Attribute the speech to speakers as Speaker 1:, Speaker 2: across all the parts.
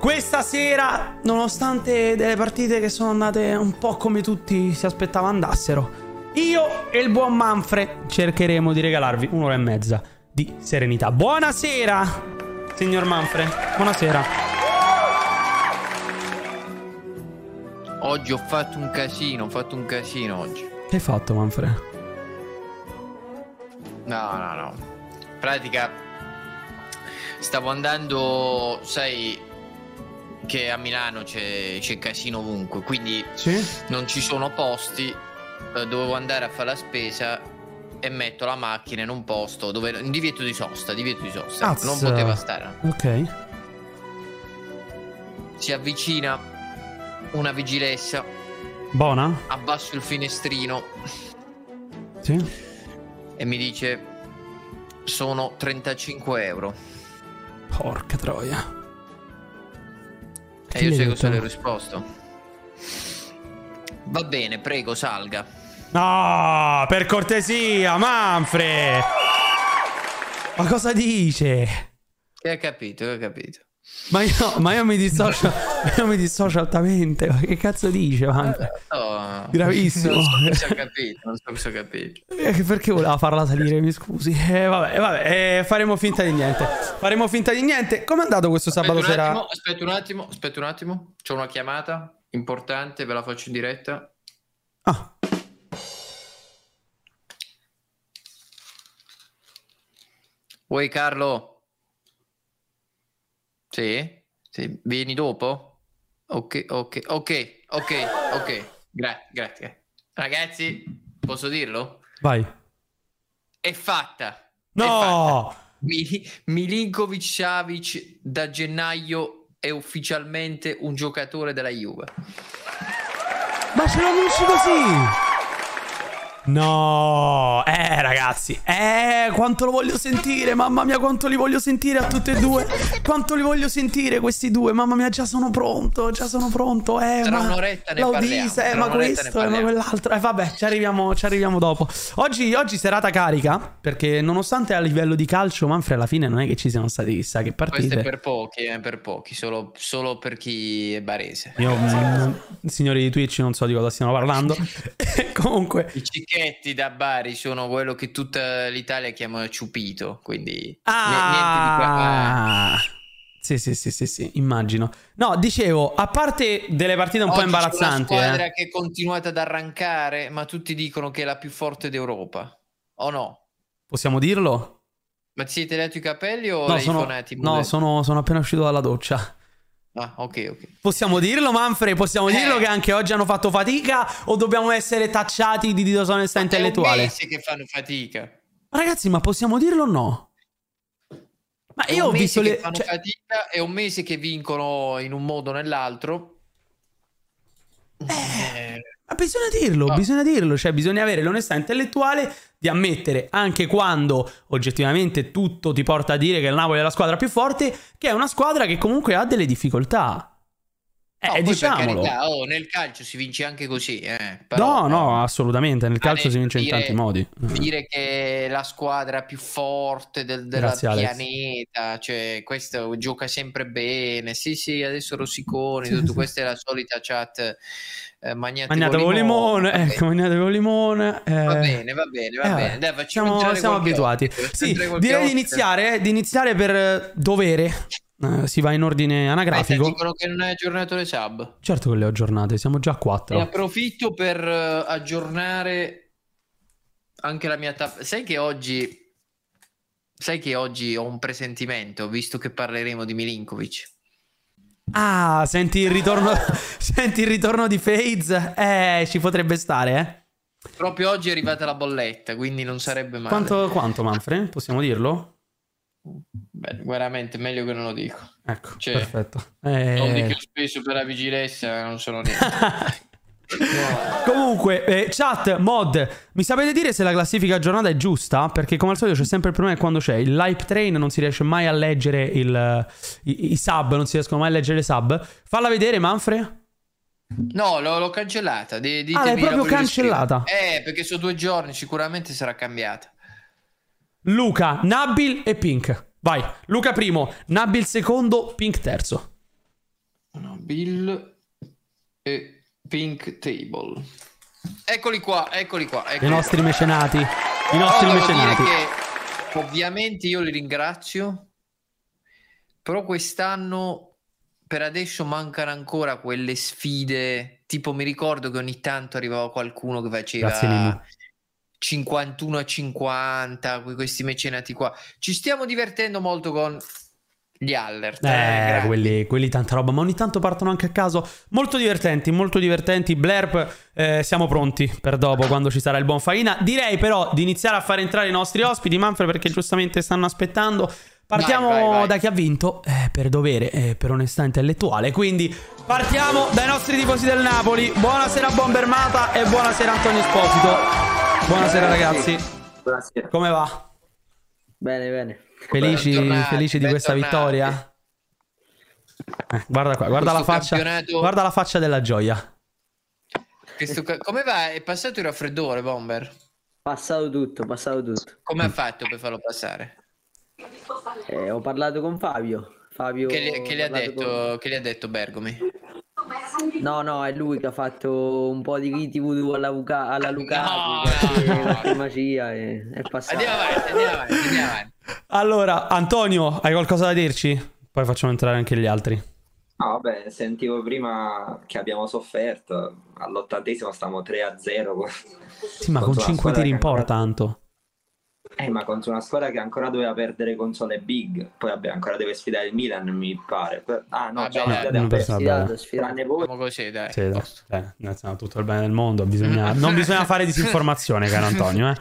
Speaker 1: Questa sera, nonostante delle partite che sono andate un po' come tutti si aspettava andassero, io e il buon Manfred cercheremo di regalarvi un'ora e mezza di serenità. Buonasera, signor Manfred. Buonasera.
Speaker 2: Oggi ho fatto un casino, ho fatto un casino oggi.
Speaker 1: Che hai fatto, Manfred?
Speaker 2: No, no, no. In pratica stavo andando, sai che a Milano c'è, c'è casino ovunque, quindi
Speaker 1: Sì?
Speaker 2: non ci sono posti, eh, dovevo andare a fare la spesa e metto la macchina in un posto dove in divieto di sosta, divieto di sosta,
Speaker 1: Azza.
Speaker 2: non poteva stare.
Speaker 1: Ok.
Speaker 2: Si avvicina una vigilessa,
Speaker 1: Buona?
Speaker 2: abbasso il finestrino,
Speaker 1: Sì.
Speaker 2: e mi dice sono 35 euro
Speaker 1: Porca troia.
Speaker 2: e Eh, io
Speaker 1: l'hai
Speaker 2: sai
Speaker 1: detto?
Speaker 2: cosa le ho risposto va bene prego salga
Speaker 1: No, per cortesia, Manfred. Ma cosa dice?
Speaker 2: che hai capito che hai capito
Speaker 1: Ma io, ma io mi dissocio, io mi dissocio altamente. Ma che cazzo dice? Manfred?
Speaker 2: Oh,
Speaker 1: Gravissimo.
Speaker 2: non so cosa ho capito non so cosa ho capito
Speaker 1: Eh, Perché voleva farla salire? Mi scusi. Eh, vabbè, vabbè, eh, faremo finta di niente. Faremo finta di niente. Com'è andato questo
Speaker 2: aspetta
Speaker 1: sabato
Speaker 2: un,
Speaker 1: sera?
Speaker 2: attimo, aspetta un attimo aspetta un attimo c'ho una chiamata importante ve la faccio in diretta
Speaker 1: Ah,
Speaker 2: vuoi Carlo? sì? sì. vieni dopo? ok ok ok ok ok Gra- grazie ragazzi posso dirlo?
Speaker 1: vai.
Speaker 2: è fatta. È fatta.
Speaker 1: No,
Speaker 2: Mi- Milinkovic Savic da gennaio è ufficialmente un giocatore della Juve.
Speaker 1: ma ce l'ho vinci così. No, eh ragazzi, eh quanto lo voglio sentire, mamma mia quanto li voglio sentire a tutti e due, quanto li voglio sentire questi due, mamma mia già sono pronto, già sono pronto, eh
Speaker 2: Tra
Speaker 1: ma
Speaker 2: un'oretta ne parliamo,
Speaker 1: l'Odisse, eh
Speaker 2: tra
Speaker 1: ma
Speaker 2: un'oretta ne
Speaker 1: questo, eh, ma
Speaker 2: parliamo.
Speaker 1: quell'altro, eh vabbè ci arriviamo, ci arriviamo dopo. Oggi, oggi serata carica, perché nonostante a livello di calcio Manfred alla fine non è che ci siano stati chissà che
Speaker 2: Questo è
Speaker 1: partite.
Speaker 2: per pochi, eh, per pochi, solo, solo per chi è barese.
Speaker 1: Io, mm, signori di Twitch, non so di cosa stiano parlando. Comunque,
Speaker 2: I cicchetti da Bari sono quello che tutta l'Italia chiama ciupito, quindi ne- niente di qua-
Speaker 1: Ah! Sì, sì, sì, sì, sì, immagino. No, dicevo, a parte delle partite un po'
Speaker 2: Oggi c'è
Speaker 1: imbarazzanti,
Speaker 2: Una squadra
Speaker 1: eh.
Speaker 2: che è continuata ad arrancare, ma tutti dicono che è la più forte d'Europa. O no?
Speaker 1: possiamo dirlo?
Speaker 2: Ma ti siete letti i capelli
Speaker 1: No,
Speaker 2: o l'hai
Speaker 1: sono,
Speaker 2: fonati?
Speaker 1: no sono, sono appena uscito dalla doccia.
Speaker 2: Ah, ok, ok.
Speaker 1: Possiamo dirlo, Manfred? Possiamo
Speaker 2: Eh.
Speaker 1: dirlo che anche oggi hanno fatto fatica o dobbiamo essere tacciati di disonestà
Speaker 2: È un
Speaker 1: intellettuale?
Speaker 2: mese che fanno fatica.
Speaker 1: Ma Ragazzi, ma possiamo dirlo o no? Ma
Speaker 2: È
Speaker 1: io
Speaker 2: un
Speaker 1: ho
Speaker 2: mese
Speaker 1: visto
Speaker 2: che
Speaker 1: le...
Speaker 2: fanno
Speaker 1: cioè,
Speaker 2: fatica, è un mese che vincono in un modo o nell'altro. Eh,
Speaker 1: Ma bisogna dirlo,
Speaker 2: No.
Speaker 1: bisogna dirlo, cioè bisogna avere l'onestà intellettuale di ammettere, anche quando oggettivamente tutto ti porta a dire che il Napoli è la squadra più forte, che è una squadra che comunque ha delle difficoltà.
Speaker 2: No,
Speaker 1: Eh,
Speaker 2: poi per
Speaker 1: diciamolo.
Speaker 2: carità, oh, nel calcio si vince anche così. eh, però-
Speaker 1: No, no, assolutamente. Nel calcio si vince in
Speaker 2: dire-
Speaker 1: tanti modi.
Speaker 2: Dire che la squadra più forte del della
Speaker 1: Grazie, Alex.
Speaker 2: pianeta, cioè questo gioca sempre bene. Sì, sì, adesso Rossiconi, tutto questa è la solita chat. Eh, magnate
Speaker 1: Magnate
Speaker 2: col
Speaker 1: con limone,
Speaker 2: Va
Speaker 1: ecco, magnate con limone. eh.
Speaker 2: Va bene, va bene, va
Speaker 1: Eh,
Speaker 2: bene.
Speaker 1: vabbè,
Speaker 2: Dai, facciamo
Speaker 1: siamo,
Speaker 2: entrare
Speaker 1: siamo
Speaker 2: qualche
Speaker 1: abituati.
Speaker 2: ospite, facciamo
Speaker 1: Sì,
Speaker 2: entrare qualche
Speaker 1: direi di
Speaker 2: ospite.
Speaker 1: iniziare, di iniziare per eh, dovere. Eh, si va in ordine
Speaker 2: Aspetta,
Speaker 1: anagrafico.
Speaker 2: dicono che non è aggiornato le sub.
Speaker 1: Certo che le ho aggiornate, siamo già a
Speaker 2: Ne
Speaker 1: 4.
Speaker 2: approfitto per eh, aggiornare anche la mia tappa. Sai che oggi. Sai che oggi ho un presentimento, visto che parleremo di Milinkovic.
Speaker 1: Ah, senti il ritorno,
Speaker 2: Ah!
Speaker 1: senti il ritorno di Fades? Eh, ci potrebbe stare, eh.
Speaker 2: Proprio oggi è arrivata la bolletta, quindi non sarebbe male.
Speaker 1: Quanto, quanto Manfred? Possiamo dirlo?
Speaker 2: Beh, veramente, meglio che non lo dico.
Speaker 1: Ecco,
Speaker 2: Sì.
Speaker 1: perfetto.
Speaker 2: Non di
Speaker 1: Eh.
Speaker 2: che ho speso per la vigilessa, non sono niente.
Speaker 1: Comunque, eh, chat, mod, mi sapete dire se la classifica aggiornata è giusta? Perché come al solito c'è sempre il problema che quando c'è il live train non si riesce mai a leggere il- i, i sub, non si riescono mai a leggere i sub. Falla vedere, Manfred.
Speaker 2: No, l'ho, l'ho cancellata. di- ditemi
Speaker 1: Ah, l'hai
Speaker 2: la
Speaker 1: proprio
Speaker 2: voglio
Speaker 1: cancellata?
Speaker 2: scrivere. Eh, perché sono due giorni, sicuramente sarà cambiata.
Speaker 1: Luca, Nabil e Pink. Vai, Luca primo, Nabil secondo, Pink terzo.
Speaker 2: No, Bill e Pink Table. Eccoli qua, eccoli qua.
Speaker 1: I
Speaker 2: eccoli
Speaker 1: nostri
Speaker 2: qua.
Speaker 1: mecenati. I
Speaker 2: Però
Speaker 1: nostri
Speaker 2: devo dire
Speaker 1: mecenati.
Speaker 2: che ovviamente io li ringrazio, però quest'anno per adesso mancano ancora quelle sfide. Tipo, mi ricordo che ogni tanto arrivava qualcuno che
Speaker 1: Grazie, Lillo.
Speaker 2: faceva 51 a 50, que- questi mecenati qua. Ci stiamo divertendo molto con gli alert. eh,
Speaker 1: Eh,
Speaker 2: grandi.
Speaker 1: quelli, quelli tanta roba, ma ogni tanto partono anche a caso. Molto divertenti, molto divertenti. Blerp, eh, siamo pronti per dopo quando ci sarà il buon Farina. Direi però di iniziare a far entrare i nostri ospiti, Manfred, perché giustamente stanno aspettando. Partiamo
Speaker 2: Vai, vai, vai.
Speaker 1: da chi ha vinto, eh, per dovere, eh, per onestà intellettuale. Quindi partiamo dai nostri tifosi del Napoli. Buonasera Bombermata e buonasera Antonio Esposito. Buonasera ragazzi,
Speaker 3: Buonasera.
Speaker 1: come va?
Speaker 3: Bene, bene.
Speaker 1: Felici,
Speaker 2: Bentornati,
Speaker 1: felici di questa
Speaker 2: bentornati.
Speaker 1: vittoria? Eh, guarda qua, guarda la,
Speaker 2: Questo
Speaker 1: faccia,
Speaker 2: campionato-
Speaker 1: guarda la faccia della gioia.
Speaker 2: Questo ca- come va? È passato il raffreddore, Bomber?
Speaker 3: Passato tutto, passato tutto.
Speaker 2: Come ha fatto per farlo passare?
Speaker 3: Eh, ho parlato con Fabio. Fabio
Speaker 2: Che, le- che le
Speaker 3: ho
Speaker 2: ha
Speaker 3: parlato
Speaker 2: detto, che le ha detto Bergomi?
Speaker 3: con- No, no, è lui che ha fatto un po' di critico alla, Luca... alla
Speaker 2: No,
Speaker 3: Luca.
Speaker 2: no, no.
Speaker 3: e... è passato.
Speaker 2: Andiamo avanti, andiamo avanti, andiamo avanti.
Speaker 1: Allora, Antonio, hai qualcosa da dirci? Poi facciamo entrare anche gli altri.
Speaker 4: Ah, vabbè, sentivo prima che abbiamo sofferto. All'ottantesimo stavamo 3-0. con-
Speaker 1: Sì, ma con
Speaker 4: contro una
Speaker 1: 5
Speaker 4: squadra
Speaker 1: tiri
Speaker 4: che
Speaker 1: in
Speaker 4: ancora-
Speaker 1: porta, Anto.
Speaker 4: Eh, ma contro una squadra che ancora doveva perdere console big. Poi, vabbè, ancora deve sfidare il Milan, mi pare. Poi- Ah, no,
Speaker 2: Vabbè,
Speaker 4: già
Speaker 2: no,
Speaker 4: l'abbiamo
Speaker 1: non
Speaker 4: perso.
Speaker 1: penso-
Speaker 3: Sfidato, sfidato.
Speaker 4: Tranne voi.
Speaker 2: Facciamo così, dai.
Speaker 1: Sì, dai. Eh, insomma, tutto il bene del mondo, bisogna- non bisogna fare disinformazione, caro Antonio. eh.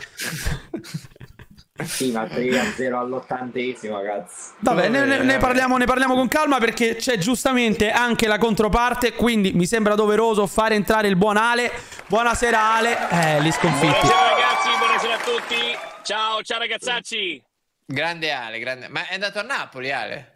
Speaker 4: Sì, ma 3-0 all'ottantesimo, cazzo.
Speaker 1: Vabbè, ne, ne- ne
Speaker 2: Eh,
Speaker 1: parliamo, ne parliamo con calma perché c'è giustamente anche la controparte, quindi mi sembra doveroso fare entrare il buon Ale. Buonasera Ale, eh, li sconfitti.
Speaker 5: Buonasera ragazzi, buonasera a tutti. Ciao, ciao ragazzacci.
Speaker 2: Grande Ale, grande. Ma è andato a Napoli, Ale?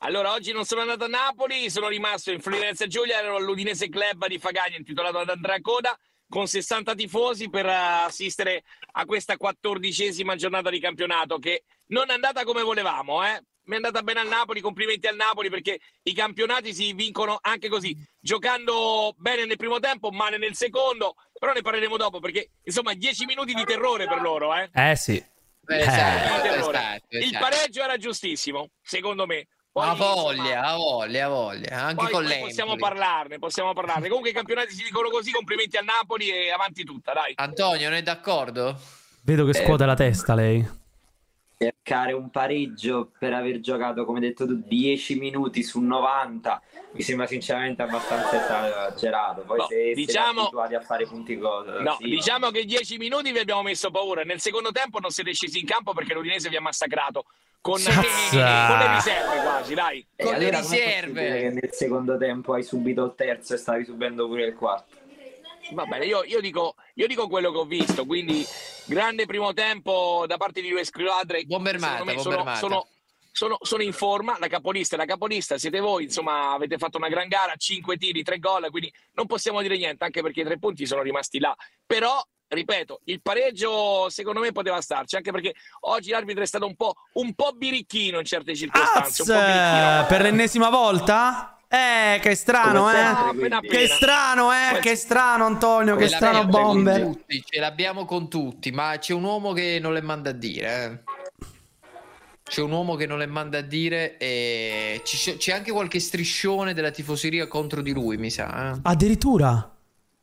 Speaker 5: Allora, oggi non sono andato a Napoli, sono rimasto in Friulenza Giulia, ero all'Udinese Club di Fagagna, intitolato ad Andracoda, con 60 tifosi per eh, assistere a questa quattordicesima giornata di campionato che non è andata come volevamo, eh. Mi è andata bene al Napoli, complimenti al Napoli perché i campionati si vincono anche così, giocando bene nel primo tempo, male nel secondo, però ne parleremo dopo perché insomma 10 minuti di terrore per loro, eh.
Speaker 1: Eh sì.
Speaker 2: Eh,
Speaker 1: Eh.
Speaker 2: esatto,
Speaker 5: Allora,
Speaker 2: esatto,
Speaker 5: il
Speaker 2: esatto.
Speaker 5: pareggio era giustissimo, secondo me. Poi,
Speaker 2: Ha
Speaker 5: insomma,
Speaker 2: voglia, ha voglia, ha voglia. Anche
Speaker 5: poi-
Speaker 2: con
Speaker 5: poi
Speaker 2: lei.
Speaker 5: possiamo parlarne, possiamo parlarne. Comunque i campionati si dicono così, complimenti al Napoli e avanti tutta, dai.
Speaker 2: Antonio, non è d'accordo?
Speaker 1: Vedo che scuote la testa lei.
Speaker 4: Cercare un pareggio per aver giocato, come detto tu, 10 minuti su 90 mi sembra sinceramente abbastanza esagerato. Poi
Speaker 5: No,
Speaker 4: se siete
Speaker 5: diciamo-
Speaker 4: abituati a fare punti cosa,
Speaker 5: No,
Speaker 4: sì.
Speaker 5: diciamo che 10 minuti vi abbiamo messo paura. Nel secondo tempo non siete scesi in campo perché l'Udinese vi ha massacrato con,
Speaker 1: Sì.
Speaker 5: con le riserve quasi, dai.
Speaker 4: E
Speaker 2: Con le
Speaker 4: Eh, allora com'è
Speaker 2: riserve.
Speaker 4: possibile Che nel secondo tempo hai subito il terzo e stavi subendo pure il quarto.
Speaker 5: Va bene, io, io dico, io dico quello che ho visto, quindi grande primo tempo da parte di due squadre.
Speaker 2: Buon Bermata,
Speaker 5: Secondo me
Speaker 2: buon
Speaker 5: sono,
Speaker 2: Bermata.
Speaker 5: sono, sono, sono in forma, la capolista è la capolista, siete voi, insomma avete fatto una gran gara, 5 tiri, 3 gol, quindi non possiamo dire niente, anche perché i tre punti sono rimasti là. Però, ripeto, il pareggio secondo me poteva starci, anche perché oggi l'arbitro è stato un po', un po' birichino in certe circostanze. un po'
Speaker 1: Eh, per l'ennesima volta? Eh, che strano,
Speaker 5: Come
Speaker 1: eh.
Speaker 5: sempre, quindi.
Speaker 1: Che strano, eh. Che strano, Antonio. Che
Speaker 2: Ce
Speaker 1: strano,
Speaker 2: l'abbiamo con
Speaker 1: bomber.
Speaker 2: tutti, ce l'abbiamo con tutti, ma c'è un uomo che non le manda a dire. eh. C'è un uomo che non le manda a dire e ci so- c'è anche qualche striscione della tifoseria contro di lui, mi sa. eh.
Speaker 1: Addirittura.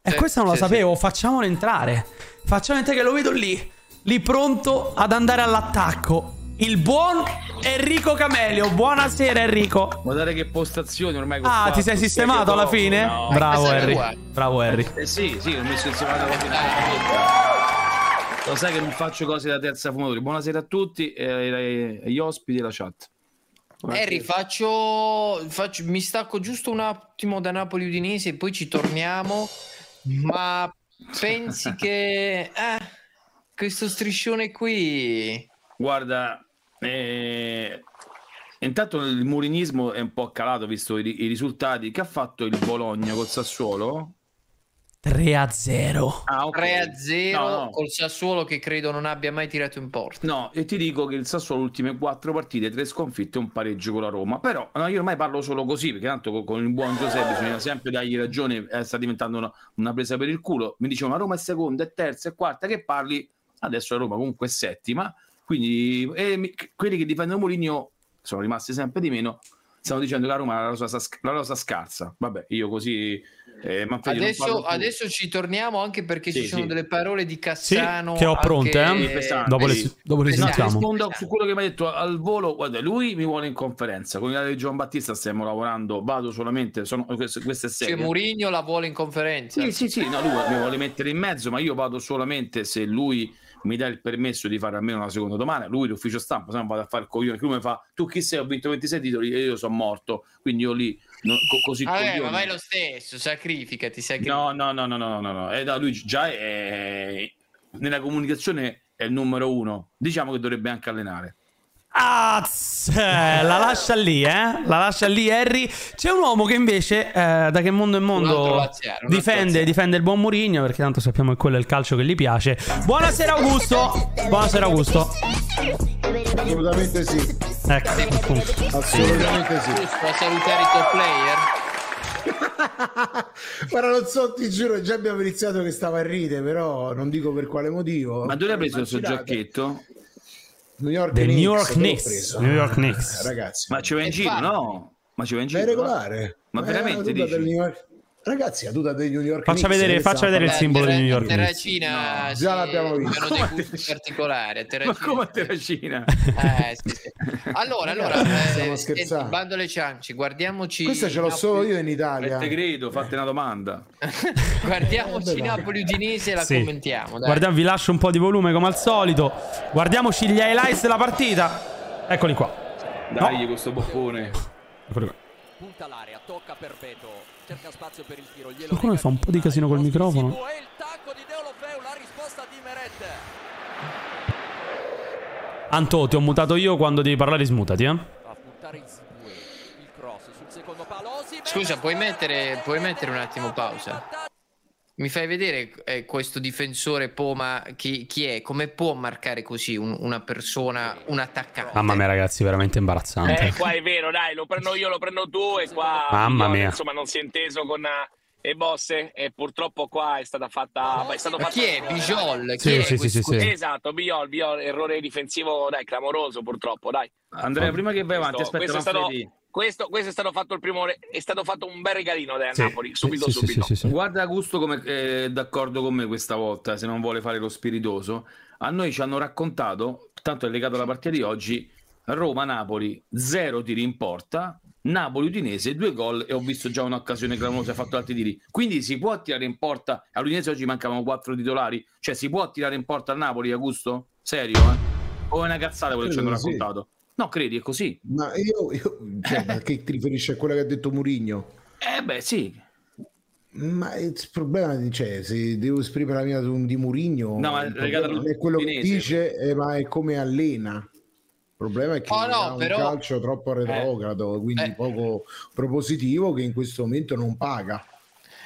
Speaker 1: E
Speaker 2: Sì,
Speaker 1: questa non la
Speaker 2: sì,
Speaker 1: sapevo. Facciamolo entrare. Facciamolo entrare, che lo vedo lì. Lì pronto ad andare all'attacco. Il buon Enrico Camelio. Buonasera, Enrico.
Speaker 6: Guardate che postazione ormai con
Speaker 1: Ah,
Speaker 6: fatto,
Speaker 1: ti sei
Speaker 6: siete
Speaker 1: sistemato alla
Speaker 6: poco,
Speaker 1: fine?
Speaker 6: no.
Speaker 1: Bravo, Harry. Bravo, Harry.
Speaker 6: Eh sì, sì, ho messo insieme la finale. Lo sai che non faccio cose da terza fumatura. Buonasera a tutti, e ai- agli ospiti e alla chat.
Speaker 2: Harry, faccio, Eh, faccio- mi stacco giusto un attimo da Napoli Udinese e poi ci torniamo. Ma pensi che eh, questo striscione qui
Speaker 6: Guarda, eh, intanto il murinismo è un po' calato visto i, ri- i risultati che ha fatto il Bologna col Sassuolo.
Speaker 1: 3 a 0.
Speaker 2: 3 a 0
Speaker 6: Ah, No, no.
Speaker 2: col Sassuolo che credo non abbia mai tirato in porta.
Speaker 6: No, e ti dico che il Sassuolo le ultime quattro partite, tre sconfitte e un pareggio con la Roma. Però no, io ormai parlo solo così, perché tanto co- con, il buon Giuseppe bisogna sempre dargli ragione, eh, sta diventando una, una presa per il culo. Mi diceva, ma Roma è seconda, è terza, è quarta, che parli? Adesso la Roma comunque è settima, quindi e mi- quelli che difendono Mourinho sono rimasti sempre di meno. Stanno dicendo che la Roma ha la rosa, sas- la rosa scarsa. Vabbè, io così... eh, Manfredi, non parlo
Speaker 2: Adesso,
Speaker 6: più.
Speaker 2: adesso ci torniamo anche perché
Speaker 6: Sì,
Speaker 2: ci sono
Speaker 6: sì.
Speaker 2: delle parole di
Speaker 1: Sì,
Speaker 2: Cassano.
Speaker 1: che ho
Speaker 2: anche-
Speaker 1: pronte. eh.
Speaker 6: Pesanti.
Speaker 1: Dopo le,
Speaker 6: Sì.
Speaker 1: dopo le
Speaker 6: No,
Speaker 1: sentiamo.
Speaker 6: rispondo su quello che mi ha detto al volo. Guarda, lui mi vuole in conferenza. Con il di Gian Battista stiamo lavorando. Vado solamente. Sono, queste, queste
Speaker 2: Cioè,
Speaker 6: serie.
Speaker 2: Murigno la vuole in conferenza.
Speaker 6: Sì, sì, sì, no, lui mi vuole mettere in mezzo, ma io vado solamente se lui mi dà il permesso di fare almeno una seconda domanda. Lui l'ufficio stampa, se no vado a fare il coglione. Lui mi fa: Tu chi sei? Ho vinto 26 titoli e io sono morto. Quindi io lì non- co- così
Speaker 2: Vabbè, ma
Speaker 6: coglione.
Speaker 2: vai lo stesso, sacrificati, sacrificati.
Speaker 6: No, no, no, no, no, no, no. Eh, no, lui già è- nella comunicazione è il numero uno. Diciamo che dovrebbe anche allenare.
Speaker 1: Az- eh, la lascia lì, eh? La lascia lì, Harry. C'è un uomo che invece, eh, da che mondo è
Speaker 2: altro
Speaker 1: mondo,
Speaker 2: laziale, un altro
Speaker 1: difende,
Speaker 2: laziale.
Speaker 1: difende il buon Murigno, perché tanto sappiamo che quello è il calcio che gli piace. Buonasera, Augusto. Buonasera, Augusto.
Speaker 7: Assolutamente sì.
Speaker 1: Ecco, appunto.
Speaker 7: Assolutamente sì.
Speaker 2: Giusto, a salutare i top player.
Speaker 7: Guarda, non so, ti giuro, già abbiamo iniziato che stava a ride, però non dico per quale motivo.
Speaker 6: Ma dove ha preso il suo
Speaker 7: Immaginate.
Speaker 6: giacchetto?
Speaker 7: New York
Speaker 6: Del
Speaker 7: Knicks.
Speaker 6: New York
Speaker 7: dove l'ho
Speaker 6: Knicks,
Speaker 7: preso?
Speaker 6: New York
Speaker 7: Eh,
Speaker 6: Knicks.
Speaker 7: Ragazzi.
Speaker 6: Ma ci va in
Speaker 7: E
Speaker 6: giro,
Speaker 7: fa-
Speaker 6: no? Ma ci va in
Speaker 7: Ma
Speaker 6: giro?
Speaker 7: è regolare. Eh,
Speaker 6: Ma
Speaker 7: è la
Speaker 6: veramente
Speaker 7: tuta
Speaker 6: dici?
Speaker 7: del New York- Ragazzi, la tuta dei New York
Speaker 1: Faccia
Speaker 7: Knicks,
Speaker 1: vedere-
Speaker 7: che
Speaker 1: faccia
Speaker 7: stiamo
Speaker 1: vedere il
Speaker 7: parlando?
Speaker 1: simbolo dei New York Knicks.
Speaker 2: Terracina,
Speaker 7: No,
Speaker 2: sì,
Speaker 7: già l'abbiamo visto.
Speaker 2: hanno dei gusti particolari. a
Speaker 6: Ma
Speaker 2: Terracina.
Speaker 6: come a Terracina?
Speaker 2: Eh, sì, sì. Allora, allora,
Speaker 7: Stiamo
Speaker 2: eh,
Speaker 7: scherzando.
Speaker 2: senti, bando alle ciance, guardiamoci.
Speaker 7: Questa ce l'ho
Speaker 2: Napoli-
Speaker 7: solo io in Italia.
Speaker 6: Te credo, fate
Speaker 7: Eh.
Speaker 6: una domanda.
Speaker 2: Guardiamoci Napoli Udinese e la
Speaker 1: Sì.
Speaker 2: commentiamo. Dai.
Speaker 1: Guardiamo, vi lascio un po' di volume come al solito. Guardiamoci gli highlights della partita. Eccoli qua.
Speaker 6: Dai, questo boccone.
Speaker 1: Eccoli qua.
Speaker 8: Punta l'area, tocca per Beto, cerca spazio per il tiro, glielo
Speaker 1: Qualcuno che fa un po' di casino col microfono.
Speaker 8: e il tacco di Deulofeu, la risposta di Meret.
Speaker 1: Anto, ti ho mutato io quando devi parlare, smutati, eh.
Speaker 8: Va a puntare in Sibue, il cross sul secondo palo, Osimhen,
Speaker 2: Scusa, puoi mettere, puoi mettere un attimo pausa? Mi fai vedere eh, questo difensore Poma chi, chi è? Come può marcare così un- una persona, un attaccante?
Speaker 1: Mamma mia, ragazzi, veramente
Speaker 5: Eh,
Speaker 1: imbarazzante.
Speaker 5: qua è vero, dai, lo prendo io, lo prendo tu e qua
Speaker 1: Mamma
Speaker 5: Pignone,
Speaker 1: mia.
Speaker 5: insomma non si è inteso con eh, e Bosse e purtroppo qua è stata fatta beh, è stato
Speaker 2: Ma
Speaker 5: fatto
Speaker 2: chi è? Bijol? Chi
Speaker 1: Sì,
Speaker 2: è
Speaker 1: sì, sì,
Speaker 2: questo?
Speaker 1: sì, sì.
Speaker 5: Esatto, Biol, Biol, errore difensivo, dai, clamoroso purtroppo, dai.
Speaker 6: Andrea, prima che vai avanti, aspetta,
Speaker 5: questo, è stato,
Speaker 6: Manfredi.
Speaker 5: questo, questo è stato fatto il primo, re- è stato fatto un bel regalino dai, a
Speaker 6: Sì,
Speaker 5: Napoli, subito,
Speaker 6: sì, sì,
Speaker 5: subito.
Speaker 6: sì, sì, sì. Guarda Augusto come è d'accordo con me questa volta, se non vuole fare lo spiritoso. A noi ci hanno raccontato, tanto è legato alla partita di oggi, Roma-Napoli, zero tiri in porta, Napoli-Udinese, due gol e ho visto già un'occasione clamorosa, ha fatto altri tiri. Quindi si può tirare in porta, all'Udinese oggi mancavano quattro titolari, cioè si può tirare in porta a Napoli, Augusto? Serio, eh? O è una cazzata quello che ci hanno
Speaker 7: Credo di sì.
Speaker 6: raccontato? No, credi, è così.
Speaker 7: Ma io, io cioè, ma che ti riferisci a quello che ha detto Murigno?
Speaker 6: Eh beh, sì.
Speaker 7: Ma il problema cioè, se devo esprimere la mia su- di Murigno,
Speaker 6: No, ma
Speaker 7: il
Speaker 6: legato
Speaker 7: problema non è Eh, quello che
Speaker 6: all'Udinese.
Speaker 7: dice, eh, ma è come allena. problema è che
Speaker 2: Oh, no,
Speaker 7: ha un
Speaker 2: però-
Speaker 7: calcio troppo
Speaker 6: Eh.
Speaker 7: retrogrado, quindi poco propositivo, che in questo momento non paga.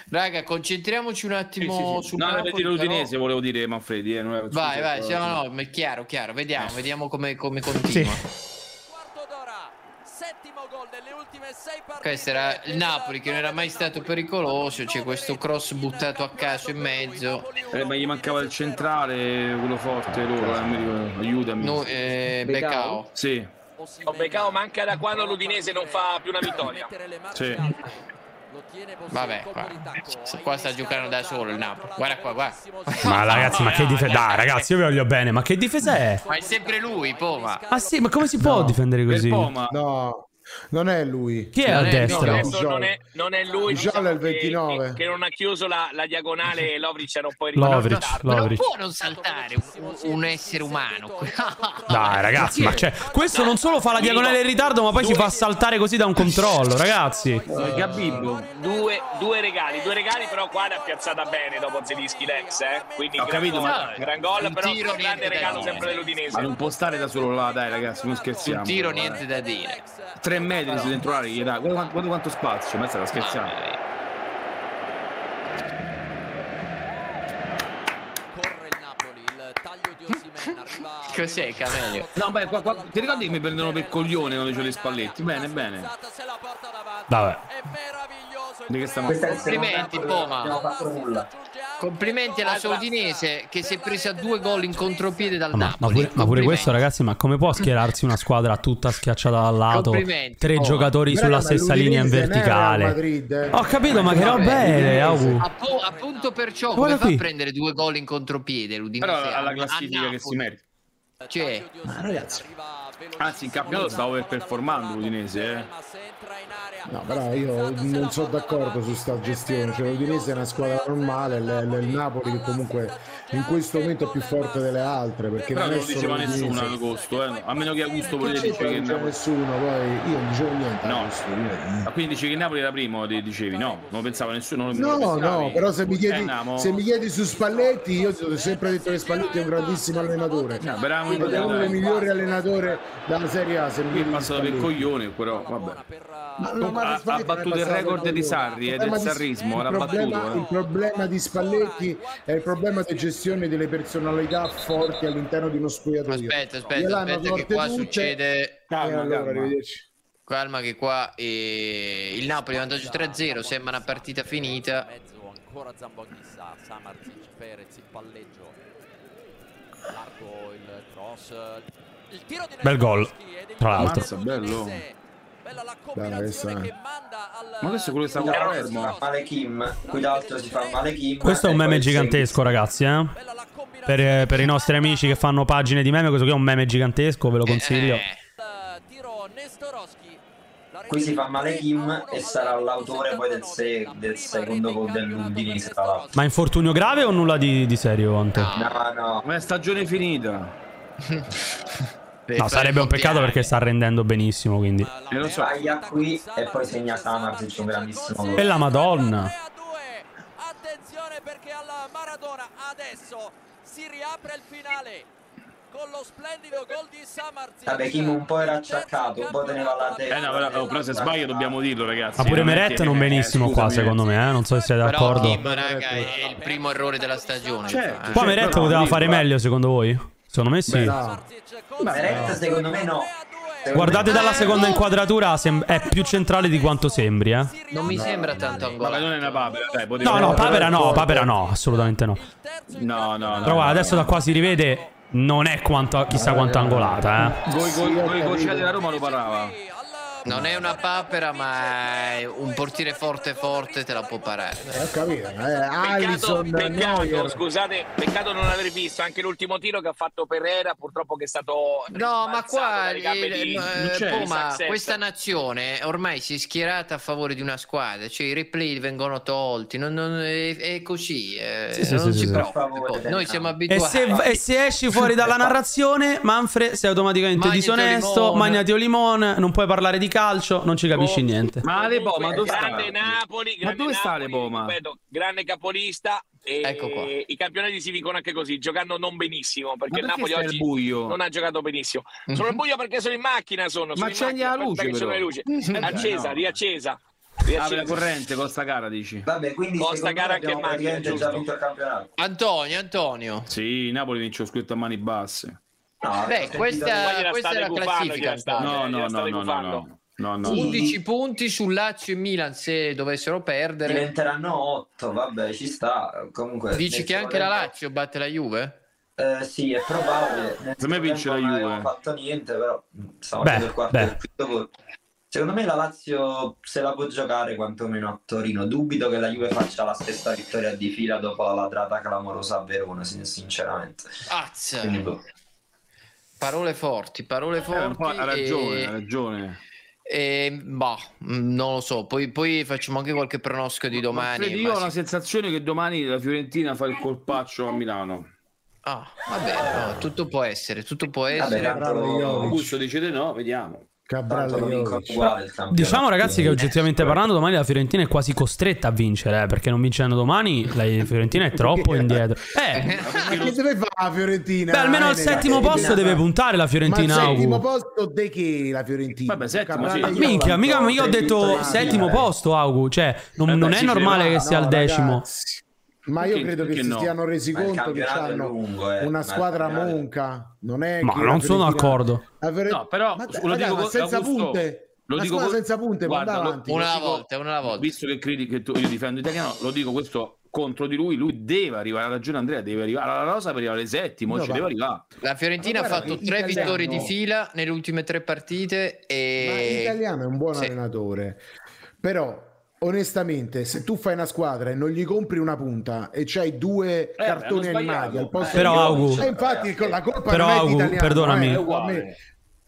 Speaker 2: Raga, concentriamoci un attimo sul
Speaker 6: No, era per
Speaker 2: Napoli,
Speaker 6: dire l'Udinese, volevo dire Manfredi. eh, non era-
Speaker 2: Vai,
Speaker 6: scusa,
Speaker 2: vai,
Speaker 6: però-
Speaker 2: sì, no, no, ma è chiaro, chiaro, vediamo, vediamo come, come continua. Questo era il Napoli che non era mai stato pericoloso, c'è questo cross buttato a caso in mezzo.
Speaker 6: Eh, ma gli mancava il centrale, quello forte, loro, eh, mi ricordo. aiutami.
Speaker 2: No, eh, Becao.
Speaker 6: Sì,
Speaker 5: Oh, Becao manca da quando l'Udinese non fa più una vittoria.
Speaker 6: sì.
Speaker 2: Vabbè, Eh, qua. qua sta giocando da solo il Napoli. Guarda qua, guarda.
Speaker 1: Ma ragazzi, ma che difesa. Dai, ragazzi, io vi voglio bene, ma che difesa è?
Speaker 2: Ma è sempre lui, Poma.
Speaker 1: Ah sì, ma come si può difendere così?
Speaker 7: No, non è lui.
Speaker 1: Chi è a
Speaker 7: Non
Speaker 1: destra?
Speaker 7: no,
Speaker 5: Adesso non è, non è lui diciamo,
Speaker 7: Giallo è il
Speaker 5: che-
Speaker 7: 29.
Speaker 5: Che, che non ha chiuso la, la diagonale. Lovric era un po' in
Speaker 1: Lovric,
Speaker 5: ritardo.
Speaker 2: Ma non
Speaker 1: Lovric.
Speaker 2: può non saltare un, un essere umano.
Speaker 1: Dai, ragazzi, ma cioè, questo non solo fa la diagonale in ritardo, ma poi ci fa saltare così da un controllo, ragazzi.
Speaker 2: Eh.
Speaker 6: Gabibbo.
Speaker 5: Due, due regali, due regali, però qua l'ha piazzata bene dopo Zelischi l'ex. Eh? Quindi
Speaker 6: Ho
Speaker 5: gran
Speaker 6: capito,
Speaker 5: gol,
Speaker 6: ma-
Speaker 5: gran gol, però
Speaker 2: tiro, niente
Speaker 5: grande regalo
Speaker 2: da
Speaker 5: sempre dell'Udinese.
Speaker 6: Ma non può stare da solo là, dai ragazzi, non scherziamo.
Speaker 2: Un tiro, niente da dire.
Speaker 6: Tre metri su dentro l'aria gli dà. Guarda, quanto- guarda quanto spazio, ma stava scherzando.
Speaker 2: Cos'è, Camelio?
Speaker 6: No, beh, qua, qua- ti ricordi che mi prendono per coglione quando dicevo gli spalletti? Bene, bene.
Speaker 1: Vabbè.
Speaker 6: Di che stiamo
Speaker 2: Complimenti,
Speaker 6: Non
Speaker 2: Poma.
Speaker 6: abbiamo fatto nulla.
Speaker 2: Complimenti alla sua Udinese che si è presa due gol in contropiede dal
Speaker 1: Ah, Ma, ma
Speaker 2: Napoli.
Speaker 1: pure, ma pure questo, ragazzi, ma come può schierarsi una squadra tutta schiacciata dal lato?
Speaker 2: Complimenti,
Speaker 1: Tre
Speaker 2: Poma.
Speaker 1: giocatori sulla
Speaker 7: Raga, ma
Speaker 1: stessa linea in
Speaker 7: l'Udinese non è Real
Speaker 1: verticale.
Speaker 7: Madrid, eh.
Speaker 1: Ho capito, ma che roba è, Agu?
Speaker 2: Appo- appunto perciò
Speaker 1: Eh, Guarda
Speaker 2: come fa
Speaker 1: qui.
Speaker 2: a prendere due gol in contropiede l'Udinese?
Speaker 6: Però alla
Speaker 2: A-
Speaker 6: classifica
Speaker 2: a
Speaker 6: che si merita.
Speaker 2: Napoli? Cioè,
Speaker 6: Anzi, in campionato stavo per performando l'Udinese, eh.
Speaker 7: No, però io non sono d'accordo su sta gestione. Cioè, l'Udinese è una squadra normale, l- l- il Napoli che comunque in questo momento è più forte delle altre. Perché
Speaker 6: Però
Speaker 7: non
Speaker 6: non
Speaker 7: è
Speaker 6: lo diceva
Speaker 7: solo
Speaker 6: nessuno ad
Speaker 7: l'Udinese.
Speaker 6: agosto, eh. a meno che Augusto volete
Speaker 7: Che
Speaker 6: dire che il
Speaker 7: c'entra, non
Speaker 6: Napoli.
Speaker 7: c'è nessuno, poi io non dicevo niente.
Speaker 6: No, ma quindi dici che il Napoli era primo, di- dicevi no, non lo pensava nessuno. Non
Speaker 7: No,
Speaker 6: lo
Speaker 7: no,
Speaker 6: pensavi.
Speaker 7: però se mi,
Speaker 6: Eh,
Speaker 7: chiedi,
Speaker 6: Namo.
Speaker 7: se mi chiedi su Spalletti, io ti ho sempre detto che Spalletti è un grandissimo allenatore.
Speaker 6: bravo,
Speaker 7: Uno
Speaker 6: bravo.
Speaker 7: dei migliori allenatore della Serie A. Se mi
Speaker 6: Qui è
Speaker 7: chiedi su
Speaker 6: passato per
Speaker 7: Spalletti.
Speaker 6: coglione, però vabbè.
Speaker 7: Ma- no,
Speaker 6: Comunque
Speaker 7: ma
Speaker 6: ha,
Speaker 7: Spalletti
Speaker 6: ha
Speaker 7: non è
Speaker 6: battuto il
Speaker 7: passato
Speaker 6: record
Speaker 7: per
Speaker 6: di
Speaker 7: coglione.
Speaker 6: Sarri e del
Speaker 7: Il problema di-
Speaker 6: sarrismo,
Speaker 7: il
Speaker 6: l'ha
Speaker 7: problema- Il
Speaker 6: battuto. eh.
Speaker 7: problema di Spalletti è il problema di gestione delle personalità forti all'interno di uno spogliatoio.
Speaker 2: aspetta, aspetta,
Speaker 7: Gliel'hanno
Speaker 2: aspetta che
Speaker 7: sorte
Speaker 2: qua
Speaker 7: tutte,
Speaker 2: succede...
Speaker 7: e allora, arrivederci.
Speaker 2: Calma che qua eh, il Napoli è in vantaggio 3-0, sembra una partita finita.
Speaker 8: Mezzo ancora Zambonghissa, Samarzic, Perez, il palleggio. Largo il cross. Il tiro di
Speaker 1: Bel gol, tra l'altro.
Speaker 6: Mazza, bello.
Speaker 7: Dai, questa-
Speaker 6: Ma questo è quello che sta a Palermo.
Speaker 4: Male Kim, qui da altro si fa male Kim.
Speaker 1: Questo è un
Speaker 4: e
Speaker 1: meme
Speaker 4: poi segui.
Speaker 1: gigantesco, ragazzi, eh? Per, per i nostri amici che fanno pagine di meme, questo qui è un meme gigantesco, ve lo consiglio.
Speaker 4: Qui si fa male Kim e sarà l'autore poi del, se- del secondo gol dell'Udinese. tra l'altro.
Speaker 1: Ma infortunio grave o nulla di, di serio, Ante?
Speaker 4: No, no.
Speaker 6: Ma è stagione finita.
Speaker 1: No, sarebbe un peccato perché sta rendendo benissimo, quindi.
Speaker 6: E lo so.
Speaker 4: Sbaglia qui e poi segna Samarzic un grandissimo gol.
Speaker 1: E la Madonna.
Speaker 8: si riapre il finale con lo splendido gol di Samarzic.
Speaker 4: Vabbè, Kim un po' era acciaccato, un po' teneva la testa.
Speaker 6: Eh no, però, oh, però se sbaglia dobbiamo dirlo, ragazzi.
Speaker 1: Ma pure
Speaker 6: Veramente,
Speaker 1: Meret non
Speaker 6: eh,
Speaker 1: benissimo qua,
Speaker 6: scusami.
Speaker 1: secondo me, eh? Non so se siete
Speaker 2: Però
Speaker 1: d'accordo.
Speaker 2: Kim, raga, è il primo errore della stagione.
Speaker 6: Certo,
Speaker 2: Eh.
Speaker 1: Qua Meret poteva
Speaker 4: no,
Speaker 1: fare
Speaker 4: guarda.
Speaker 1: meglio, secondo voi? Secondo me sì.
Speaker 4: Ma Meret secondo me no. Secondo
Speaker 1: Guardate
Speaker 4: me-
Speaker 1: dalla seconda inquadratura, sem- è più centrale di quanto sembri, eh?
Speaker 2: Non mi sembra tanto
Speaker 6: Vabbè,
Speaker 2: angolato.
Speaker 6: non è una papera, dai, poteva-
Speaker 1: No, no, Papera no, Papera no, assolutamente no.
Speaker 6: No, no, no.
Speaker 1: Però guarda, adesso da qua si rivede, non è quanto, chissà quanto angolata, eh.
Speaker 6: Voi voi- voi vocali della Roma lo parlava.
Speaker 2: Non è una papera, ma è un portiere forte forte te la può parare.
Speaker 7: Eh, Ho capito, eh,
Speaker 5: Peccato,
Speaker 7: Alisson,
Speaker 5: peccato,
Speaker 7: Neuer.
Speaker 5: scusate, peccato non aver visto anche l'ultimo tiro che ha fatto Pereira, purtroppo che è stato
Speaker 2: No, ma qua
Speaker 5: dalle gambe
Speaker 2: il-
Speaker 5: di-
Speaker 2: eh,
Speaker 5: di
Speaker 2: Poma,
Speaker 5: Saxetta.
Speaker 2: questa nazione ormai si è schierata a favore di una squadra, cioè i replay vengono tolti, non- non- è, è così, eh,
Speaker 1: Sì, sì,
Speaker 2: non
Speaker 1: sì,
Speaker 2: si
Speaker 1: sì,
Speaker 2: preoccupa.
Speaker 4: sì.
Speaker 2: Noi siamo
Speaker 1: E
Speaker 2: abituati.
Speaker 1: se, e se esci fuori dalla narrazione, Manfred, sei automaticamente
Speaker 2: Magnati o
Speaker 1: disonesto,
Speaker 2: limone.
Speaker 1: magnati o limone, non puoi parlare di calcio non ci capisci niente.
Speaker 6: Ma Ale Boma dove sta?
Speaker 5: grande Napoli,
Speaker 6: Ma
Speaker 5: grande
Speaker 6: dove sta Ale Boma?
Speaker 5: ripeto, grande capolista. E
Speaker 6: Ecco qua.
Speaker 5: i campionati si vincono anche così, giocando non benissimo. Perché, il
Speaker 6: Ma perché
Speaker 5: Napoli
Speaker 6: stai al
Speaker 5: oggi
Speaker 6: buio?
Speaker 5: non ha giocato benissimo. Sono al buio perché sono in macchina. Sono, sono in
Speaker 6: accendi
Speaker 5: macchina,
Speaker 6: la luce,
Speaker 5: aspetta che
Speaker 6: però.
Speaker 5: sono le luci.
Speaker 6: Eh,
Speaker 5: Accesa,
Speaker 6: no.
Speaker 5: riaccesa.
Speaker 6: Apre la
Speaker 5: riaccesa.
Speaker 6: corrente con sta gara, dici?
Speaker 4: Vabbè, quindi
Speaker 5: Costa
Speaker 4: secondo me
Speaker 5: gara anche
Speaker 4: abbiamo
Speaker 5: in macchina,
Speaker 4: praticamente già
Speaker 5: giusto?
Speaker 4: vinto il campionato.
Speaker 2: Antonio, Antonio.
Speaker 6: Sì, Napoli vince lo scritto a mani basse.
Speaker 2: Beh, questa,
Speaker 5: Guardi, la
Speaker 2: questa è
Speaker 5: state
Speaker 2: la
Speaker 5: gufando,
Speaker 2: classifica.
Speaker 5: gliela state-
Speaker 6: No, no,
Speaker 5: gliela
Speaker 6: no,
Speaker 5: state
Speaker 6: no, no,
Speaker 5: gufando.
Speaker 6: no. No, no.
Speaker 2: 11 punti su Lazio e Milan se dovessero perdere.
Speaker 4: Diventeranno 8, vabbè, ci sta. Comunque
Speaker 2: Dici
Speaker 4: nel
Speaker 2: che anche la
Speaker 4: secondo-
Speaker 2: Lazio batte la Juve?
Speaker 4: Eh, sì, è probabile.
Speaker 6: Per me
Speaker 4: Nel secondo
Speaker 6: vince la
Speaker 4: tempo Non
Speaker 6: Juve.
Speaker 4: abbiamo fatto niente, però mh, stiamo
Speaker 6: Beh,
Speaker 4: facendo il quarto
Speaker 6: beh.
Speaker 4: e il quinto gol. Secondo me la Lazio se la può giocare quantomeno a Torino. Dubito che la Juve faccia la stessa vittoria di fila dopo la ladrata clamorosa a Verona, sin- sinceramente.
Speaker 2: Azza.
Speaker 4: Quindi, boh.
Speaker 2: Parole forti, parole
Speaker 6: Eh, un
Speaker 2: forti.
Speaker 6: po' ha ragione,
Speaker 2: e-
Speaker 6: ha ragione.
Speaker 2: e, boh, mh, non lo so. Poi, poi facciamo anche qualche pronostico di domani.
Speaker 6: Fede,
Speaker 2: ma
Speaker 6: io ho
Speaker 2: si-
Speaker 6: la sensazione che domani la Fiorentina fa il colpaccio a Milano.
Speaker 2: Ah, va bene, no, tutto può essere, tutto può essere.
Speaker 6: Augusto dice di no, vediamo.
Speaker 7: Cabral
Speaker 6: Tanto lo vinco
Speaker 7: Jovic.
Speaker 6: uguale il campionato.
Speaker 1: Diciamo ragazzi che oggettivamente parlando domani la Fiorentina è quasi costretta a vincere, eh, perché non vincendo domani la Fiorentina è troppo indietro. Eh,
Speaker 7: Ma che deve fare la Fiorentina?
Speaker 1: beh, almeno al
Speaker 7: Eh,
Speaker 1: settimo
Speaker 7: eh,
Speaker 1: posto
Speaker 7: eh,
Speaker 1: deve puntare la
Speaker 7: Ma al
Speaker 1: Fiorentina.
Speaker 7: settimo
Speaker 1: Augu.
Speaker 7: posto de che la Fiorentina?
Speaker 6: Vabbè, settimo,
Speaker 7: Cabral
Speaker 6: sì.
Speaker 7: Jovic.
Speaker 1: Minchia, mica, mica ho
Speaker 7: Tre
Speaker 1: detto
Speaker 7: vittorie.
Speaker 1: settimo posto, Augu. Cioè, non,
Speaker 6: Eh, beh,
Speaker 1: non è
Speaker 6: ci
Speaker 1: normale
Speaker 6: crederà,
Speaker 1: che sia
Speaker 7: no,
Speaker 1: al decimo.
Speaker 7: Ma io
Speaker 6: Perché-
Speaker 7: credo che
Speaker 6: perché
Speaker 7: si
Speaker 6: no?
Speaker 7: siano resi
Speaker 4: Ma il
Speaker 7: conto che
Speaker 4: campionato è
Speaker 7: hanno
Speaker 4: lungo, eh. Ma
Speaker 7: una
Speaker 4: il
Speaker 7: squadra
Speaker 4: campionato-
Speaker 7: monca. Non è
Speaker 1: Ma
Speaker 7: che
Speaker 1: non
Speaker 7: la
Speaker 1: sono
Speaker 7: Fiorentina-
Speaker 1: d'accordo.
Speaker 7: la Fiore-
Speaker 6: No, però
Speaker 7: Ma dai,
Speaker 6: lo
Speaker 7: raga,
Speaker 6: dico
Speaker 7: ma
Speaker 6: con-
Speaker 7: senza
Speaker 6: Augusto,
Speaker 7: punte.
Speaker 6: lo
Speaker 7: Una
Speaker 6: dico
Speaker 7: squadra
Speaker 6: con-
Speaker 7: senza punte, ma
Speaker 6: guarda,
Speaker 7: andava
Speaker 6: lo-
Speaker 7: avanti.
Speaker 2: Una alla
Speaker 6: dico-
Speaker 2: volta, una alla volta.
Speaker 6: Visto che credi che tu- io difendo italiano, lo dico questo contro di lui, lui deve arrivare, ha ragione Andrea, deve arrivare alla rosa per arrivare settimo,
Speaker 7: No,
Speaker 6: ci
Speaker 7: va.
Speaker 6: deve arrivare.
Speaker 2: La Fiorentina ha
Speaker 7: Ma guarda,
Speaker 2: fatto
Speaker 7: in
Speaker 2: tre
Speaker 7: italiano-
Speaker 2: vittorie di fila nelle ultime tre partite
Speaker 7: Ma
Speaker 2: e
Speaker 7: l'italiano è un buon
Speaker 2: Sì.
Speaker 7: allenatore, però onestamente, se tu fai una squadra e non gli compri una punta e c'hai due
Speaker 6: Eh, beh,
Speaker 7: cartoni
Speaker 6: hanno
Speaker 7: animati al posto
Speaker 1: Però,
Speaker 7: di Jovic-
Speaker 1: Augu-
Speaker 7: Eh, infatti con la colpa
Speaker 1: Però,
Speaker 7: non è di
Speaker 1: Augu,
Speaker 7: italiano,
Speaker 1: perdonami.
Speaker 7: eh, a me.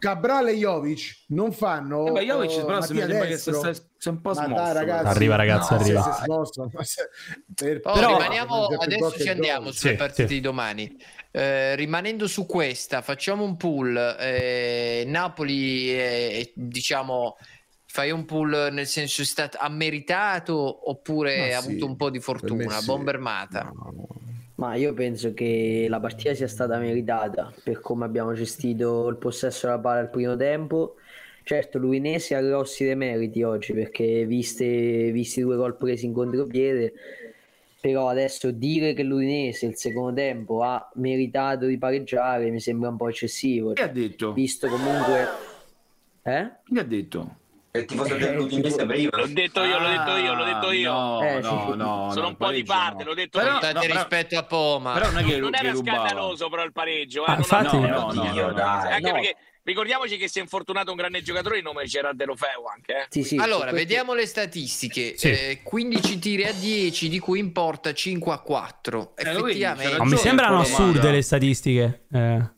Speaker 7: Cabral e Jovic non fanno
Speaker 6: Eh, beh, Jovic,
Speaker 7: eh,
Speaker 6: però, se mi
Speaker 7: Mattia
Speaker 6: sembra che
Speaker 7: Destro.
Speaker 6: si sta- si è un po'
Speaker 7: Ma dai,
Speaker 6: smosso,
Speaker 7: ragazzi,
Speaker 1: Arriva, ragazzi,
Speaker 7: no,
Speaker 1: arriva.
Speaker 7: se si smossa, ma se- per-
Speaker 2: Oh,
Speaker 1: Però-
Speaker 2: rimaniamo,
Speaker 7: per- per-
Speaker 2: adesso
Speaker 7: per-
Speaker 2: ci andiamo
Speaker 7: per-
Speaker 2: sulle
Speaker 1: Sì,
Speaker 2: partite
Speaker 1: sì.
Speaker 2: di domani. Eh, rimanendo su questa, facciamo un pool. eh, Napoli, eh, diciamo, fai un pool nel senso è stato ha meritato oppure
Speaker 7: Ma
Speaker 2: ha
Speaker 7: sì,
Speaker 2: avuto un po' di
Speaker 7: per me
Speaker 2: fortuna?
Speaker 7: sì.
Speaker 2: Bombermata.
Speaker 3: Ma io penso che la partita sia stata meritata per come abbiamo gestito il possesso della palla al primo tempo. Certo, l'Udinese ha grossi demeriti oggi perché viste, visti i due gol presi in contropiede, però adesso dire che l'Udinese il secondo tempo ha meritato di pareggiare mi sembra un po' eccessivo.
Speaker 6: Chi ha detto?
Speaker 3: Visto comunque... Eh?
Speaker 6: Chi ha detto?
Speaker 4: E il
Speaker 7: Eh,
Speaker 4: tifoso dell'Udinese
Speaker 3: tipo-
Speaker 4: prima.
Speaker 5: L'ho detto io, l'ho detto io, l'ho detto io.
Speaker 6: Ah, No,
Speaker 3: Eh,
Speaker 6: no,
Speaker 3: sì.
Speaker 6: no,
Speaker 5: Sono
Speaker 6: no,
Speaker 5: un po' di
Speaker 6: pareggio
Speaker 5: parte,
Speaker 6: no.
Speaker 5: l'ho detto
Speaker 6: Però-
Speaker 5: io.
Speaker 2: Tanto
Speaker 6: no, però-
Speaker 2: rispetto a Poma.
Speaker 6: però non è che,
Speaker 5: non
Speaker 6: che
Speaker 5: era
Speaker 6: rubava.
Speaker 5: scandaloso però il pareggio eh,
Speaker 1: Ah,
Speaker 5: non
Speaker 1: infatti-
Speaker 5: aveva-
Speaker 6: No, no, no,
Speaker 4: Dio,
Speaker 6: no.
Speaker 4: dai.
Speaker 5: anche
Speaker 3: no.
Speaker 5: perché ricordiamoci che si è infortunato un grande giocatore di nome Gerard De Lofeo anche eh.
Speaker 3: Sì, sì, su
Speaker 2: allora,
Speaker 3: questo-
Speaker 2: vediamo le statistiche.
Speaker 1: Sì.
Speaker 2: Eh, 15 tiri a 10, di cui in porta 5 a 4.
Speaker 6: Eh, lo vedi, c'era
Speaker 2: Effettivamente,
Speaker 1: Non mi
Speaker 6: ragione,
Speaker 1: sembrano
Speaker 6: Paolo Mara.
Speaker 1: assurde le statistiche. Eh.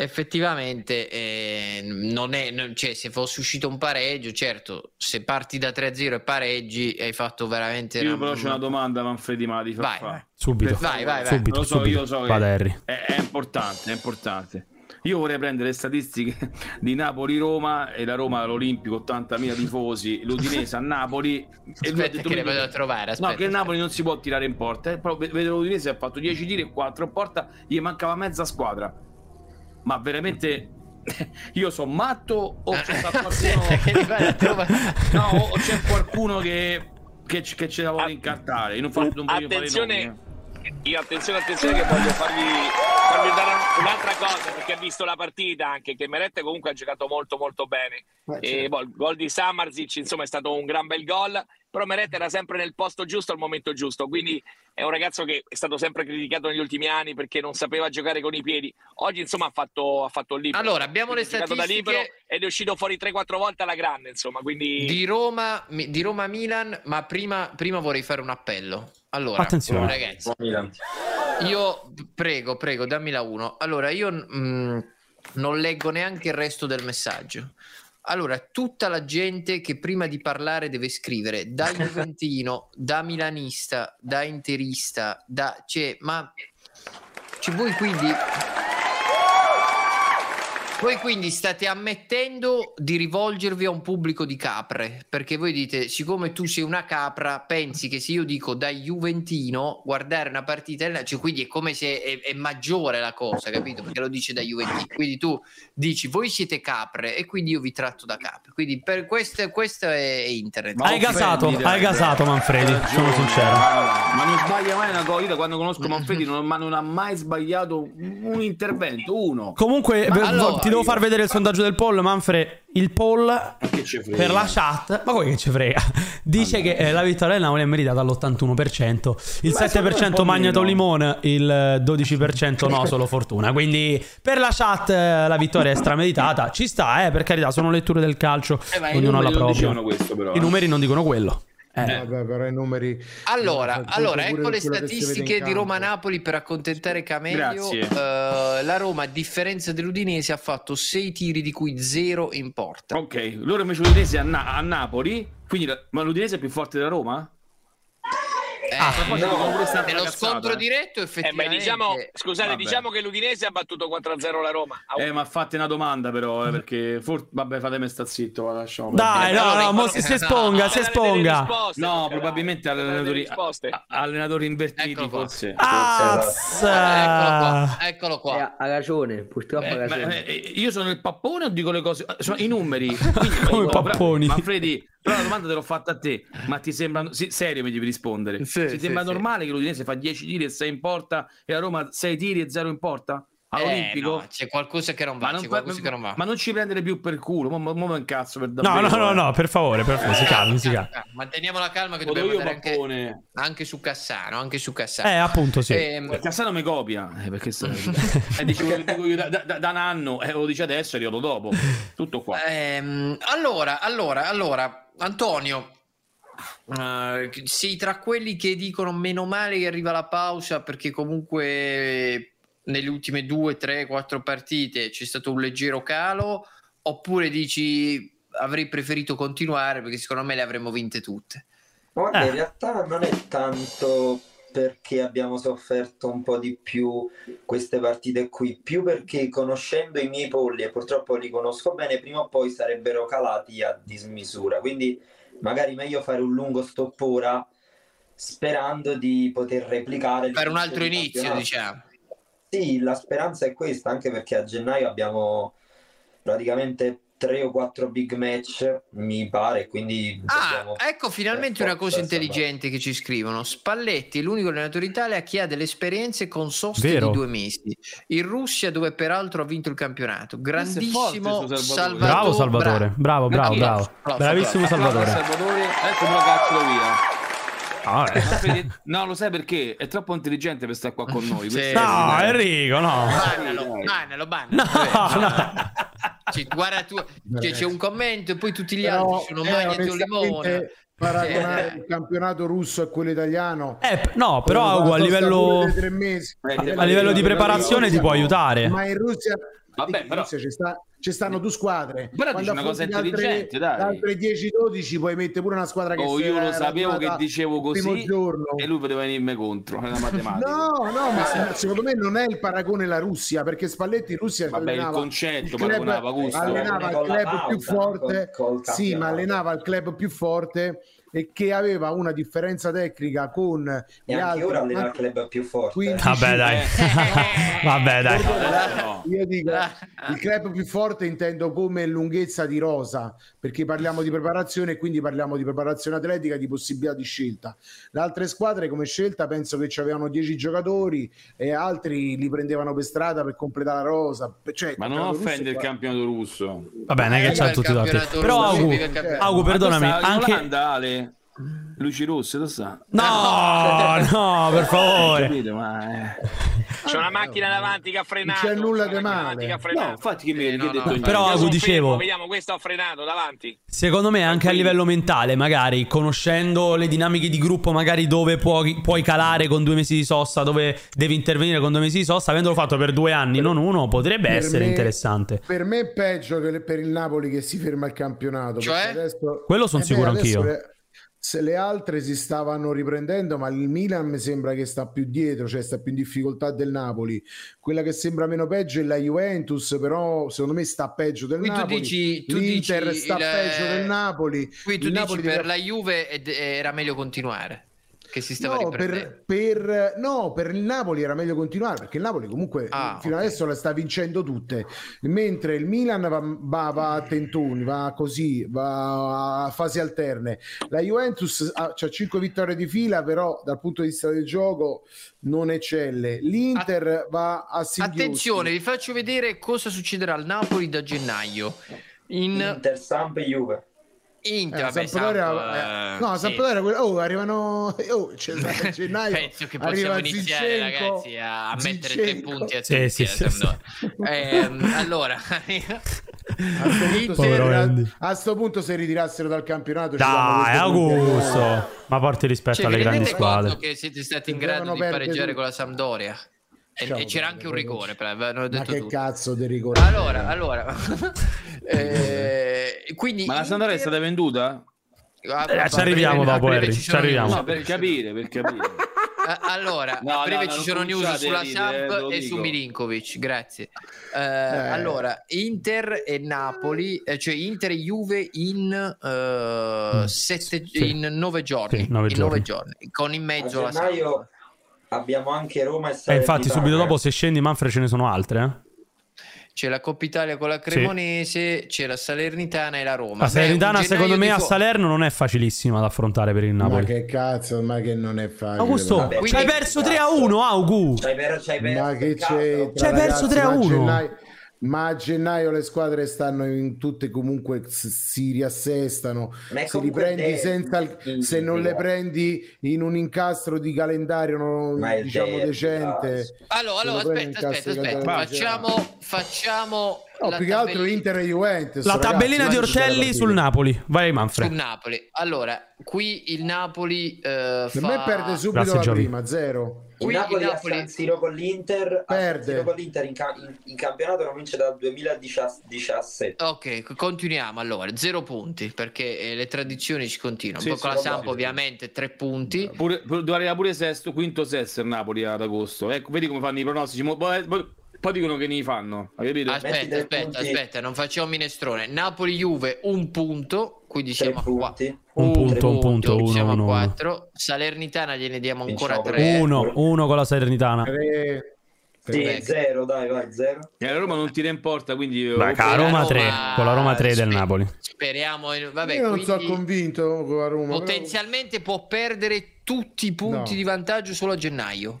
Speaker 2: Effettivamente, eh, non è, non- cioè, se fosse uscito un pareggio, certo, se parti da 3-0 e pareggi, hai fatto veramente.
Speaker 6: Io
Speaker 2: una-
Speaker 6: però c'ho una domanda, Manfredi, ma la ti fa
Speaker 2: Vai,
Speaker 6: fare.
Speaker 2: vai.
Speaker 1: Subito.
Speaker 2: Vai, vai, vai.
Speaker 1: Subito,
Speaker 6: Lo so,
Speaker 1: subito.
Speaker 6: io so che
Speaker 1: Vada, Harry.
Speaker 6: È, è importante, è importante. Io vorrei prendere le statistiche di Napoli-Roma e la Roma all'Olimpico, 80.000 tifosi, l'Udinese a Napoli. e lui ha
Speaker 2: Aspetta,
Speaker 6: detto
Speaker 2: che le
Speaker 6: lui-
Speaker 2: vado a trovare.
Speaker 6: No,
Speaker 2: Aspetta,
Speaker 6: che il Napoli non si può tirare in porta. Eh, però ved- vedo l'Udinese ha fatto 10 tiri e 4 in porta, gli mancava mezza squadra. Ma veramente io sono matto o c'è stato
Speaker 2: Aspetta, che
Speaker 6: qualcuno
Speaker 2: le vado a trovare.
Speaker 6: No, o c'è qualcuno che che, c- che ce la
Speaker 2: Ah.
Speaker 6: vuole incartare. Io non faccio non voglio fare nomi,
Speaker 5: attenzione
Speaker 6: eh.
Speaker 5: io attenzione attenzione che voglio fargli, fargli dare un'altra cosa perché ha visto la partita anche che Merette comunque ha giocato molto molto bene
Speaker 7: Eh,
Speaker 5: E boh, il gol di Samarzic insomma è stato un gran bel gol però Meretta era sempre nel posto giusto al momento giusto quindi è un ragazzo che è stato sempre criticato negli ultimi anni perché non sapeva giocare con i piedi oggi insomma ha fatto, ha fatto il libero
Speaker 2: Allora, abbiamo le
Speaker 5: Ha giocato da
Speaker 2: statistiche.
Speaker 5: libero ed è uscito fuori 3-4 volte alla grande insomma quindi
Speaker 2: di Roma, mi- di Roma Milan, ma prima, prima vorrei fare un appello. Allora,
Speaker 1: Attenzione.
Speaker 2: ragazzi,
Speaker 4: Milan.
Speaker 2: io prego, prego, dammi la 1. Allora, io mm, non leggo neanche il resto del messaggio. Allora, tutta la gente che prima di parlare deve scrivere da Juventino, da Milanista, da Interista, da... Cioè, ma... Cioè, voi quindi... Voi quindi state ammettendo di rivolgervi a un pubblico di capre, perché voi dite, siccome tu sei una capra, pensi che se io dico da Juventino, guardare una partita, del- cioè, quindi è come se è, è maggiore la cosa, capito? Perché lo dice da Juventino. Quindi tu dici, voi siete capre e quindi io vi tratto da capre. Quindi per questo, questo è internet.
Speaker 1: Hai gasato, hai gasato Manfredi, sono sincero.
Speaker 6: Ma, ma non sbaglia mai una cosa. Io da quando conosco Manfredi non, ma non ha mai sbagliato un intervento, uno.
Speaker 1: Comunque,
Speaker 6: Ma
Speaker 1: ve-
Speaker 6: allora-
Speaker 1: ti devo far vedere il sondaggio del poll, Manfred. Il poll
Speaker 6: Che ci frega?
Speaker 1: per la chat, ma poi che ci frega, dice che eh, la vittoria del Napoli è meritata all'81%, il
Speaker 6: Beh, secondo me è un
Speaker 1: 7%
Speaker 6: po'
Speaker 1: Magneto
Speaker 6: meno.
Speaker 1: Limone, il eh, 12% no, solo fortuna. Quindi per la chat eh, la vittoria è strameditata, ci sta, eh, per carità, sono letture del calcio,
Speaker 2: Eh, ma i
Speaker 1: ognuno ha la
Speaker 6: numeri non
Speaker 1: propria.
Speaker 6: dicevano questo, però,
Speaker 1: I
Speaker 6: eh.
Speaker 1: numeri non dicono quello.
Speaker 7: Eh, Vabbè, però i numeri.
Speaker 2: Allora,
Speaker 7: Cioè,
Speaker 2: allora,
Speaker 7: pure
Speaker 2: ecco le
Speaker 7: quello che si vede in
Speaker 2: statistiche di
Speaker 7: campo.
Speaker 2: Roma-Napoli per accontentare Camelio.
Speaker 6: Grazie.
Speaker 2: Eh, la Roma, a differenza dell'Udinese, ha fatto 6 tiri, di cui 0 in porta.
Speaker 6: Ok, loro invece l'Udinese a, Na- a Napoli. Quindi, la- ma l'Udinese è più forte della Roma?
Speaker 2: Ah,
Speaker 6: poi ci sono pure state
Speaker 2: nello
Speaker 6: una cazzata,
Speaker 2: scontro
Speaker 6: eh.
Speaker 2: diretto, effettivamente.
Speaker 6: Eh, beh,
Speaker 5: Diciamo, scusate,
Speaker 6: Vabbè.
Speaker 5: diciamo che l'Udinese ha battuto 4-0 la Roma. Au.
Speaker 6: Eh, ma fate una domanda, però, eh, perché for- vabbè, fatemi sta zitto. va, lasciamo
Speaker 1: Dai,
Speaker 6: perdere.
Speaker 1: no, no, mo si, si esponga, si esponga.
Speaker 6: No, probabilmente allenatori, a- allenatori invertiti, forse.
Speaker 2: Ah, eccolo qua, eccolo qua.
Speaker 3: Eh, ha ragione, purtroppo ha
Speaker 6: Eh,
Speaker 3: ragione.
Speaker 6: ma, eh, io sono il pappone o dico le cose? Eh, Sono i numeri. Quindi,
Speaker 1: Come
Speaker 6: ma-
Speaker 1: papponi.
Speaker 6: Manfredi, però la domanda te l'ho fatta a te. Ma ti sembra. sì, serio mi devi rispondere.
Speaker 2: Sì,
Speaker 6: ti
Speaker 2: sì,
Speaker 6: sembra
Speaker 2: sì.
Speaker 6: normale che l'Udinese fa 10 tiri e 6 in porta e a Roma 6 tiri e 0 in porta? All'Olimpico?
Speaker 2: Eh, no, c'è qualcosa che non va,
Speaker 6: ma, non,
Speaker 2: c'è
Speaker 6: fa-
Speaker 2: qualcosa che non va.
Speaker 6: ma non ci prendere più per culo. Ma, ma, ma un cazzo per
Speaker 1: No,
Speaker 6: davvero.
Speaker 1: no, no,
Speaker 6: eh.
Speaker 1: no, per favore, per favore, si calmi, si calmi.
Speaker 2: Ah, Manteniamo la calma che
Speaker 6: Vado
Speaker 2: dobbiamo
Speaker 6: io,
Speaker 2: andare anche,
Speaker 6: Pappone.
Speaker 2: anche su Cassano, anche su Cassano.
Speaker 1: Eh, appunto, sì.
Speaker 2: Ehm,
Speaker 6: Cassano mi copia eh, perché se- eh, dicevo che lo dico io da, da- da un anno e lo dice adesso e arrivato dopo tutto qua
Speaker 2: Ehm, allora, allora, allora, Antonio, eh, sei tra quelli che dicono meno male che arriva la pausa perché comunque nelle ultime due, tre, quattro partite c'è stato un leggero calo oppure dici avrei preferito continuare perché secondo me le avremmo vinte tutte.
Speaker 4: Guarda,
Speaker 2: Eh.
Speaker 4: in realtà non è tanto perché abbiamo sofferto un po' di più queste partite qui, più perché conoscendo i miei polli, e purtroppo li conosco bene, prima o poi sarebbero calati a dismisura. Quindi magari meglio fare un lungo stoppora sperando di poter replicare
Speaker 2: Per un
Speaker 4: l'inizio
Speaker 2: altro
Speaker 4: di
Speaker 2: inizio,
Speaker 4: campionato.
Speaker 2: diciamo.
Speaker 4: Sì, la speranza è questa, anche perché a gennaio abbiamo praticamente tre o quattro big match, mi pare, quindi
Speaker 2: Ah,
Speaker 4: dobbiamo-
Speaker 2: ecco finalmente
Speaker 7: eh,
Speaker 4: per
Speaker 2: una cosa
Speaker 4: forza,
Speaker 2: intelligente che ci scrivono. Spalletti, l'unico allenatore d'Italia che ha delle esperienze con soste
Speaker 1: Vero.
Speaker 2: di due mesi. In Russia, dove peraltro ha vinto il campionato.
Speaker 6: Questo è forte, sto
Speaker 2: Grandissimo Salvatore.
Speaker 6: Salvatore.
Speaker 1: Bravo Salvatore, bravo, bravo,
Speaker 2: Applauso,
Speaker 1: bravo.
Speaker 2: applauso,
Speaker 1: Bravissimo
Speaker 2: applauso.
Speaker 1: Salvatore.
Speaker 6: Salvatore ecco me lo caccio via
Speaker 1: Ah, vabbè.
Speaker 6: Manfredi- no lo sai perché è troppo intelligente per stare qua con noi questo è
Speaker 1: No,
Speaker 6: il-
Speaker 1: Enrico, no.
Speaker 2: Bannalo, bannalo, bannalo. Vabbè, Cioè, guarda tu, cioè, c'è un commento e poi tutti gli
Speaker 7: Però,
Speaker 2: altri sono
Speaker 7: eh,
Speaker 2: Magneto Limone.
Speaker 7: onestamente, paragonare
Speaker 2: Eh,
Speaker 7: il campionato russo a quello italiano
Speaker 1: Eh, p- no, però,
Speaker 7: con la
Speaker 1: Ugo, a
Speaker 7: sosta
Speaker 1: livello-
Speaker 7: pure dei tre mesi,
Speaker 6: Eh, a
Speaker 7: Perché
Speaker 1: livello di
Speaker 7: in
Speaker 1: preparazione ti può aiutare.
Speaker 7: ma in Russia
Speaker 6: Vabbè,
Speaker 7: in
Speaker 6: però-
Speaker 7: Russia ci, sta- ci stanno due squadre
Speaker 6: Però dici una cosa
Speaker 7: affronti le altre-
Speaker 6: intelligente, dai.
Speaker 7: le altre 10-12 puoi mettere pure una squadra che
Speaker 6: Oh,
Speaker 7: si
Speaker 6: io
Speaker 7: era
Speaker 6: lo sapevo che
Speaker 7: radunata
Speaker 6: dicevo
Speaker 7: il
Speaker 6: così
Speaker 7: primo giorno.
Speaker 6: e lui poteva venirmi contro nella matematica
Speaker 7: No, no,
Speaker 6: Eh,
Speaker 7: ma secondo me non è il paragone la Russia, perché Spalletti in Russia
Speaker 6: Vabbè, il
Speaker 7: allenava
Speaker 6: concetto
Speaker 7: club-
Speaker 6: paragonava, Augusto.
Speaker 7: allenava il
Speaker 4: Con la
Speaker 7: club
Speaker 4: pausa,
Speaker 7: più forte,
Speaker 4: col- col
Speaker 7: sì, ma
Speaker 4: campionato.
Speaker 7: allenava il club più forte e che aveva una differenza tecnica con gli
Speaker 4: E anche
Speaker 7: altri.
Speaker 4: ora allena il
Speaker 7: anche
Speaker 4: club più forte.
Speaker 7: 15.
Speaker 1: Vabbè, dai.
Speaker 9: Eh,
Speaker 1: Vabbè, dai.
Speaker 7: Io dico, il club più forte intendo come lunghezza di rosa, perché parliamo di preparazione e quindi parliamo di preparazione atletica, di possibilità di scelta. Le altre squadre come scelta penso che ci avevano 10 giocatori e altri li prendevano per strada per completare la rosa. Cioè,
Speaker 6: ma non
Speaker 7: campionato russo
Speaker 6: offende
Speaker 7: è
Speaker 6: il
Speaker 7: qua-
Speaker 6: campionato russo
Speaker 1: Va bene, che c'ha
Speaker 2: il
Speaker 1: tutti davanti.
Speaker 2: campionato
Speaker 1: Però
Speaker 2: russo,
Speaker 1: Augu,
Speaker 2: vive il campionato.
Speaker 1: Augu, perdonami,
Speaker 6: Ma questa è in
Speaker 1: anche
Speaker 6: Olanda, Ale luci rosse lo sa
Speaker 1: No, no, per favore.
Speaker 6: Capito, ma eh.
Speaker 5: C'è una macchina davanti che ha frenato.
Speaker 7: c'è nulla
Speaker 5: c'è una
Speaker 7: di
Speaker 5: macchina davanti
Speaker 7: male.
Speaker 5: che ha
Speaker 6: No,
Speaker 5: frenato. Eh,
Speaker 6: infatti che mi
Speaker 2: no,
Speaker 6: mi ha detto
Speaker 2: no.
Speaker 6: niente.
Speaker 1: Però Augu
Speaker 5: Sono fermo,
Speaker 1: dicevo,
Speaker 5: Vediamo, questo ha frenato davanti.
Speaker 1: secondo me anche a livello mentale, magari conoscendo le dinamiche di gruppo, magari dove puoi, puoi calare con due mesi di sosta, dove devi intervenire con due mesi di sosta, avendolo fatto per due anni, non uno, potrebbe
Speaker 7: Per
Speaker 1: essere
Speaker 7: me-
Speaker 1: interessante.
Speaker 7: Per me è peggio che le- per il Napoli che si ferma il campionato.
Speaker 2: Cioè?
Speaker 7: perché adesso-
Speaker 1: Quello son
Speaker 7: eh beh,
Speaker 1: sicuro
Speaker 7: adesso
Speaker 1: anch'io.
Speaker 7: le- se le altre si stavano riprendendo, ma il Milan mi sembra che sta più dietro, cioè sta più in difficoltà del Napoli. Quella che sembra meno peggio è la Juventus, però secondo me sta peggio del
Speaker 2: Qui tu
Speaker 7: Napoli.
Speaker 2: dici, tu
Speaker 7: L'Inter
Speaker 2: dici
Speaker 7: sta
Speaker 2: il- eh,
Speaker 7: peggio del Napoli.
Speaker 2: Qui tu
Speaker 7: Il
Speaker 2: dici
Speaker 7: Napoli
Speaker 2: per
Speaker 7: deve-
Speaker 2: la Juve ed- eh, era meglio continuare, che si stava
Speaker 7: No
Speaker 2: riprendendo.
Speaker 7: per, per- no, per il Napoli era meglio continuare perché il Napoli comunque
Speaker 2: Ah,
Speaker 7: fino adesso la sta vincendo tutte, mentre il Milan va, va- va a tentoni, va così, va a fasi alterne. La Juventus ha 5 vittorie di fila, però dal punto di vista del gioco non eccelle. L'Inter va a simbiosi.
Speaker 2: Attenzione, vi faccio vedere cosa succederà al Napoli da gennaio. In...
Speaker 4: Inter, Samp e Juve.
Speaker 2: Inter,
Speaker 7: Eh, la
Speaker 2: vabbè,
Speaker 7: Sampdoria-
Speaker 2: Samp,
Speaker 7: eh, no, la
Speaker 2: sì.
Speaker 7: Sampdoria, quella- oh, arrivano oh, c'è a gennaio.
Speaker 2: Penso che possiamo
Speaker 7: arriva
Speaker 2: iniziare,
Speaker 7: Zinchenko.
Speaker 2: ragazzi, eh. a a mettere tre
Speaker 7: Zinchenko.
Speaker 2: punti a
Speaker 7: Sì,
Speaker 2: tutti.
Speaker 7: sì,
Speaker 2: eh,
Speaker 7: sì,
Speaker 2: Sampdoria. Ehm, allora,
Speaker 7: A sto punto, se
Speaker 1: Povero
Speaker 7: ritira-
Speaker 1: Andy.
Speaker 7: a sto punto se ritirassero dal campionato ci
Speaker 1: Dai,
Speaker 7: danno questo punto.
Speaker 1: Augusto, ma porti rispetto
Speaker 2: cioè, vi
Speaker 1: alle grandi
Speaker 2: rendete
Speaker 1: squadre.
Speaker 2: conto che siete stati in
Speaker 7: Dovevano
Speaker 2: grado di
Speaker 7: perdere
Speaker 2: pareggiare
Speaker 7: tutti.
Speaker 2: con la Sampdoria? E, e c'era anche un rigore, però, eh, avevano
Speaker 7: Ma
Speaker 2: detto
Speaker 7: che
Speaker 2: tutti.
Speaker 7: cazzo di rigore?
Speaker 2: Allora, allora. Eh, quindi
Speaker 6: Ma la Sandoria è stata venduta?
Speaker 2: Ah,
Speaker 1: Eh, ci arriviamo
Speaker 2: a
Speaker 1: dopo,
Speaker 2: breve
Speaker 1: Henry,
Speaker 2: ci
Speaker 1: ci
Speaker 2: sono le
Speaker 1: arriviamo.
Speaker 6: No, per capire, per capire.
Speaker 2: Eh, allora,
Speaker 6: No,
Speaker 2: a breve
Speaker 6: no,
Speaker 2: ci
Speaker 6: non
Speaker 2: sono news
Speaker 6: cominciate a
Speaker 2: sulla
Speaker 6: ridere, eh, ve
Speaker 2: Samp
Speaker 6: lo
Speaker 2: e
Speaker 6: dico.
Speaker 2: su Milinkovic, grazie. Eh, Allora, Inter e Napoli, eh, cioè Inter e Juve in, eh, sette- in nove giorni,
Speaker 1: Mm. Sì, nove
Speaker 2: in nove
Speaker 1: giorni.
Speaker 2: giorni, con in
Speaker 4: A
Speaker 2: mezzo la Samp.
Speaker 4: gennaio abbiamo anche Roma
Speaker 1: E
Speaker 4: e Salernitana.
Speaker 1: Eh, infatti, subito dopo, se scendi, Manfred, ce ne sono altre. eh.
Speaker 2: C'è la Coppa Italia con la Cremonese, c'è la Salernitana e la Roma.
Speaker 1: La
Speaker 2: Oh, Beh,
Speaker 1: Salernitana,
Speaker 2: un gennaio
Speaker 1: secondo me,
Speaker 2: di
Speaker 1: a
Speaker 2: fuo-
Speaker 1: Salerno non è facilissima da affrontare per il
Speaker 7: Ma
Speaker 1: Napoli.
Speaker 7: che cazzo, ma che non è facile.
Speaker 1: Augusto,
Speaker 7: Vabbè,
Speaker 1: ci hai perso 3 a 1, Augu.
Speaker 4: Uh. C'hai per- c'hai per-
Speaker 7: Ma che
Speaker 4: peccato.
Speaker 7: c'è?
Speaker 1: Ci hai perso 3 a 1.
Speaker 7: Ma a gennaio le squadre stanno in tutte comunque s- si riassestano.
Speaker 4: Ma è
Speaker 7: Se li
Speaker 4: comunque eh.
Speaker 7: prendi
Speaker 4: derby,
Speaker 7: senza il- se non le
Speaker 4: dai.
Speaker 7: prendi in un incastro di calendario non-
Speaker 4: Ma è
Speaker 7: diciamo
Speaker 4: derby, dai.
Speaker 7: decente.
Speaker 2: Allora, allora,
Speaker 7: Se lo prendi in
Speaker 2: aspetta, aspetta,
Speaker 7: cassa di
Speaker 2: aspetta.
Speaker 7: calendario,
Speaker 2: Facciamo, facciamo
Speaker 7: cioè. No,
Speaker 2: la
Speaker 7: più che altro
Speaker 2: tabellina.
Speaker 7: Inter e Juventus.
Speaker 1: La
Speaker 7: ragazzi,
Speaker 1: tabellina di
Speaker 7: non ci sarà
Speaker 1: Ortelli
Speaker 7: partita.
Speaker 1: sul Napoli. Vai,
Speaker 2: sul
Speaker 1: Manfred.
Speaker 2: Napoli. Allora, qui il Napoli eh,
Speaker 7: Per
Speaker 2: fa...
Speaker 7: me perde subito
Speaker 1: Grazie,
Speaker 7: la
Speaker 1: Giovi.
Speaker 7: prima, zero.
Speaker 4: Il
Speaker 2: Qui
Speaker 4: Napoli,
Speaker 2: il
Speaker 4: a
Speaker 2: Napoli-
Speaker 4: San Siro con l'Inter, a San
Speaker 7: Perde.
Speaker 4: Siro con l'Inter in, ca- in- in campionato non vince dal 2017.
Speaker 2: eh, Ok, co- continuiamo allora, zero punti perché eh, le tradizioni ci continuano.
Speaker 6: Sì,
Speaker 2: Poi
Speaker 6: sì,
Speaker 2: con la
Speaker 6: vabbè.
Speaker 2: Samp ovviamente tre punti.
Speaker 6: Pure, pure- doveva arrivare pure sesto, quinto, sesto il Napoli ad agosto. Ecco, vedi come fanno i pronostici. Mo- poi, poi- poi dicono che ne fanno. Hai capito?
Speaker 4: metti
Speaker 2: Aspetta,
Speaker 4: tre
Speaker 2: aspetta,
Speaker 4: punti.
Speaker 2: aspetta, non facciamo minestrone. Napoli-Juve un punto, diciamo quindi
Speaker 4: Tre
Speaker 2: siamo a quattro.
Speaker 4: punti.
Speaker 1: Un punto, un punto, uno,
Speaker 2: siamo
Speaker 1: uno,
Speaker 2: a
Speaker 1: uno.
Speaker 2: 4. Salernitana gliene diamo ancora eh. 3.
Speaker 4: Vinciamo.
Speaker 1: 1 1 con la Salernitana.
Speaker 7: Tre-
Speaker 4: Sì,
Speaker 2: Ecco.
Speaker 4: zero, dai, vai, zero.
Speaker 6: E la Roma non tira in porta, quindi...
Speaker 1: Ma
Speaker 6: oh,
Speaker 1: con la Roma
Speaker 2: Roma-
Speaker 1: 3, con la Roma 3 del
Speaker 2: Sì.
Speaker 1: Napoli.
Speaker 2: Speriamo, eh, vabbè,
Speaker 7: Io non sono
Speaker 2: quindi
Speaker 7: convinto con la Roma. però-
Speaker 2: potenzialmente può perdere tutti i punti
Speaker 7: No.
Speaker 2: di vantaggio solo a gennaio.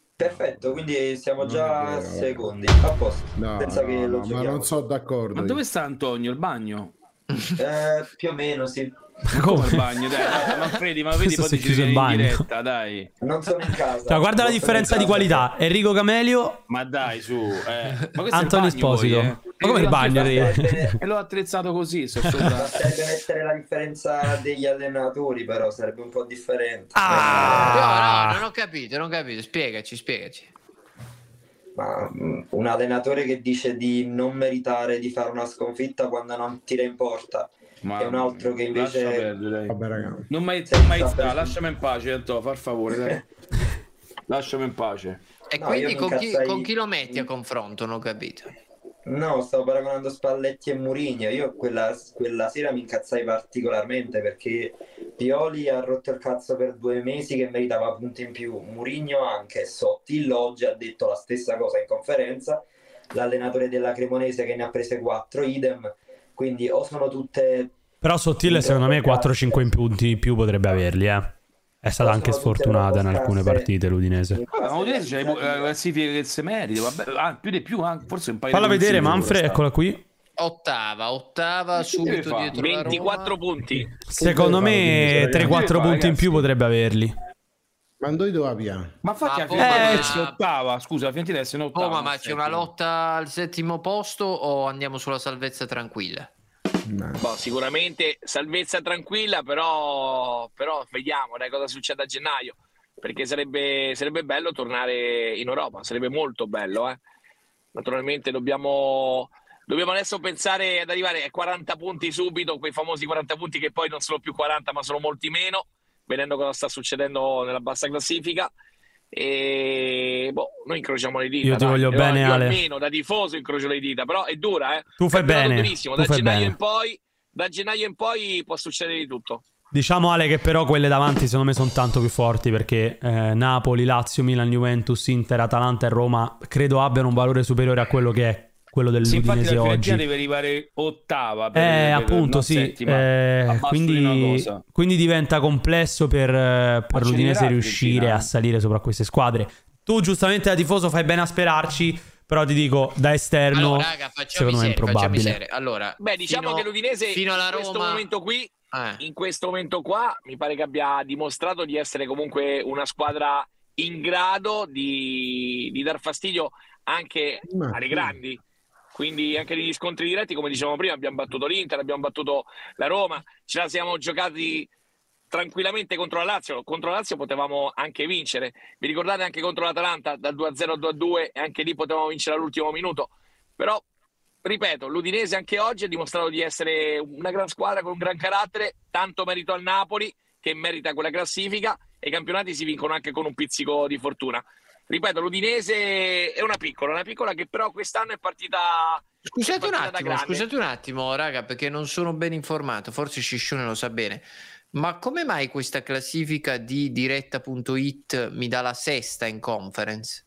Speaker 4: Perfetto, quindi siamo già
Speaker 7: vero.
Speaker 4: secondi. A posto.
Speaker 7: No,
Speaker 4: Pensa che
Speaker 7: no,
Speaker 4: lo
Speaker 7: no, ma
Speaker 4: giochiamo.
Speaker 7: non sono d'accordo.
Speaker 6: Ma
Speaker 7: io.
Speaker 6: dove sta Antonio? Il bagno?
Speaker 4: Eh, più o meno, sì.
Speaker 6: Ma come il bagno? Dai, ma Freddy, ma vedi
Speaker 1: Questo
Speaker 6: poi
Speaker 1: si è
Speaker 6: ti
Speaker 1: chiuso il
Speaker 6: viene
Speaker 1: bagno.
Speaker 6: in diretta, dai.
Speaker 4: Non sono in casa.
Speaker 1: Cioè, guarda la
Speaker 4: Non sono
Speaker 1: differenza
Speaker 4: in
Speaker 1: di
Speaker 4: casa.
Speaker 1: qualità. Enrico Camelio,
Speaker 6: Ma dai, su. Eh. Ma questo è il
Speaker 1: Antonio
Speaker 6: bagno poi,
Speaker 1: Esposito.
Speaker 6: eh.
Speaker 1: Ma come il bagno? Re?
Speaker 6: E l'ho attrezzato così, so sopra.
Speaker 4: Basterebbe mettere la differenza degli allenatori, però sarebbe un po' differente.
Speaker 1: Ah!
Speaker 2: Eh,
Speaker 6: Ah.
Speaker 2: No, no, non ho capito, non ho capito. Spiegaci, spiegaci.
Speaker 4: Ma mm, un allenatore che dice di non meritare di fare una sconfitta quando non tira in porta,
Speaker 6: Ma-
Speaker 4: e un altro che invece.
Speaker 6: Lascia perdere, dai.
Speaker 7: Vabbè, raga.
Speaker 6: Non mai,
Speaker 4: Senza
Speaker 6: mai sta,
Speaker 4: per-
Speaker 6: lasciami in pace, Anto, far favore, dai. lasciami in pace.
Speaker 2: E
Speaker 4: No,
Speaker 2: quindi
Speaker 4: io mi
Speaker 2: con chi,
Speaker 4: incazzai-
Speaker 6: Eh,
Speaker 2: con chi lo metti a confronto? Non ho capito.
Speaker 9: No, stavo paragonando Spalletti e Mourinho. Io quella, quella sera mi incazzai particolarmente perché Pioli ha rotto il cazzo per due mesi che meritava punti in più. Mourinho anche. Sottillo oggi ha detto la stessa cosa in conferenza. L'allenatore della Cremonese che ne ha prese quattro, idem. Quindi o sono tutte
Speaker 1: Però Sottile secondo me 4-5 in punti in più potrebbe averli, eh. È stata anche sfortunata in alcune partite l'Udinese.
Speaker 6: Vabbè, ma Udinese c'è le classifiche che si merita, vabbè, ah, più di più, anche, forse un paio
Speaker 1: Falla
Speaker 6: di
Speaker 1: vedere
Speaker 6: punti in più
Speaker 1: Manfred,
Speaker 6: pure sta.
Speaker 1: eccola qui.
Speaker 2: Ottava, ottava,
Speaker 6: deve
Speaker 2: subito
Speaker 6: fare?
Speaker 2: dietro la Roma.
Speaker 5: 24 punti.
Speaker 1: Secondo me 3-4 punti in più potrebbe averli.
Speaker 7: Ma noi dove abbiamo?
Speaker 6: Ma infatti
Speaker 2: Ma
Speaker 6: anche la
Speaker 2: poi-
Speaker 6: Fiorentina è ottava, scusa, la Fiorentina è se
Speaker 2: Oh,
Speaker 6: ottava.
Speaker 2: ma, ma c'è una lotta al settimo posto o andiamo sulla salvezza tranquilla?
Speaker 5: Boh, sicuramente salvezza tranquilla, però, però vediamo dai, cosa succede a gennaio. Perché sarebbe, sarebbe bello tornare in Europa, sarebbe molto bello. eh. Naturalmente dobbiamo, dobbiamo adesso pensare ad arrivare ai 40 punti subito, quei famosi 40 punti che poi non sono più 40 ma sono molti meno, vedendo cosa sta succedendo nella bassa classifica. E boh, noi incrociamo le dita.
Speaker 1: Io ti
Speaker 5: dai.
Speaker 1: voglio
Speaker 5: Io-
Speaker 1: bene,
Speaker 5: io
Speaker 1: Ale.
Speaker 5: almeno da tifoso incrocio le dita, però è dura, eh.
Speaker 1: Tu fai
Speaker 5: È durato
Speaker 1: bene,
Speaker 5: durissimo.
Speaker 1: tu
Speaker 5: Da
Speaker 1: fai
Speaker 5: gennaio
Speaker 1: bene.
Speaker 5: in poi, da gennaio in poi può succedere di tutto.
Speaker 1: Diciamo Ale che però quelle davanti secondo me sono tanto più forti perché eh, Napoli, Lazio, Milan, Juventus, Inter, Atalanta e Roma credo abbiano un valore superiore a quello che è quello
Speaker 6: Sì, infatti la
Speaker 1: dell'Udinese
Speaker 6: Fiorentina
Speaker 1: oggi.
Speaker 6: deve arrivare ottava. per-
Speaker 1: Eh,
Speaker 6: per-
Speaker 1: appunto,
Speaker 6: non
Speaker 1: sì.
Speaker 6: settima.
Speaker 1: eh,
Speaker 6: Abbasso di una
Speaker 1: quindi,
Speaker 6: cosa.
Speaker 1: quindi diventa complesso per, eh, per
Speaker 6: Accelerati,
Speaker 1: l'Udinese riuscire
Speaker 6: Cristina.
Speaker 1: a salire sopra queste squadre. Tu, giustamente, da tifoso, fai bene a sperarci. Però ti dico, da esterno,
Speaker 2: Allora, raga, facciamo
Speaker 1: secondo me è
Speaker 2: serie, facciamo
Speaker 1: improbabile.
Speaker 2: serie. Allora,
Speaker 5: Beh, diciamo
Speaker 2: fino-
Speaker 5: che l'Udinese
Speaker 2: fino alla
Speaker 5: in questo
Speaker 2: Roma-
Speaker 5: momento qui,
Speaker 2: Eh.
Speaker 5: in questo momento qua, mi pare che abbia dimostrato di essere comunque una squadra in grado di, di dar fastidio anche
Speaker 7: Ma
Speaker 5: alle
Speaker 7: sì.
Speaker 5: grandi. Quindi anche negli scontri diretti, come dicevamo prima, abbiamo battuto l'Inter, abbiamo battuto la Roma, ce la siamo giocati tranquillamente contro la Lazio. Contro la Lazio potevamo anche vincere. Vi ricordate anche contro l'Atalanta da 2-0 a 2-2 e anche lì potevamo vincere all'ultimo minuto. Però, ripeto, l'Udinese anche oggi ha dimostrato di essere una gran squadra con un gran carattere, tanto merito al Napoli che merita quella classifica e i campionati si vincono anche con un pizzico di fortuna. Ripeto, l'Udinese è una piccola, una piccola che però quest'anno è partita...
Speaker 2: Scusate
Speaker 5: è
Speaker 2: un
Speaker 5: partita da
Speaker 2: attimo,
Speaker 5: grande.
Speaker 2: scusate un attimo, raga, perché non sono ben informato, forse Sciscione lo sa bene. Ma come mai questa classifica di diretta.it mi dà la sesta in conference?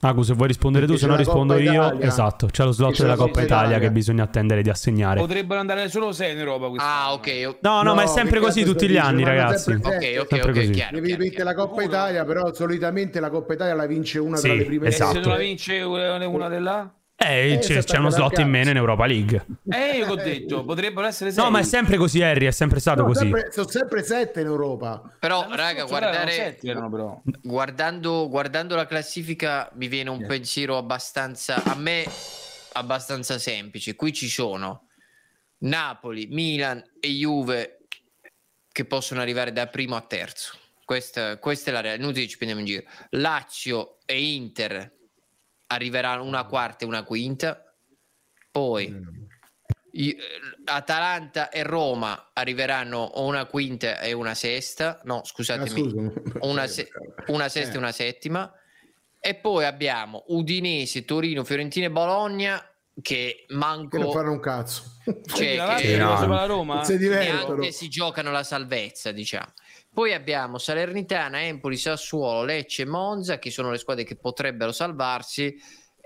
Speaker 1: Agu, se vuoi rispondere tu,
Speaker 2: Perché
Speaker 1: se no
Speaker 2: c'è la Coppa
Speaker 1: rispondo io.
Speaker 2: Italia.
Speaker 1: Esatto, c'è lo slot
Speaker 2: Perché c'è
Speaker 1: della
Speaker 2: la
Speaker 1: Coppa
Speaker 2: Coppa
Speaker 1: Italia,
Speaker 2: Italia.
Speaker 1: che bisogna attendere di assegnare.
Speaker 6: Potrebbero andare solo 6 in Europa
Speaker 2: Ah, ok.
Speaker 1: No, no, ma è sempre
Speaker 7: perché
Speaker 1: così
Speaker 7: cazzo
Speaker 1: tutti gli
Speaker 7: dici?
Speaker 1: anni,
Speaker 7: Vanno
Speaker 1: ragazzi.
Speaker 7: sempre sette.
Speaker 2: ok, Sempre ok, così. chiaro,
Speaker 7: Devi vincere la Coppa Italia, però solitamente la Coppa Italia la vince una
Speaker 1: Sì,
Speaker 7: tra le prime
Speaker 1: esatto.
Speaker 7: sette.
Speaker 6: Se non la vince una una dell'A?
Speaker 1: Eh,
Speaker 7: Eh,
Speaker 1: c'è,
Speaker 7: sta
Speaker 1: c'è uno
Speaker 7: andando
Speaker 1: slot
Speaker 7: a
Speaker 1: in meno in Europa League.
Speaker 6: Eh, io che ho detto, potrebbero essere 6.
Speaker 1: No, ma è sempre così, Harry, è sempre stato
Speaker 7: No,
Speaker 1: così.
Speaker 7: sempre- sono sempre sette in Europa.
Speaker 6: Eh,
Speaker 2: Però, raga, guardare,
Speaker 6: però.
Speaker 2: guardando, guardando la classifica mi viene un pensiero abbastanza, a me, abbastanza semplice. Qui ci sono Napoli, Milan e Juve che possono arrivare da primo a terzo. Questa, questa è la realtà, inutile ci prendiamo in giro. Lazio e Inter arriveranno una quarta e una quinta. Poi i- Atalanta e Roma arriveranno o una quinta e una sesta, no scusatemi,
Speaker 7: Ah,
Speaker 2: una, se- una sesta
Speaker 7: Eh.
Speaker 2: e una settima. E poi abbiamo Udinese, Torino, Fiorentina e Bologna che
Speaker 7: Che non
Speaker 2: manco
Speaker 7: fanno un cazzo.
Speaker 2: cioè, che
Speaker 7: Sì, no.
Speaker 6: sopra la Roma?
Speaker 7: Si divertono.
Speaker 2: neanche si giocano la salvezza, diciamo. Poi abbiamo Salernitana, Empoli, Sassuolo, Lecce, Monza, che sono le squadre che potrebbero salvarsi,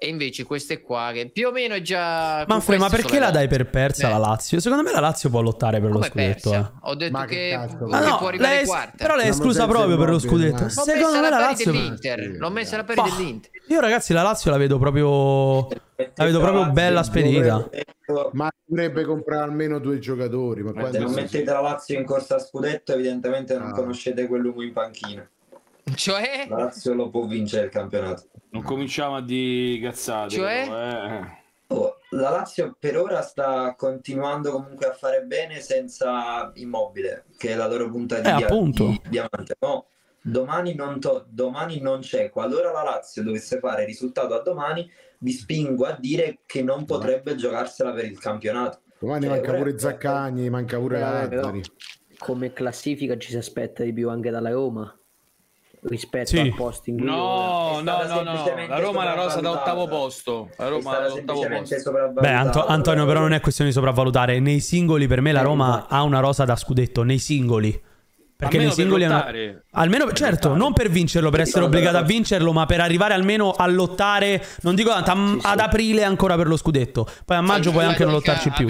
Speaker 2: e invece queste qua che più o meno è già... con
Speaker 1: Manfred, ma
Speaker 2: queste
Speaker 1: perché
Speaker 2: sono
Speaker 1: la
Speaker 2: le-
Speaker 1: dai per persa
Speaker 2: Eh.
Speaker 1: la Lazio? Secondo me la Lazio può lottare per lo
Speaker 2: Come
Speaker 1: scudetto.
Speaker 2: persa?
Speaker 1: eh.
Speaker 2: Ho detto
Speaker 7: Ma che
Speaker 2: che,
Speaker 7: cazzo,
Speaker 2: che
Speaker 7: Ma no,
Speaker 2: può arrivare
Speaker 1: L'hai es-
Speaker 2: quarta.
Speaker 1: però l'hai
Speaker 7: La
Speaker 1: esclusa
Speaker 7: Mortensen
Speaker 1: proprio per lo
Speaker 7: Immobile,
Speaker 1: scudetto.
Speaker 7: eh.
Speaker 2: L'ho
Speaker 1: Secondo
Speaker 2: messa
Speaker 1: me
Speaker 2: alla
Speaker 1: la
Speaker 2: pari
Speaker 1: Lazio.
Speaker 2: dell'Inter. L'ho messa alla pari
Speaker 1: Bah,
Speaker 2: dell'Inter.
Speaker 1: eh. Io, ragazzi, la Lazio la vedo proprio. La vedo proprio bella spedita.
Speaker 7: Ma dovrebbe comprare almeno due giocatori. Ma
Speaker 9: Se
Speaker 7: quando- Ah.
Speaker 9: non mettete la Lazio in corsa a scudetto, evidentemente non conoscete quell'uomo in panchina.
Speaker 2: Cioè,
Speaker 9: La Lazio lo può vincere il campionato.
Speaker 6: Non cominciamo a di cazzate.
Speaker 2: Cioè?
Speaker 6: però, eh.
Speaker 9: Oh, la Lazio per ora sta continuando comunque a fare bene senza Immobile, che è la loro punta di,
Speaker 1: Eh, appunto.
Speaker 9: di diamante. No, domani, non to- domani non c'è. Qualora la Lazio dovesse fare risultato a domani, vi spingo a dire che non potrebbe giocarsela per il campionato.
Speaker 7: Domani
Speaker 9: Cioè,
Speaker 7: manca
Speaker 9: ora-
Speaker 7: pure Zaccagni, manca pure
Speaker 10: Eh,
Speaker 7: la
Speaker 10: però, come classifica ci si aspetta di più anche dalla Roma.
Speaker 3: rispetto
Speaker 1: Sì.
Speaker 3: a posti in cui
Speaker 6: No, no, no, no,
Speaker 4: stata
Speaker 6: no. La
Speaker 4: semplicemente
Speaker 6: Roma è la rosa da
Speaker 4: sopravvalutata.
Speaker 6: ottavo posto. La Roma
Speaker 4: stata
Speaker 6: è all'ottavo
Speaker 4: semplicemente
Speaker 6: posto.
Speaker 4: sopravvalutata.
Speaker 1: Beh, Anto- Antonio, però non è questione di sopravvalutare. Nei singoli, per
Speaker 7: Eh,
Speaker 1: me, la Roma ha una rosa da scudetto. Nei singoli. Perché
Speaker 6: Almeno
Speaker 1: nei
Speaker 6: per
Speaker 1: singoli. è una-
Speaker 6: lottare.
Speaker 1: Almeno, certo, non per vincerlo, per essere obbligato a vincerlo, ma per arrivare almeno a lottare. Non dico tanto, a- ad aprile ancora per lo scudetto. Poi a maggio puoi anche non lottarci più.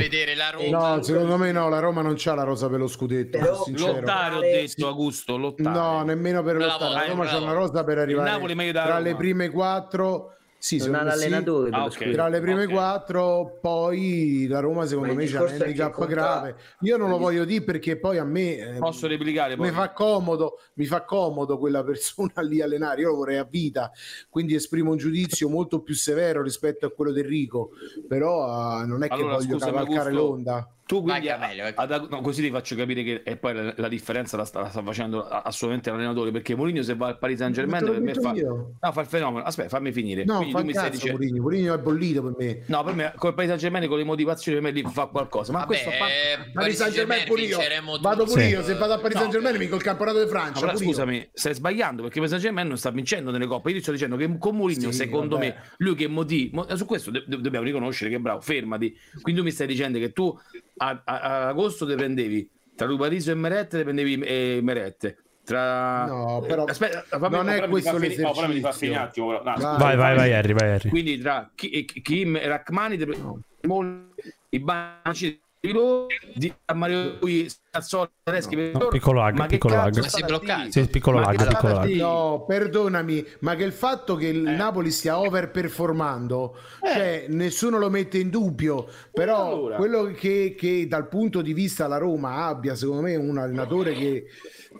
Speaker 7: No, secondo me no, la Roma non c'ha la rosa per lo scudetto. sono sincero.
Speaker 6: Lottare, ho detto, Augusto. Lottare.
Speaker 7: No, nemmeno per
Speaker 6: Bravo,
Speaker 7: lottare. La
Speaker 6: bravo,
Speaker 7: Roma c'ha
Speaker 6: bravo.
Speaker 7: una rosa per arrivare
Speaker 6: Il Napoli meglio da
Speaker 7: tra
Speaker 6: Roma.
Speaker 7: le prime quattro. Sì,
Speaker 3: Non
Speaker 7: secondo
Speaker 3: ha
Speaker 7: me
Speaker 3: l'allenatore
Speaker 7: sì.
Speaker 3: dello Ah, ok. scudetto.
Speaker 7: Tra le prime quattro, poi la Roma secondo
Speaker 6: Ma il
Speaker 7: me c'è un
Speaker 6: discorso è che
Speaker 7: handicap
Speaker 6: conta-
Speaker 7: grave. Io non lo voglio dire perché poi a me eh,
Speaker 6: Posso replicare poi?
Speaker 7: mi fa comodo, mi fa comodo quella persona lì allenare. Io lo vorrei a vita, quindi esprimo un giudizio molto più severo rispetto a quello di Enrico. Però eh, non è che
Speaker 6: Allora,
Speaker 7: voglio
Speaker 6: scusami,
Speaker 7: cavalcare
Speaker 6: Augusto.
Speaker 7: l'onda.
Speaker 6: Tu quindi ad Ag- no, così ti faccio capire che e poi la, la differenza la sta, la sta facendo a- assolutamente l'allenatore perché Mourinho se va al Paris Saint Germain
Speaker 7: Ma te
Speaker 6: per
Speaker 7: lo
Speaker 6: me
Speaker 7: dico
Speaker 6: fa,
Speaker 7: io.
Speaker 6: no, fa il fenomeno aspetta fammi finire
Speaker 7: No,
Speaker 6: Quindi
Speaker 7: fa
Speaker 6: tu
Speaker 7: un
Speaker 6: mi stai
Speaker 7: cazzo
Speaker 6: dicendo
Speaker 7: Mourinho, Mourinho è bollito per me.
Speaker 6: no per me col Paris Saint Germain con le motivazioni per me lì fa qualcosa ma questo fa...
Speaker 7: eh, Paris Saint Germain pure io.
Speaker 5: vinceremo
Speaker 7: Vado
Speaker 6: tutti.
Speaker 7: pure
Speaker 6: Sì.
Speaker 7: io. Se vado a Paris
Speaker 6: No.
Speaker 7: Saint Germain, vinco il campionato di
Speaker 6: Ah,
Speaker 7: Francia.
Speaker 6: però
Speaker 7: pure io.
Speaker 6: scusami, stai sbagliando perché il Paris Saint-Germain non sta vincendo nelle coppe. Io ti sto dicendo che con Mourinho,
Speaker 7: Sì,
Speaker 6: secondo
Speaker 7: vabbè.
Speaker 6: me, lui che motivo. Su questo do- do- dobbiamo riconoscere che è bravo, fermati. Quindi tu mi stai dicendo che tu a, a- a agosto te prendevi tra Lupariso e Merette, te prendevi eh, Merette. Tra... eh,
Speaker 7: No, però
Speaker 6: aspetta,
Speaker 7: non è
Speaker 6: però mi
Speaker 7: questo
Speaker 6: fa finire- no, però mi fa
Speaker 7: l'esercizio.
Speaker 6: finire un attimo. però- no,
Speaker 7: Vai,
Speaker 6: scusa,
Speaker 1: Vai, vai,
Speaker 6: fammi-
Speaker 1: vai, Harry, vai, Harry.
Speaker 6: quindi tra Ki- Kim e Rachmani te pre- Mol- i banci di loro di Mario Rui, Sassoli Tedeschi per loro.
Speaker 1: piccolo lag,
Speaker 6: ma che
Speaker 1: piccolo
Speaker 6: cazzo
Speaker 1: lag.
Speaker 6: sta
Speaker 1: Ma si è
Speaker 6: da
Speaker 1: bloccato.
Speaker 6: dire?
Speaker 1: Sì, piccolo
Speaker 6: Ma
Speaker 1: lag,
Speaker 6: che sta
Speaker 1: piccolo
Speaker 6: da
Speaker 1: lag.
Speaker 6: dire?
Speaker 7: No, perdonami, ma che il fatto che
Speaker 6: Eh.
Speaker 7: il Napoli stia overperformando, cioè nessuno lo mette in dubbio, però
Speaker 6: allora.
Speaker 7: quello che, che dal punto di vista la Roma abbia, secondo me, un allenatore che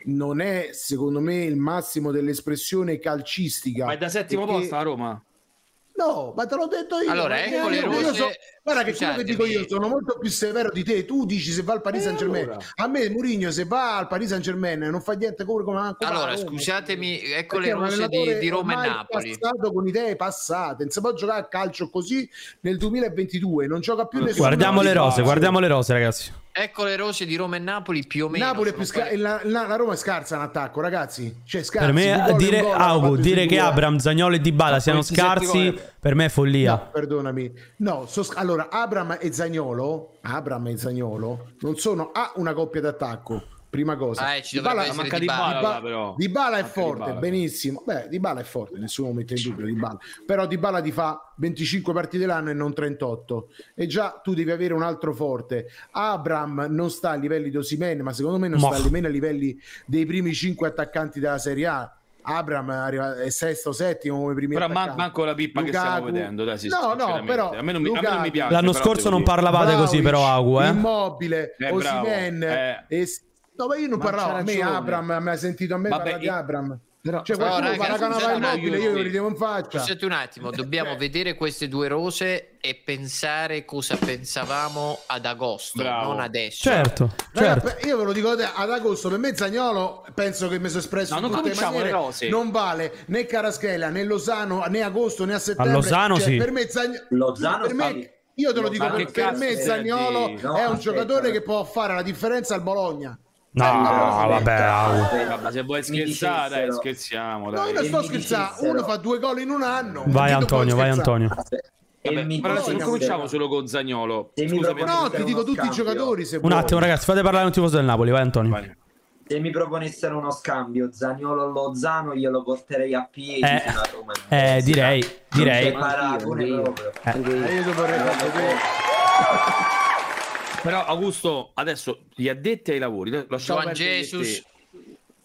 Speaker 7: non è, secondo me, il massimo dell'espressione calcistica.
Speaker 6: Ma è da settimo
Speaker 7: Perché-
Speaker 6: posto a Roma.
Speaker 7: No, ma te l'ho detto io.
Speaker 5: Allora,
Speaker 7: ma-
Speaker 5: ecco le
Speaker 7: io-
Speaker 5: rose-
Speaker 7: io so- Eh, guarda che quello che
Speaker 5: Scusatemi.
Speaker 7: dico io sono molto più severo di te. Tu dici se va al Paris
Speaker 6: Eh,
Speaker 7: Saint Germain.
Speaker 6: allora.
Speaker 7: A me Mourinho se va al Paris Saint Germain non fa niente come come come-
Speaker 2: Allora,
Speaker 7: come-
Speaker 2: scusatemi, ecco
Speaker 7: perché
Speaker 2: le
Speaker 7: è un
Speaker 2: rose di,
Speaker 7: allenatore
Speaker 2: di Roma e
Speaker 7: ormai
Speaker 2: Napoli.
Speaker 7: passato con idee passate. Non si può giocare a calcio così nel 2022, non gioca più nessuno.
Speaker 1: Guardiamo le rose, guardiamo le rose, ragazzi.
Speaker 2: Ecco le rose di Roma e Napoli più o meno.
Speaker 7: Napoli è più
Speaker 2: sono quelle-
Speaker 7: sca- la, la- la Roma è scarsa in attacco, ragazzi. Cioè, scarsa.
Speaker 1: Per
Speaker 7: un
Speaker 1: me,
Speaker 7: gol, un
Speaker 1: dire,
Speaker 7: gol,
Speaker 1: Augu,
Speaker 7: fatto sui
Speaker 1: dire che
Speaker 7: due.
Speaker 1: Abram, Zagnolo e Dybala siano
Speaker 7: 27
Speaker 1: scarsi,
Speaker 7: gol.
Speaker 1: per me è follia.
Speaker 7: No, perdonami. No, so- allora Abram e Zagnolo, Abram e Zagnolo non sono A una coppia d'attacco. Prima cosa.
Speaker 2: Ah, eh, ci dovrebbe essere
Speaker 7: manca
Speaker 2: Dybala,
Speaker 6: là, però.
Speaker 7: Dybala è
Speaker 6: Manca
Speaker 7: forte,
Speaker 6: Dybala.
Speaker 7: benissimo. Beh, Dybala è forte, nessuno lo mette in dubbio Dybala. Però Dybala ti fa 25 partite l'anno e non 38. E già tu devi avere un altro forte. Abram non sta a livelli di Osimhen, ma secondo me non
Speaker 1: Ma-
Speaker 7: sta nemmeno a livelli dei primi 5 attaccanti della Serie A. Abram arriva- è sesto, settimo come primi
Speaker 6: Però man-
Speaker 7: attaccanti.
Speaker 6: manco la pippa che stiamo
Speaker 7: Lukaku-
Speaker 6: vedendo, dai, sì,
Speaker 7: no, no,
Speaker 6: sinceramente.
Speaker 7: però
Speaker 6: A me non mi- a me non mi
Speaker 7: Lukaku-
Speaker 6: piace,
Speaker 1: L'anno
Speaker 6: però
Speaker 1: scorso
Speaker 6: devo
Speaker 1: non
Speaker 6: dire.
Speaker 1: parlavate così, però, Augu, eh.
Speaker 7: Immobile,
Speaker 6: Eh, bravo,
Speaker 7: Osimen,
Speaker 6: eh.
Speaker 7: e s- no, ma io non
Speaker 6: Ma
Speaker 7: parlavo a
Speaker 6: c'ha
Speaker 7: me
Speaker 6: ragione.
Speaker 7: Abram, mi ha sentito a me
Speaker 6: Vabbè,
Speaker 7: parlare di
Speaker 6: io-
Speaker 7: Abram.
Speaker 6: però-
Speaker 7: cioè
Speaker 2: No,
Speaker 7: qualcuno
Speaker 2: raga,
Speaker 7: parla con
Speaker 2: scusate,
Speaker 7: una immobile, io
Speaker 2: sì.
Speaker 7: lo ridevo in faccia.
Speaker 2: Scusate un attimo, dobbiamo vedere queste due rose e pensare cosa pensavamo ad agosto,
Speaker 6: Bravo.
Speaker 2: non adesso.
Speaker 1: Certo,
Speaker 7: Raga,
Speaker 1: certo.
Speaker 7: pe- io ve lo dico a te, ad agosto per me Zagnolo penso che mi sono espresso
Speaker 6: No,
Speaker 7: in
Speaker 6: non
Speaker 7: tutte le
Speaker 6: cominciamo
Speaker 7: maniere,
Speaker 6: le rose.
Speaker 7: non vale né Caraschella né Lozano né agosto né a settembre
Speaker 1: Lozano
Speaker 7: Cioè,
Speaker 1: sì.
Speaker 7: per me Zagn-
Speaker 4: Lozano
Speaker 7: per me-
Speaker 4: stavi-
Speaker 7: io te lo
Speaker 4: Ma
Speaker 7: dico
Speaker 4: che
Speaker 7: per, per
Speaker 4: cazzo
Speaker 7: me
Speaker 4: stai a
Speaker 7: Zagnolo
Speaker 4: dire? No,
Speaker 7: è un
Speaker 4: aspetta.
Speaker 7: giocatore che può fare la differenza al Bologna
Speaker 1: No, vabbè, Augu.
Speaker 6: Vabbè, se vuoi
Speaker 4: Mi
Speaker 6: scherzare, dai,
Speaker 4: dicessero.
Speaker 6: scherziamo.
Speaker 7: No,
Speaker 6: Dai.
Speaker 7: io non sto
Speaker 4: mi
Speaker 7: scherzando.
Speaker 4: dicessero-
Speaker 7: Uno fa due gol in un anno.
Speaker 1: Vai,
Speaker 7: Chi tu
Speaker 1: Antonio,
Speaker 7: puoi
Speaker 1: vai,
Speaker 7: scherzare?
Speaker 1: Antonio.
Speaker 4: E
Speaker 6: Ah, Vabbè,
Speaker 4: mi
Speaker 6: però adesso non
Speaker 4: dicessero-
Speaker 6: cominciamo solo con Zagnolo.
Speaker 4: Se mi
Speaker 6: Scusami,
Speaker 4: proponessero-
Speaker 7: No, ti dico tutti i giocatori. Se
Speaker 1: Un
Speaker 7: vuoi.
Speaker 1: attimo, ragazzi, fate parlare un tifoso del Napoli, vai, Antonio.
Speaker 4: Se mi proponessero uno scambio Zaniolo Lozano, io lo porterei a piedi
Speaker 1: Eh,
Speaker 4: fino a Roma.
Speaker 1: eh, direi, direi.
Speaker 4: Non c'è paragone
Speaker 3: Anch'io,
Speaker 4: proprio.
Speaker 1: Eh,
Speaker 7: Eh, Io ti vorrei fare sapere.
Speaker 6: Però, Augusto, adesso gli addetti ai lavori, lasciamo
Speaker 2: Juan
Speaker 6: perdere te.
Speaker 2: Jesus.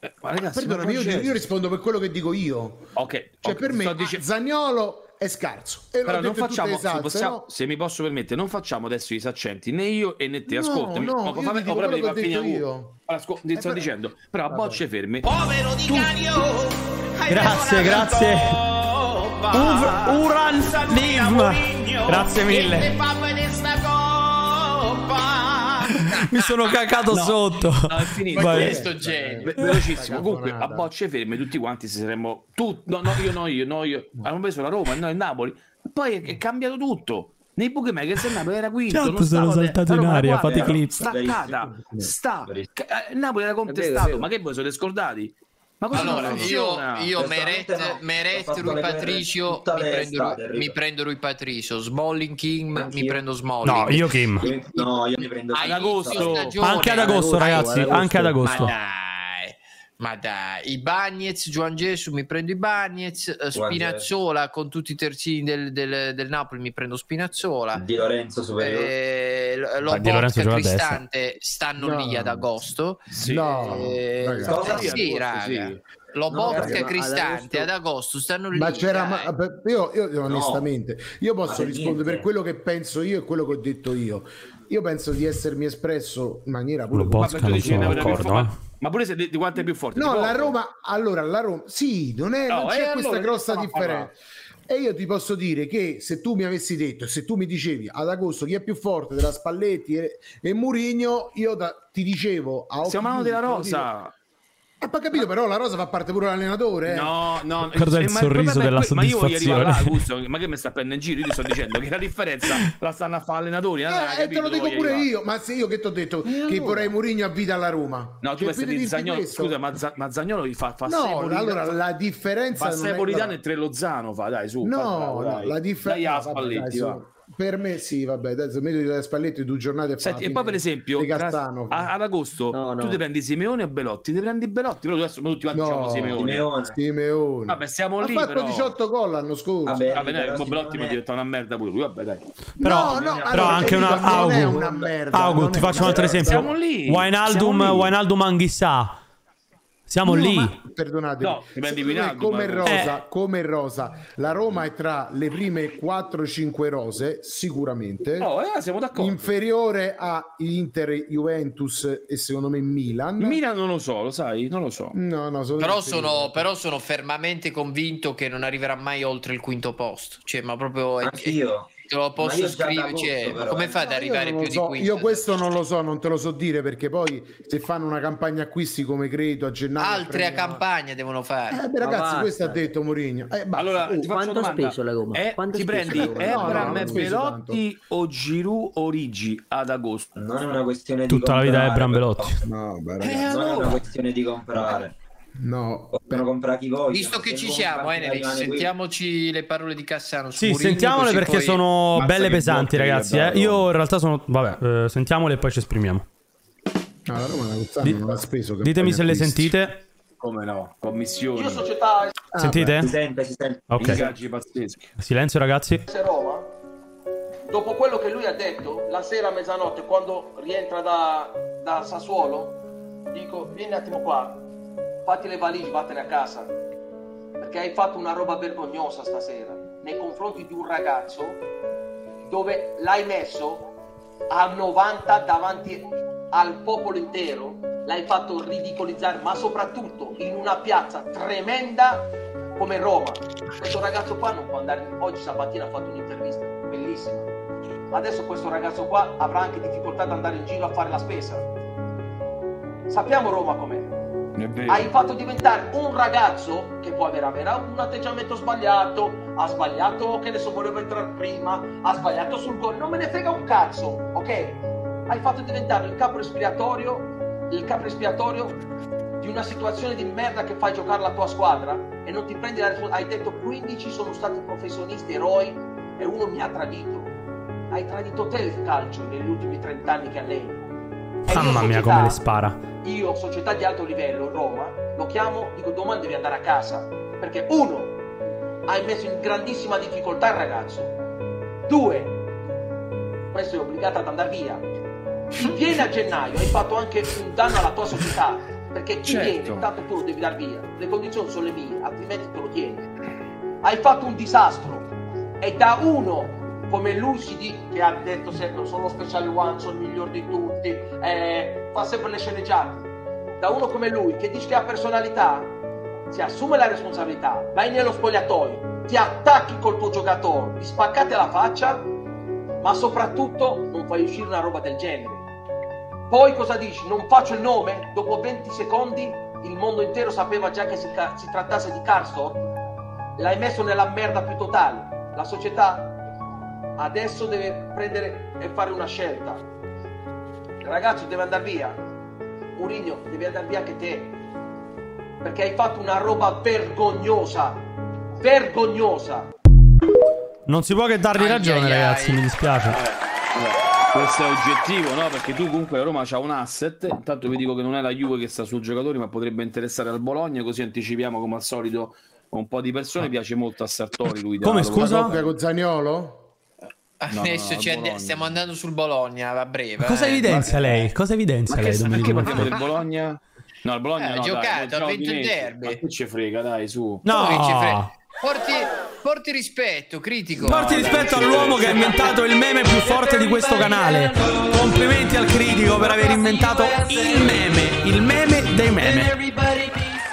Speaker 6: Eh, ma ragazzi,
Speaker 7: Perdonami,
Speaker 6: ma
Speaker 7: io,
Speaker 6: Juan
Speaker 7: io
Speaker 6: Jesus-
Speaker 7: rispondo per quello che dico io.
Speaker 6: Ok,
Speaker 7: Cioè,
Speaker 6: ok,
Speaker 7: per me,
Speaker 6: sto dice-
Speaker 7: ah, Zaniolo è scarso. E
Speaker 6: Però
Speaker 7: l'ho
Speaker 6: non
Speaker 7: detto in tutte
Speaker 6: facciamo,
Speaker 7: le
Speaker 6: se,
Speaker 7: salse,
Speaker 6: possiamo-
Speaker 7: no?
Speaker 6: se mi posso permettere, non facciamo adesso i saccenti né io e né te.
Speaker 7: No,
Speaker 6: Ascolta,
Speaker 7: no, io ti dico quello che ho detto io. Eh,
Speaker 6: Allora, ascol- ti sto
Speaker 7: però-
Speaker 6: dicendo, però a bocce ferme.
Speaker 5: Povero di Cario!
Speaker 1: Grazie, grazie. Ur- Uran Lim. Grazie mille. Mi sono cacato
Speaker 6: No.
Speaker 1: sotto.
Speaker 6: No, è finito.
Speaker 1: Vai.
Speaker 2: Questo genere.
Speaker 6: Ve- velocissimo.
Speaker 7: Ragazzi,
Speaker 6: Comunque, a
Speaker 7: guarda.
Speaker 6: bocce ferme, tutti quanti si saremmo. Tu, no, no, io, no, io, no, io. Abbiamo preso la Roma, noi il Napoli. Poi è, è cambiato tutto. Nei bookmakers il Napoli era quinto.
Speaker 1: Certo,
Speaker 6: non
Speaker 1: sono
Speaker 6: stava-
Speaker 1: saltato
Speaker 6: la
Speaker 1: in
Speaker 6: Roma era
Speaker 1: aria,
Speaker 6: quarta,
Speaker 1: fate
Speaker 6: era
Speaker 1: clip.
Speaker 6: Staccata, sta. eh, Il Napoli
Speaker 3: È vero, è
Speaker 6: era contestato.
Speaker 3: vero.
Speaker 6: Ma che voi siete scordati? Ma
Speaker 1: Ma questo
Speaker 2: allora,
Speaker 1: non
Speaker 2: io,
Speaker 1: funziona.
Speaker 2: io
Speaker 1: Personalmente
Speaker 2: Meret,
Speaker 1: no. Ho
Speaker 2: Meret
Speaker 1: fatto
Speaker 2: Rui
Speaker 1: le guerre
Speaker 2: Patricio,
Speaker 1: tutta
Speaker 2: mi prendo,
Speaker 1: l'estate,
Speaker 2: Rui-
Speaker 1: arrivo.
Speaker 2: mi prendo Rui Patricio, Smalling King, mi prendo Smalling.
Speaker 9: No, io Kim.
Speaker 4: No, io mi prendo
Speaker 2: Ad agosto. stagione,
Speaker 9: Anche ad agosto, ragazzi, anche ad agosto.
Speaker 2: Ma dai, ma dai. I Bagnets, Juan Gesù, mi prendo i Bagnets, eh, Spinazzola con tutti i terzini del, del- del Napoli, mi prendo Spinazzola.
Speaker 4: Di Lorenzo superiore.
Speaker 2: Eh, Lo-
Speaker 4: Ma Di Lorenzo
Speaker 2: Lobotka,
Speaker 4: gioca a destra.
Speaker 2: Cristante stanno
Speaker 4: No.
Speaker 2: lì ad agosto.
Speaker 7: No,
Speaker 2: Eh,
Speaker 7: ragazzi.
Speaker 2: sì, raga.
Speaker 7: No,
Speaker 2: Lobotka
Speaker 7: ragazzi,
Speaker 2: e
Speaker 7: ma ad
Speaker 2: Cristante ad agosto stanno lì.
Speaker 7: Ma c'era,
Speaker 2: dai.
Speaker 7: ma- beh, io, io- io onestamente, io posso
Speaker 2: per
Speaker 7: rispondere
Speaker 2: niente.
Speaker 7: per quello che penso io e quello che ho detto io. Io penso di essermi espresso in maniera pure
Speaker 6: Ma perché tu dici che ne avrebbe più
Speaker 9: d'accordo,
Speaker 1: eh.
Speaker 6: forte? Ma pure se di, di quanto è più forte?
Speaker 7: No,
Speaker 6: Tipo-
Speaker 7: la Roma, allora la Roma, sì, non, è,
Speaker 6: Boh. No,
Speaker 7: non
Speaker 6: eh,
Speaker 7: c'è
Speaker 6: allora,
Speaker 7: questa
Speaker 6: che
Speaker 7: grossa
Speaker 6: fa?
Speaker 7: differenza. E io ti posso dire che se tu mi avessi detto, se tu mi dicevi ad agosto chi è più forte della Spalletti e, e Murigno, io da- ti dicevo a occhi
Speaker 6: Stiamo parlando
Speaker 7: chiusi,
Speaker 6: della
Speaker 7: te lo dico.
Speaker 6: rosa.
Speaker 7: Eh, ma capito, però la rosa fa parte pure l'allenatore. eh.
Speaker 6: No, no,
Speaker 9: Guarda il
Speaker 6: ma
Speaker 9: sorriso
Speaker 6: problema è
Speaker 9: della
Speaker 6: que- Ma io voglio arrivare là,
Speaker 9: soddisfazione.
Speaker 6: Augusto, ma che mi sta prendendo in giro? Io ti sto dicendo che la differenza la stanno a fare allenatori.
Speaker 7: Eh,
Speaker 6: allora,
Speaker 7: e te lo
Speaker 6: capito,
Speaker 7: dico
Speaker 6: voglio
Speaker 7: pure
Speaker 6: arrivare.
Speaker 7: io, ma se io che ti ho detto che
Speaker 6: allora?
Speaker 7: vorrei Mourinho a vita alla Roma.
Speaker 6: No, tu
Speaker 7: Cioè,
Speaker 6: pensi
Speaker 7: quindi
Speaker 6: di
Speaker 7: dirti
Speaker 6: Zagnolo,
Speaker 7: questo.
Speaker 6: scusa, ma, Za- ma Zagnolo gli fa, fa
Speaker 7: No,
Speaker 6: sei Polidano-
Speaker 7: allora, la differenza
Speaker 6: fa
Speaker 7: non
Speaker 6: sei
Speaker 7: è-
Speaker 6: Polidano e tre Lozano fa, dai, su.
Speaker 7: No,
Speaker 6: fa bravo,
Speaker 7: no,
Speaker 6: dai.
Speaker 7: la
Speaker 6: Dai, a
Speaker 7: differenza vabbè, dai,
Speaker 6: Spalletti,
Speaker 7: su.
Speaker 6: va.
Speaker 7: per me sì, vabbè, adesso mi do Spalletti due giornate e fa
Speaker 6: Senti,
Speaker 7: la
Speaker 6: e poi per
Speaker 7: fine
Speaker 6: esempio
Speaker 7: di
Speaker 6: tra-
Speaker 7: Castano.
Speaker 6: a- ad agosto tu ti prendi Simeone o Belotti ti prendi Belotti però adesso tutti quanti diciamo Simeone
Speaker 7: Simeone.
Speaker 6: Vabbè, siamo
Speaker 7: ha
Speaker 6: lì,
Speaker 7: fatto
Speaker 6: però.
Speaker 7: 18 gol l'anno scorso.
Speaker 6: vabbè, vabbè, dai, con Belotti mi diventa una merda pure lui vabbè dai
Speaker 7: Però-
Speaker 6: no,
Speaker 7: allora,
Speaker 9: boh, Però anche una
Speaker 7: non è
Speaker 9: Augu,
Speaker 7: una merda,
Speaker 9: Augu
Speaker 7: non
Speaker 9: ti
Speaker 7: è
Speaker 9: faccio un
Speaker 7: una
Speaker 9: altro
Speaker 7: merda.
Speaker 9: esempio.
Speaker 7: Siamo lì,
Speaker 9: Wijnaldum,
Speaker 7: siamo lì.
Speaker 9: Wijnaldum Anghissà. Siamo
Speaker 7: No,
Speaker 9: lì.
Speaker 7: ma- perdonatemi.
Speaker 9: No, ti prendi
Speaker 7: Secondo me
Speaker 9: Wijnaldum,
Speaker 7: come
Speaker 9: eh.
Speaker 7: rosa, come rosa, la Roma è tra le prime 4-5 rose, sicuramente.
Speaker 6: Oh, eh, siamo d'accordo.
Speaker 7: Inferiore a Inter, Juventus e secondo me Milan.
Speaker 6: Milan non lo so, lo sai, non lo so.
Speaker 7: No, no, sono
Speaker 2: Però
Speaker 7: inferiore.
Speaker 2: sono, però sono fermamente convinto che non arriverà mai oltre il quinto posto. Cioè, ma proprio è-
Speaker 4: Anch'io.
Speaker 2: te lo
Speaker 4: Ma io
Speaker 2: posso
Speaker 4: già da
Speaker 2: scrivere.
Speaker 4: agosto,
Speaker 2: cioè, ma
Speaker 4: però,
Speaker 2: come
Speaker 4: eh.
Speaker 2: fai ad
Speaker 4: No, io
Speaker 2: arrivare
Speaker 7: Non
Speaker 2: più
Speaker 7: lo
Speaker 2: di
Speaker 7: so,
Speaker 2: quinto?
Speaker 7: Io questo non lo so, non te lo so dire perché poi se fanno una campagna acquisti come credo a gennaio
Speaker 2: Altre a
Speaker 7: premiano-
Speaker 2: campagna devono fare.
Speaker 7: Eh, beh, ragazzi, questo ha detto Mourinho. Eh, basta.
Speaker 6: allora
Speaker 7: Oh,
Speaker 6: ti faccio una domanda Eh, ti prendi
Speaker 7: No,
Speaker 6: Ebram
Speaker 7: no,
Speaker 6: e
Speaker 7: non speso tanto.
Speaker 6: Belotti o Giroud o Rigi ad agosto
Speaker 4: non è una questione
Speaker 9: Tutta la vita è
Speaker 4: comprare,
Speaker 9: Bram Belotti.
Speaker 7: No, beh,
Speaker 4: ragazzi,
Speaker 6: Eh,
Speaker 4: non è
Speaker 6: allora.
Speaker 4: una questione di comprare
Speaker 7: no
Speaker 4: per comprare chi voglio
Speaker 2: Visto che ci siamo, Eneri, sentiamoci le parole di Cassano. su
Speaker 9: Sì,
Speaker 2: Mourinho,
Speaker 9: sentiamole
Speaker 2: così
Speaker 9: perché
Speaker 2: poi-
Speaker 9: sono
Speaker 2: Mazza
Speaker 9: belle
Speaker 2: che
Speaker 9: pesanti,
Speaker 2: botte,
Speaker 9: ragazzi.
Speaker 2: via,
Speaker 9: eh.
Speaker 2: bravo.
Speaker 9: Io in realtà sono. Vabbè, eh, sentiamole e poi ci esprimiamo.
Speaker 7: No, la Roma quest'anno
Speaker 9: Di-
Speaker 7: non l'ha speso. che
Speaker 9: Ditemi
Speaker 7: poi
Speaker 9: se le
Speaker 7: acquisti.
Speaker 9: sentite.
Speaker 6: come no commissioni
Speaker 4: io società
Speaker 9: Ah, Sentite? beh.
Speaker 6: si sente si sente
Speaker 9: Ok.
Speaker 6: ingaggi pazzeschi
Speaker 9: Silenzio, ragazzi.
Speaker 11: Se Roma, dopo quello che lui ha detto, la sera a mezzanotte quando rientra da, da Sassuolo, dico vieni un attimo qua, fatti le valigie, vattene a casa, perché hai fatto una roba vergognosa stasera nei confronti di un ragazzo dove l'hai messo a 90 davanti al popolo intero, l'hai fatto ridicolizzare, ma soprattutto in una piazza tremenda come Roma. Questo ragazzo qua non può andare. Oggi stamattina ha fatto un'intervista bellissima. Adesso questo ragazzo qua avrà anche difficoltà ad andare in giro a fare la spesa. Sappiamo Roma com'è.
Speaker 6: è vero
Speaker 11: Hai fatto diventare un ragazzo che può avere, avere un atteggiamento sbagliato, ha sbagliato che adesso voleva entrare prima, ha sbagliato sul gol, non me ne frega un cazzo, ok? Hai fatto diventare il capo espiatorio, il capo espiatorio di una situazione di merda che fai giocare la tua squadra e non ti prendi la responsabilità. Hai detto 15 sono stati professionisti, eroi e uno mi ha tradito. Hai tradito te il calcio negli ultimi 30 anni che alleni. E io
Speaker 9: Mamma mia,
Speaker 11: società-
Speaker 9: come le spara.
Speaker 11: io, società di alto livello, Roma, lo chiamo, dico domani devi andare a casa. Perché uno, hai messo in grandissima difficoltà il ragazzo. Due, questo è obbligato ad andare via. Chi viene a gennaio hai fatto anche un danno alla tua società. Perché chi
Speaker 12: Certo.
Speaker 11: viene, intanto tu lo devi dar via. Le condizioni sono le mie, altrimenti te lo tieni. Hai fatto un disastro. E da uno come Lucidi che ha detto sempre sono special one, sono il miglior di tutti, eh, fa sempre le sceneggiate. Da uno come lui che dice che ha personalità, si assume la responsabilità, vai nello spogliatoio, ti attacchi col tuo giocatore, ti spaccate la faccia, ma soprattutto non fai uscire una roba del genere. Poi cosa dici? Non faccio il nome? Dopo 20 secondi il mondo intero sapeva già che si, ca- si trattasse di Carstor. L'hai messo nella merda più totale. La società adesso deve prendere e fare una scelta. Il ragazzo deve andare via. Murigno, devi andare via anche te. Perché hai fatto una roba vergognosa. Vergognosa.
Speaker 9: Non si può che dargli ragione, ragazzi. Mi dispiace.
Speaker 6: Questo è oggettivo, no? Perché tu comunque a Roma c'ha un asset. Intanto vi dico che non è la Juve che sta sui giocatori, ma potrebbe interessare al Bologna, così anticipiamo come al solito un po' di persone. Piace molto a Sartori lui.
Speaker 7: Come, scusa?
Speaker 6: Con Zagnolo? no,
Speaker 2: Adesso
Speaker 6: no,
Speaker 2: ci and-
Speaker 6: Bologna.
Speaker 2: Cioè, stiamo andando sul Bologna, a breve.
Speaker 9: Cosa
Speaker 2: eh.
Speaker 9: evidenzia lei? Cosa evidenzia lei,
Speaker 6: perché
Speaker 9: Domenico?
Speaker 6: parliamo del Bologna? No, il Bologna
Speaker 2: Eh, ha
Speaker 6: no, dai,
Speaker 2: giocato,
Speaker 6: no,
Speaker 2: ha vinto il
Speaker 6: Udinese.
Speaker 2: derby.
Speaker 6: Ma che ci frega, dai, su.
Speaker 2: Come che ci frega? Porti, porti rispetto, critico.
Speaker 9: Porti rispetto all'uomo che ha inventato il meme più forte di questo canale. Complimenti al critico per aver inventato il meme. Il meme dei meme.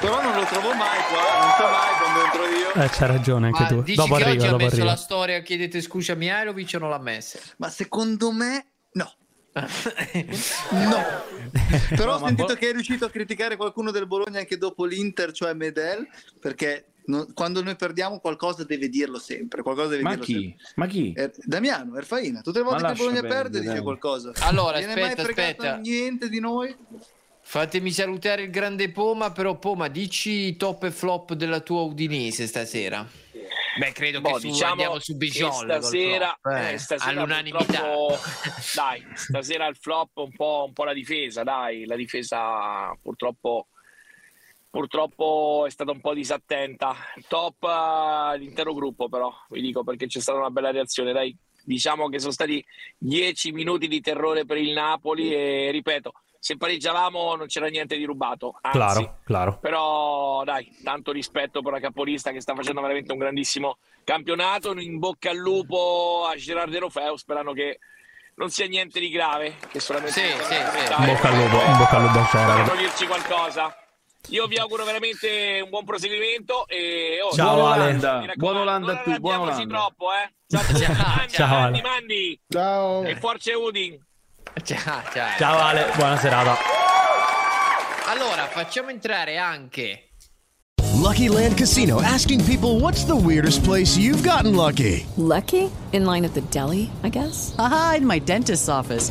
Speaker 13: Però non lo trovo mai qua, non so mai quando entro io.
Speaker 9: Eh, c'ha ragione anche
Speaker 2: Ma
Speaker 9: tu.
Speaker 2: dici
Speaker 9: Dopo
Speaker 2: che
Speaker 9: arriva,
Speaker 2: oggi ha
Speaker 9: dopo
Speaker 2: messo
Speaker 9: arriva.
Speaker 2: la storia, chiedete scusa a Mihailovic o non l'ha messa?
Speaker 13: Ma secondo me no. no. Però ho
Speaker 6: boh.
Speaker 13: sentito che è riuscito a criticare qualcuno del Bologna anche dopo l'Inter, cioè Medel, perché non- quando noi perdiamo qualcosa deve dirlo sempre, qualcosa deve
Speaker 6: Ma
Speaker 13: dirlo
Speaker 6: chi?
Speaker 13: sempre.
Speaker 6: Ma chi?
Speaker 13: Eh, Damiano, Erfaina, tutte le
Speaker 6: Ma
Speaker 13: volte che il
Speaker 6: lascia
Speaker 13: Bologna
Speaker 6: perdere,
Speaker 13: perde dice
Speaker 6: dai.
Speaker 13: qualcosa.
Speaker 2: Allora,
Speaker 13: Viene mai
Speaker 2: aspetta,
Speaker 13: fregato
Speaker 2: aspetta.
Speaker 13: niente di noi?
Speaker 2: Fatemi salutare il grande Poma, però Poma, dici i top e flop della tua Udinese stasera. Beh, credo
Speaker 5: Boh,
Speaker 2: che su,
Speaker 5: diciamo
Speaker 2: andiamo su Bijon
Speaker 5: che
Speaker 2: col
Speaker 5: stasera,
Speaker 2: flop, eh,
Speaker 5: eh, stasera
Speaker 2: all'unanimità.
Speaker 5: purtroppo- dai, stasera il flop è un po', un po' la difesa, dai, la difesa purtroppo, purtroppo è stata un po' disattenta. Top eh, l'intero gruppo però, vi dico perché c'è stata una bella reazione, dai. Diciamo che sono stati dieci minuti di terrore per il Napoli e ripeto, se pareggiavamo non c'era niente di rubato, anzi,
Speaker 9: Claro, claro.
Speaker 5: però dai, tanto rispetto per la capolista che sta facendo veramente un grandissimo campionato. In bocca al lupo a Gerard De Rofeo, sperando che non sia niente di grave. Che solamente
Speaker 9: In bocca al lupo, in bocca al lupo a
Speaker 5: per
Speaker 9: Gerard.
Speaker 5: toglierci qualcosa. Io vi auguro veramente un buon proseguimento. E, oh,
Speaker 9: Ciao,
Speaker 5: buona
Speaker 9: Ale.
Speaker 5: Olanda, mi raccomando,
Speaker 6: Buona Olanda a
Speaker 5: non
Speaker 6: tutti, buona
Speaker 5: arrabbiamoci
Speaker 6: Olanda.
Speaker 5: troppo, eh. Ciao,
Speaker 9: Ciao, Ale.
Speaker 5: Mandi, mandi.
Speaker 7: Ciao.
Speaker 5: E forza Udin.
Speaker 2: Ciao, ciao.
Speaker 9: Ciao eh. Ale, buona serata.
Speaker 2: Allora, facciamo entrare anche
Speaker 14: Lucky Land Casino asking people what's the weirdest place you've gotten lucky?
Speaker 15: Lucky? In line at the deli, I guess?
Speaker 16: Haha, in my dentist's office.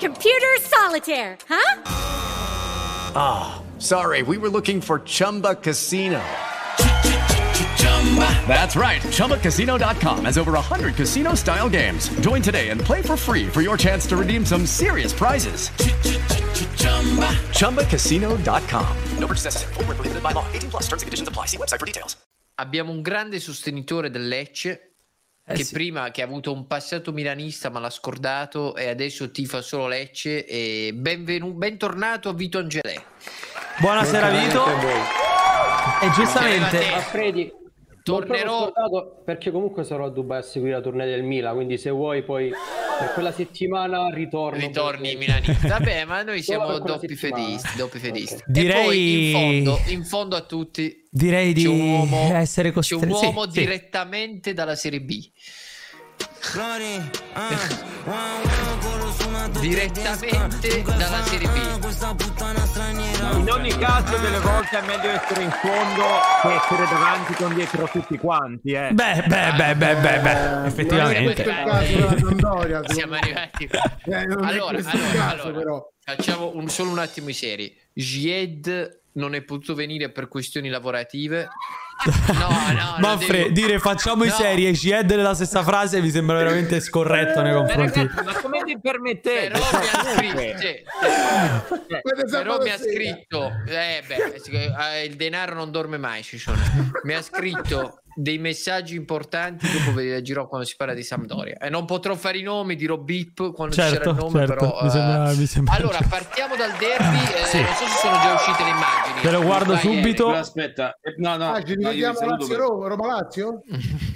Speaker 17: Computer solitaire, huh?
Speaker 18: Ah, sorry, we were looking for Chumba Casino. That's right, ChumbaCasino.com has over 100 casino style games. Join today and play for free for your chance to redeem some serious prizes. ChumbaCasino.com. No purchase necessary, void where prohibited by law, 18 plus terms and conditions apply. See website for details.
Speaker 2: abbiamo un grande sostenitore del Lecce
Speaker 9: Eh
Speaker 2: che prima che ha avuto un passato milanista ma l'ha scordato e adesso tifa solo Lecce e benvenu- bentornato a Vito Angelè.
Speaker 1: Buonasera Vito. E giustamente
Speaker 2: Arriva a te.
Speaker 19: Freddy,
Speaker 2: Tornerò-
Speaker 19: tornerò perché comunque sarò a Dubai a seguire la tournée del Milan, quindi se vuoi poi per quella settimana ritorno.
Speaker 2: Ritorni milanista. Vabbè, ma noi siamo
Speaker 19: per quella
Speaker 2: doppi
Speaker 19: settimana.
Speaker 2: fedisti, doppi fedisti.
Speaker 9: Direi-
Speaker 2: E poi in fondo, in fondo a tutti
Speaker 9: Direi di
Speaker 2: c'è un uomo,
Speaker 9: essere
Speaker 2: c'è un
Speaker 9: costretti. sì,
Speaker 2: uomo
Speaker 9: sì.
Speaker 2: direttamente dalla Serie B. direttamente dalla Serie B.
Speaker 12: In ogni caso, delle volte è meglio essere in fondo che essere davanti con dietro tutti quanti. Eh.
Speaker 9: Beh, beh, beh, beh, beh, beh, effettivamente.
Speaker 2: Siamo arrivati.
Speaker 7: Eh, non è
Speaker 2: allora,
Speaker 7: questo
Speaker 2: allora,
Speaker 7: il caso,
Speaker 2: allora,
Speaker 7: però.
Speaker 2: facciamo un- solo un attimo i seri. Jed non è potuto venire per questioni lavorative. No, no, lo
Speaker 9: Manfred,
Speaker 2: devo-
Speaker 9: dire facciamo i
Speaker 2: No.
Speaker 9: seri e Ciedere la stessa frase mi sembra veramente scorretto
Speaker 2: Eh,
Speaker 9: nei confronti.
Speaker 12: Ma come vi permettete?
Speaker 2: Però mi ha scritto,
Speaker 6: cioè,
Speaker 2: sì. Cioè, Però mi ha scritto, eh beh, eh, il denaro non dorme mai, Ciccione. Mi ha scritto dei messaggi importanti, dopo ve li leggerò quando si parla di Sampdoria. E non potrò fare i nomi, dirò beep quando ci sarà
Speaker 9: Certo,
Speaker 2: il nome,
Speaker 9: certo,
Speaker 2: però...
Speaker 9: mi
Speaker 2: eh,
Speaker 9: sembra- mi sembra
Speaker 2: Allora,
Speaker 9: giusto.
Speaker 2: partiamo dal derby, eh,
Speaker 9: Sì.
Speaker 2: non so se sono già uscite le immagini.
Speaker 9: Ve lo guardo
Speaker 2: Vai,
Speaker 9: subito.
Speaker 2: Eric.
Speaker 6: Però aspetta, eh, no, no,
Speaker 7: eh, Ah, ci
Speaker 6: no, io vi
Speaker 7: rivediamo
Speaker 6: saluto
Speaker 7: Lazio
Speaker 6: per-
Speaker 7: Roma, Roma Lazio?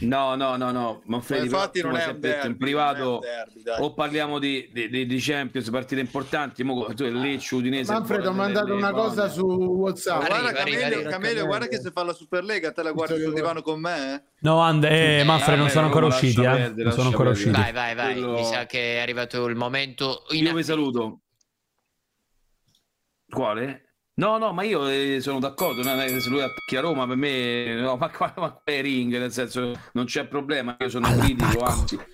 Speaker 6: No, no, no, no, Manfredi,
Speaker 13: Ma
Speaker 6: però,
Speaker 13: infatti non
Speaker 6: come
Speaker 13: è
Speaker 6: si
Speaker 13: un
Speaker 6: detto in
Speaker 13: derby,
Speaker 6: privato
Speaker 13: non è un derby, dai.
Speaker 6: o parliamo di, di- di- di Champions, partite importanti, mo, tu, Lecce, Udinese...
Speaker 7: Manfredo ha mandato una cosa su WhatsApp.
Speaker 13: guarda, Camelio, Camelio, guarda che se fa la Superlega te la guardi sul divano con me. eh.
Speaker 1: No, and- eh, Manfred, non
Speaker 6: vabbè,
Speaker 1: sono ancora
Speaker 6: lascia
Speaker 1: usciti. eh.
Speaker 6: perdere,
Speaker 1: Non
Speaker 6: lascia
Speaker 1: sono ancora
Speaker 6: perdere.
Speaker 1: usciti.
Speaker 2: Vai, vai, vai.
Speaker 6: Quello-
Speaker 2: Mi sa che è arrivato il momento.
Speaker 6: Io vi saluto. Quale? No, no, ma io eh, sono d'accordo. no, eh, Se lui attacchi a Roma, per me, no, ma qua, ma qua è ring, nel senso, non c'è problema. Io sono critico, anzi,
Speaker 13: ecco.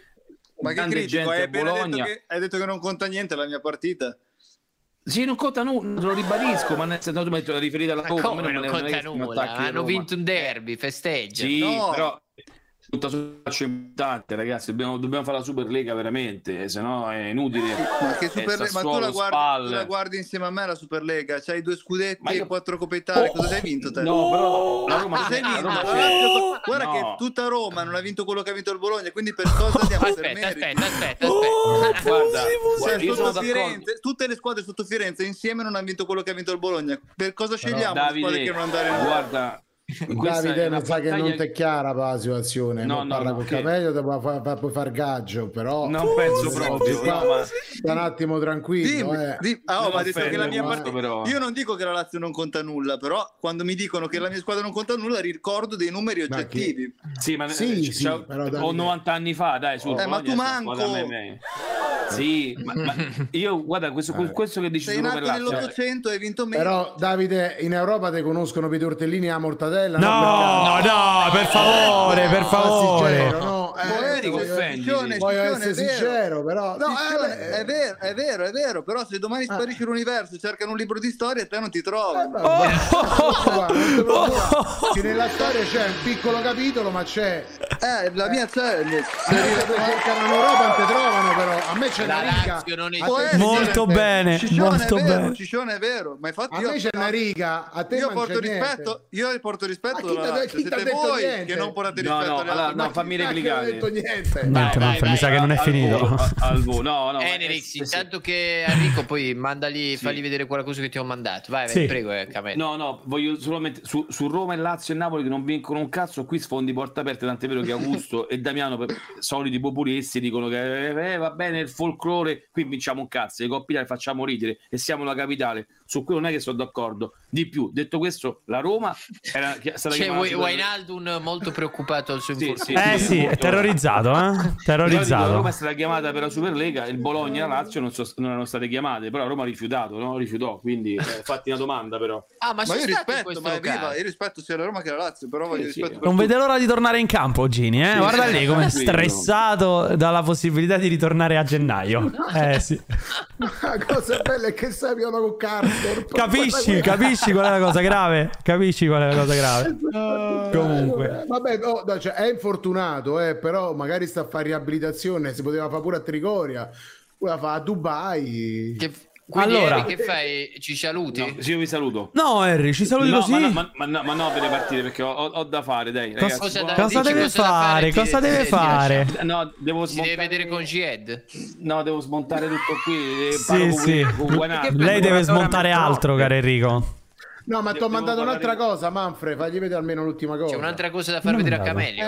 Speaker 13: Ma che
Speaker 6: Grande
Speaker 13: critico,
Speaker 6: gente
Speaker 13: hai
Speaker 6: a
Speaker 13: appena detto
Speaker 6: Bologna.
Speaker 13: che, hai detto che non conta niente la mia partita.
Speaker 6: sì, non conta nulla, te lo ribadisco. Ma nel senso, tu mi hai riferito alla
Speaker 2: Ma
Speaker 6: Roma, a me
Speaker 2: come non
Speaker 6: me ne- non è
Speaker 2: conta
Speaker 6: che mi
Speaker 2: nulla?
Speaker 6: attacchi la
Speaker 2: Hanno
Speaker 6: Roma.
Speaker 2: vinto un derby, festeggia.
Speaker 6: Sì, però tutta sul calcio è importante, ragazzi. Dobbiamo, dobbiamo fare la Superlega veramente, eh, se no è inutile.
Speaker 13: Ma che
Speaker 6: Eh,
Speaker 13: Superlega- ma tu
Speaker 6: Sassuolo,
Speaker 13: la, guardi, tu
Speaker 6: spalle.
Speaker 13: la guardi insieme a me la Superlega, c'hai due scudetti
Speaker 6: Ma io-
Speaker 13: e quattro Coppe Italia, cosa hai vinto te?
Speaker 6: No, però la Roma
Speaker 13: Cosa hai
Speaker 6: la
Speaker 13: vinto?
Speaker 6: Roma
Speaker 13: Eh,
Speaker 6: c'è.
Speaker 13: Guarda
Speaker 6: No.
Speaker 13: che tutta Roma non ha vinto quello che ha vinto il Bologna, quindi per cosa andiamo per
Speaker 2: Aspetta,
Speaker 13: merito?
Speaker 2: aspetta, aspetta, aspetta.
Speaker 6: Guarda,
Speaker 13: Cioè,
Speaker 6: guarda, io sono
Speaker 13: sotto
Speaker 6: d'accordo.
Speaker 13: Firenze, tutte le squadre sotto Firenze insieme non hanno vinto quello che ha vinto il Bologna. Per cosa
Speaker 6: Però,
Speaker 13: scegliamo le squadre
Speaker 6: Davide,
Speaker 13: che non andare in
Speaker 6: Guarda, questa è
Speaker 7: Davide,
Speaker 6: una
Speaker 7: mi sa che non
Speaker 6: battaglia-
Speaker 7: ti è chiara la situazione.
Speaker 6: No,
Speaker 7: No,
Speaker 6: no,
Speaker 7: parla
Speaker 6: no,
Speaker 7: con
Speaker 6: che-
Speaker 7: Camelio, te puoi fa- fa- puoi far gaggio, però...
Speaker 6: Non penso proprio,
Speaker 7: Sta,
Speaker 6: no, ma-
Speaker 7: sta un attimo tranquillo.
Speaker 13: Dimmi,
Speaker 7: eh.
Speaker 13: di- ah, oh,
Speaker 6: Non
Speaker 13: ma ha detto che
Speaker 6: offendo
Speaker 13: la mia
Speaker 6: questo,
Speaker 13: partita-
Speaker 6: però.
Speaker 13: Io non dico che la Lazio non conta nulla, però quando mi dicono che la mia squadra non conta nulla, ricordo dei numeri oggettivi.
Speaker 6: Sì, ma eh,
Speaker 13: Sì,
Speaker 6: c-
Speaker 13: sì,
Speaker 6: c'ho-
Speaker 13: però,
Speaker 6: ho
Speaker 13: Davide.
Speaker 6: 90 anni fa, dai, su.
Speaker 13: Eh, ma
Speaker 6: Bologna
Speaker 13: tu
Speaker 6: sta
Speaker 13: manco!
Speaker 6: squadra a me- Sì, ma, ma io guarda questo, questo che dici
Speaker 13: Sei
Speaker 6: tu
Speaker 13: nato
Speaker 6: per Lazio, cioè,
Speaker 13: nell'Ottocento e hai vinto meno.
Speaker 7: Però Davide, in Europa te conoscono per i tortellini e la mortadella. Ah,
Speaker 1: No, no, per favore, per favore.
Speaker 7: Sincero, no, eh,
Speaker 13: Poveri,
Speaker 7: voglio-
Speaker 13: offendi.
Speaker 7: voglio
Speaker 13: Scissione,
Speaker 7: essere
Speaker 13: è vero.
Speaker 7: sincero, però no,
Speaker 13: Scissione,
Speaker 7: eh, Ah.
Speaker 13: è vero, è vero, è vero, però se domani sparisce l'universo, cercano un libro di storia e te non ti trovi.
Speaker 7: Eh, che nella storia c'è un piccolo capitolo, ma c'è.
Speaker 13: Eh, la mia c'è. Se
Speaker 7: cercano in Europa non te trovano, però a me c'è
Speaker 2: La
Speaker 7: una riga.
Speaker 2: Lazio non
Speaker 7: A te
Speaker 2: esiste.
Speaker 7: c'è
Speaker 1: Molto
Speaker 7: niente.
Speaker 1: bene,
Speaker 13: Ciccione
Speaker 1: molto
Speaker 13: è vero,
Speaker 1: bene.
Speaker 13: Ciccione è vero, ma infatti
Speaker 7: A
Speaker 13: io,
Speaker 7: me c'è una riga, a te
Speaker 13: io
Speaker 7: non
Speaker 13: porto
Speaker 7: c'è niente.
Speaker 13: rispetto, io porto rispetto
Speaker 7: Ma chi
Speaker 13: alla
Speaker 7: t'ha-
Speaker 13: Lazio,
Speaker 7: chi t'ha
Speaker 13: siete
Speaker 7: detto
Speaker 13: voi
Speaker 7: niente?
Speaker 13: che non portate
Speaker 6: No,
Speaker 13: rispetto
Speaker 6: no,
Speaker 13: alle
Speaker 6: allora,
Speaker 13: altre.
Speaker 6: no,
Speaker 13: Ma
Speaker 6: fammi
Speaker 13: chi cacchio
Speaker 6: replicare.
Speaker 13: ha detto niente?
Speaker 1: Niente,
Speaker 2: vai,
Speaker 1: Manfred, mi
Speaker 2: vai,
Speaker 1: sa che non è
Speaker 6: al volo,
Speaker 1: finito.
Speaker 6: a- al volo. no, no.
Speaker 2: Enerix, intanto che Enrico poi mandali, fagli vedere quella cosa che ti ho mandato. Vai, vai,
Speaker 6: Sì.
Speaker 2: prego, eh, Camello.
Speaker 6: No, no, voglio solamente su, su Roma e Lazio e Napoli che non vincono un cazzo, qui sfondi porta aperte, tant'è vero che Augusto e Damiano, per- soliti populisti, dicono che eh, eh, va bene il folklore, qui vinciamo un cazzo, le coppie le facciamo ridere e siamo la capitale. Su quello non è che sono d'accordo. Di più, detto questo, la Roma era chi- stata
Speaker 2: C'è
Speaker 6: chiamata
Speaker 2: Wai-
Speaker 6: Super-
Speaker 2: Cioè, Wijnaldum molto preoccupato al suo infortunio.
Speaker 1: Eh sì, è terrorizzato, eh?
Speaker 6: La Roma
Speaker 1: Terrorizzato.
Speaker 6: è stata chiamata per la Superlega, il Bologna e la Lazio non, so- non erano state chiamate, però la Roma ha rifiutato, no? rifiutò, quindi eh, fatti una domanda però.
Speaker 2: Ah, ma,
Speaker 13: Ma
Speaker 2: sono
Speaker 13: io
Speaker 2: stati in
Speaker 13: rispetto,
Speaker 2: questo
Speaker 13: ma viva,
Speaker 2: locale.
Speaker 13: io rispetto sia la Roma che la Lazio, però voglio rispetto per
Speaker 1: Non
Speaker 13: tutti.
Speaker 1: vede l'ora di tornare in campo, Gini, eh?
Speaker 13: Sì,
Speaker 1: Guarda
Speaker 13: sì,
Speaker 1: lì come è
Speaker 13: tranquillo.
Speaker 1: stressato dalla possibilità di ritornare a gennaio. Eh sì.
Speaker 7: La cosa bella è che sappiano con Carter.
Speaker 1: Capisci, capisci qual è la cosa grave? Capisci qual è la cosa grave? Comunque.
Speaker 7: Vabbè, no, no, cioè, è infortunato, eh, però magari sta a fare riabilitazione. Si poteva fare pure a Trigoria, la fa a Dubai. eh,
Speaker 2: Quindi,
Speaker 1: Allora.
Speaker 2: Henry, che fai? Ci saluti?
Speaker 6: Sì, io vi saluto.
Speaker 1: No, Harry, ci saluti
Speaker 6: No,
Speaker 1: così?
Speaker 6: Ma, no, ma, ma no, ma no per le partite perché ho, ho- ho da fare, dai.
Speaker 1: Cosa-
Speaker 6: ragazzi.
Speaker 1: cosa
Speaker 6: Buon-
Speaker 1: da- Cosa dici, deve cosa da fare? fare? Ti- Cosa ti- deve ti fare? lasciamo.
Speaker 6: No, devo
Speaker 2: Si deve
Speaker 6: smontare,
Speaker 2: vedere con Jed.
Speaker 6: no, devo smontare tutto qui. eh,
Speaker 1: Sì,
Speaker 6: parlo
Speaker 1: sì.
Speaker 6: con- con Guanazzi.
Speaker 1: Lei deve smontare altro, caro Enrico.
Speaker 7: No, ma ti ho
Speaker 6: Devo
Speaker 7: mandato
Speaker 6: parlare-
Speaker 7: un'altra cosa, Manfred. Fagli vedere almeno l'ultima cosa.
Speaker 2: C'è un'altra cosa da far vedere a Camelio.
Speaker 7: Eh,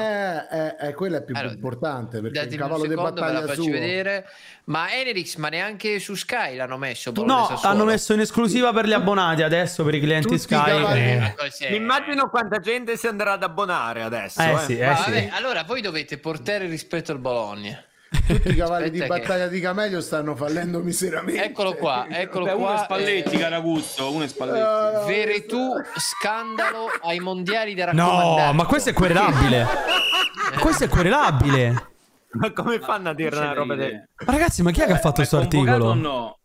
Speaker 7: eh, eh, quella è più importante perché è il
Speaker 2: Datemi un
Speaker 7: cavallo di
Speaker 2: secondo, ve la
Speaker 7: battaglia
Speaker 2: faccio
Speaker 7: suo.
Speaker 2: vedere. Ma Enerix, ma neanche su Sky l'hanno messo. Bologna
Speaker 1: No,
Speaker 2: Sassuolo.
Speaker 1: hanno messo in esclusiva per gli abbonati adesso, per i clienti Sky. Eh.
Speaker 2: Cos'è?
Speaker 12: Mi immagino quanta gente si andrà ad abbonare adesso.
Speaker 1: Eh sì, eh
Speaker 2: Ma
Speaker 1: sì.
Speaker 2: vabbè, allora voi dovete portare rispetto al Bologna.
Speaker 7: Tutti i cavalli di
Speaker 2: Aspetta che- Ecco.
Speaker 7: battaglia di Camelio stanno fallendo miseramente.
Speaker 2: Eccolo qua, eccolo
Speaker 6: Beh, uno è
Speaker 2: qua.
Speaker 6: Spalletti,
Speaker 2: eh,
Speaker 6: Caragusto, uno è Spalletti.
Speaker 2: Veretù, scandalo ai mondiali da raccomandare.
Speaker 1: No, ma questo è querelabile. Questo è querelabile.
Speaker 12: Ma come fanno a dire una roba del...
Speaker 1: Ma ragazzi, ma chi è che ha fatto questo articolo?
Speaker 6: No.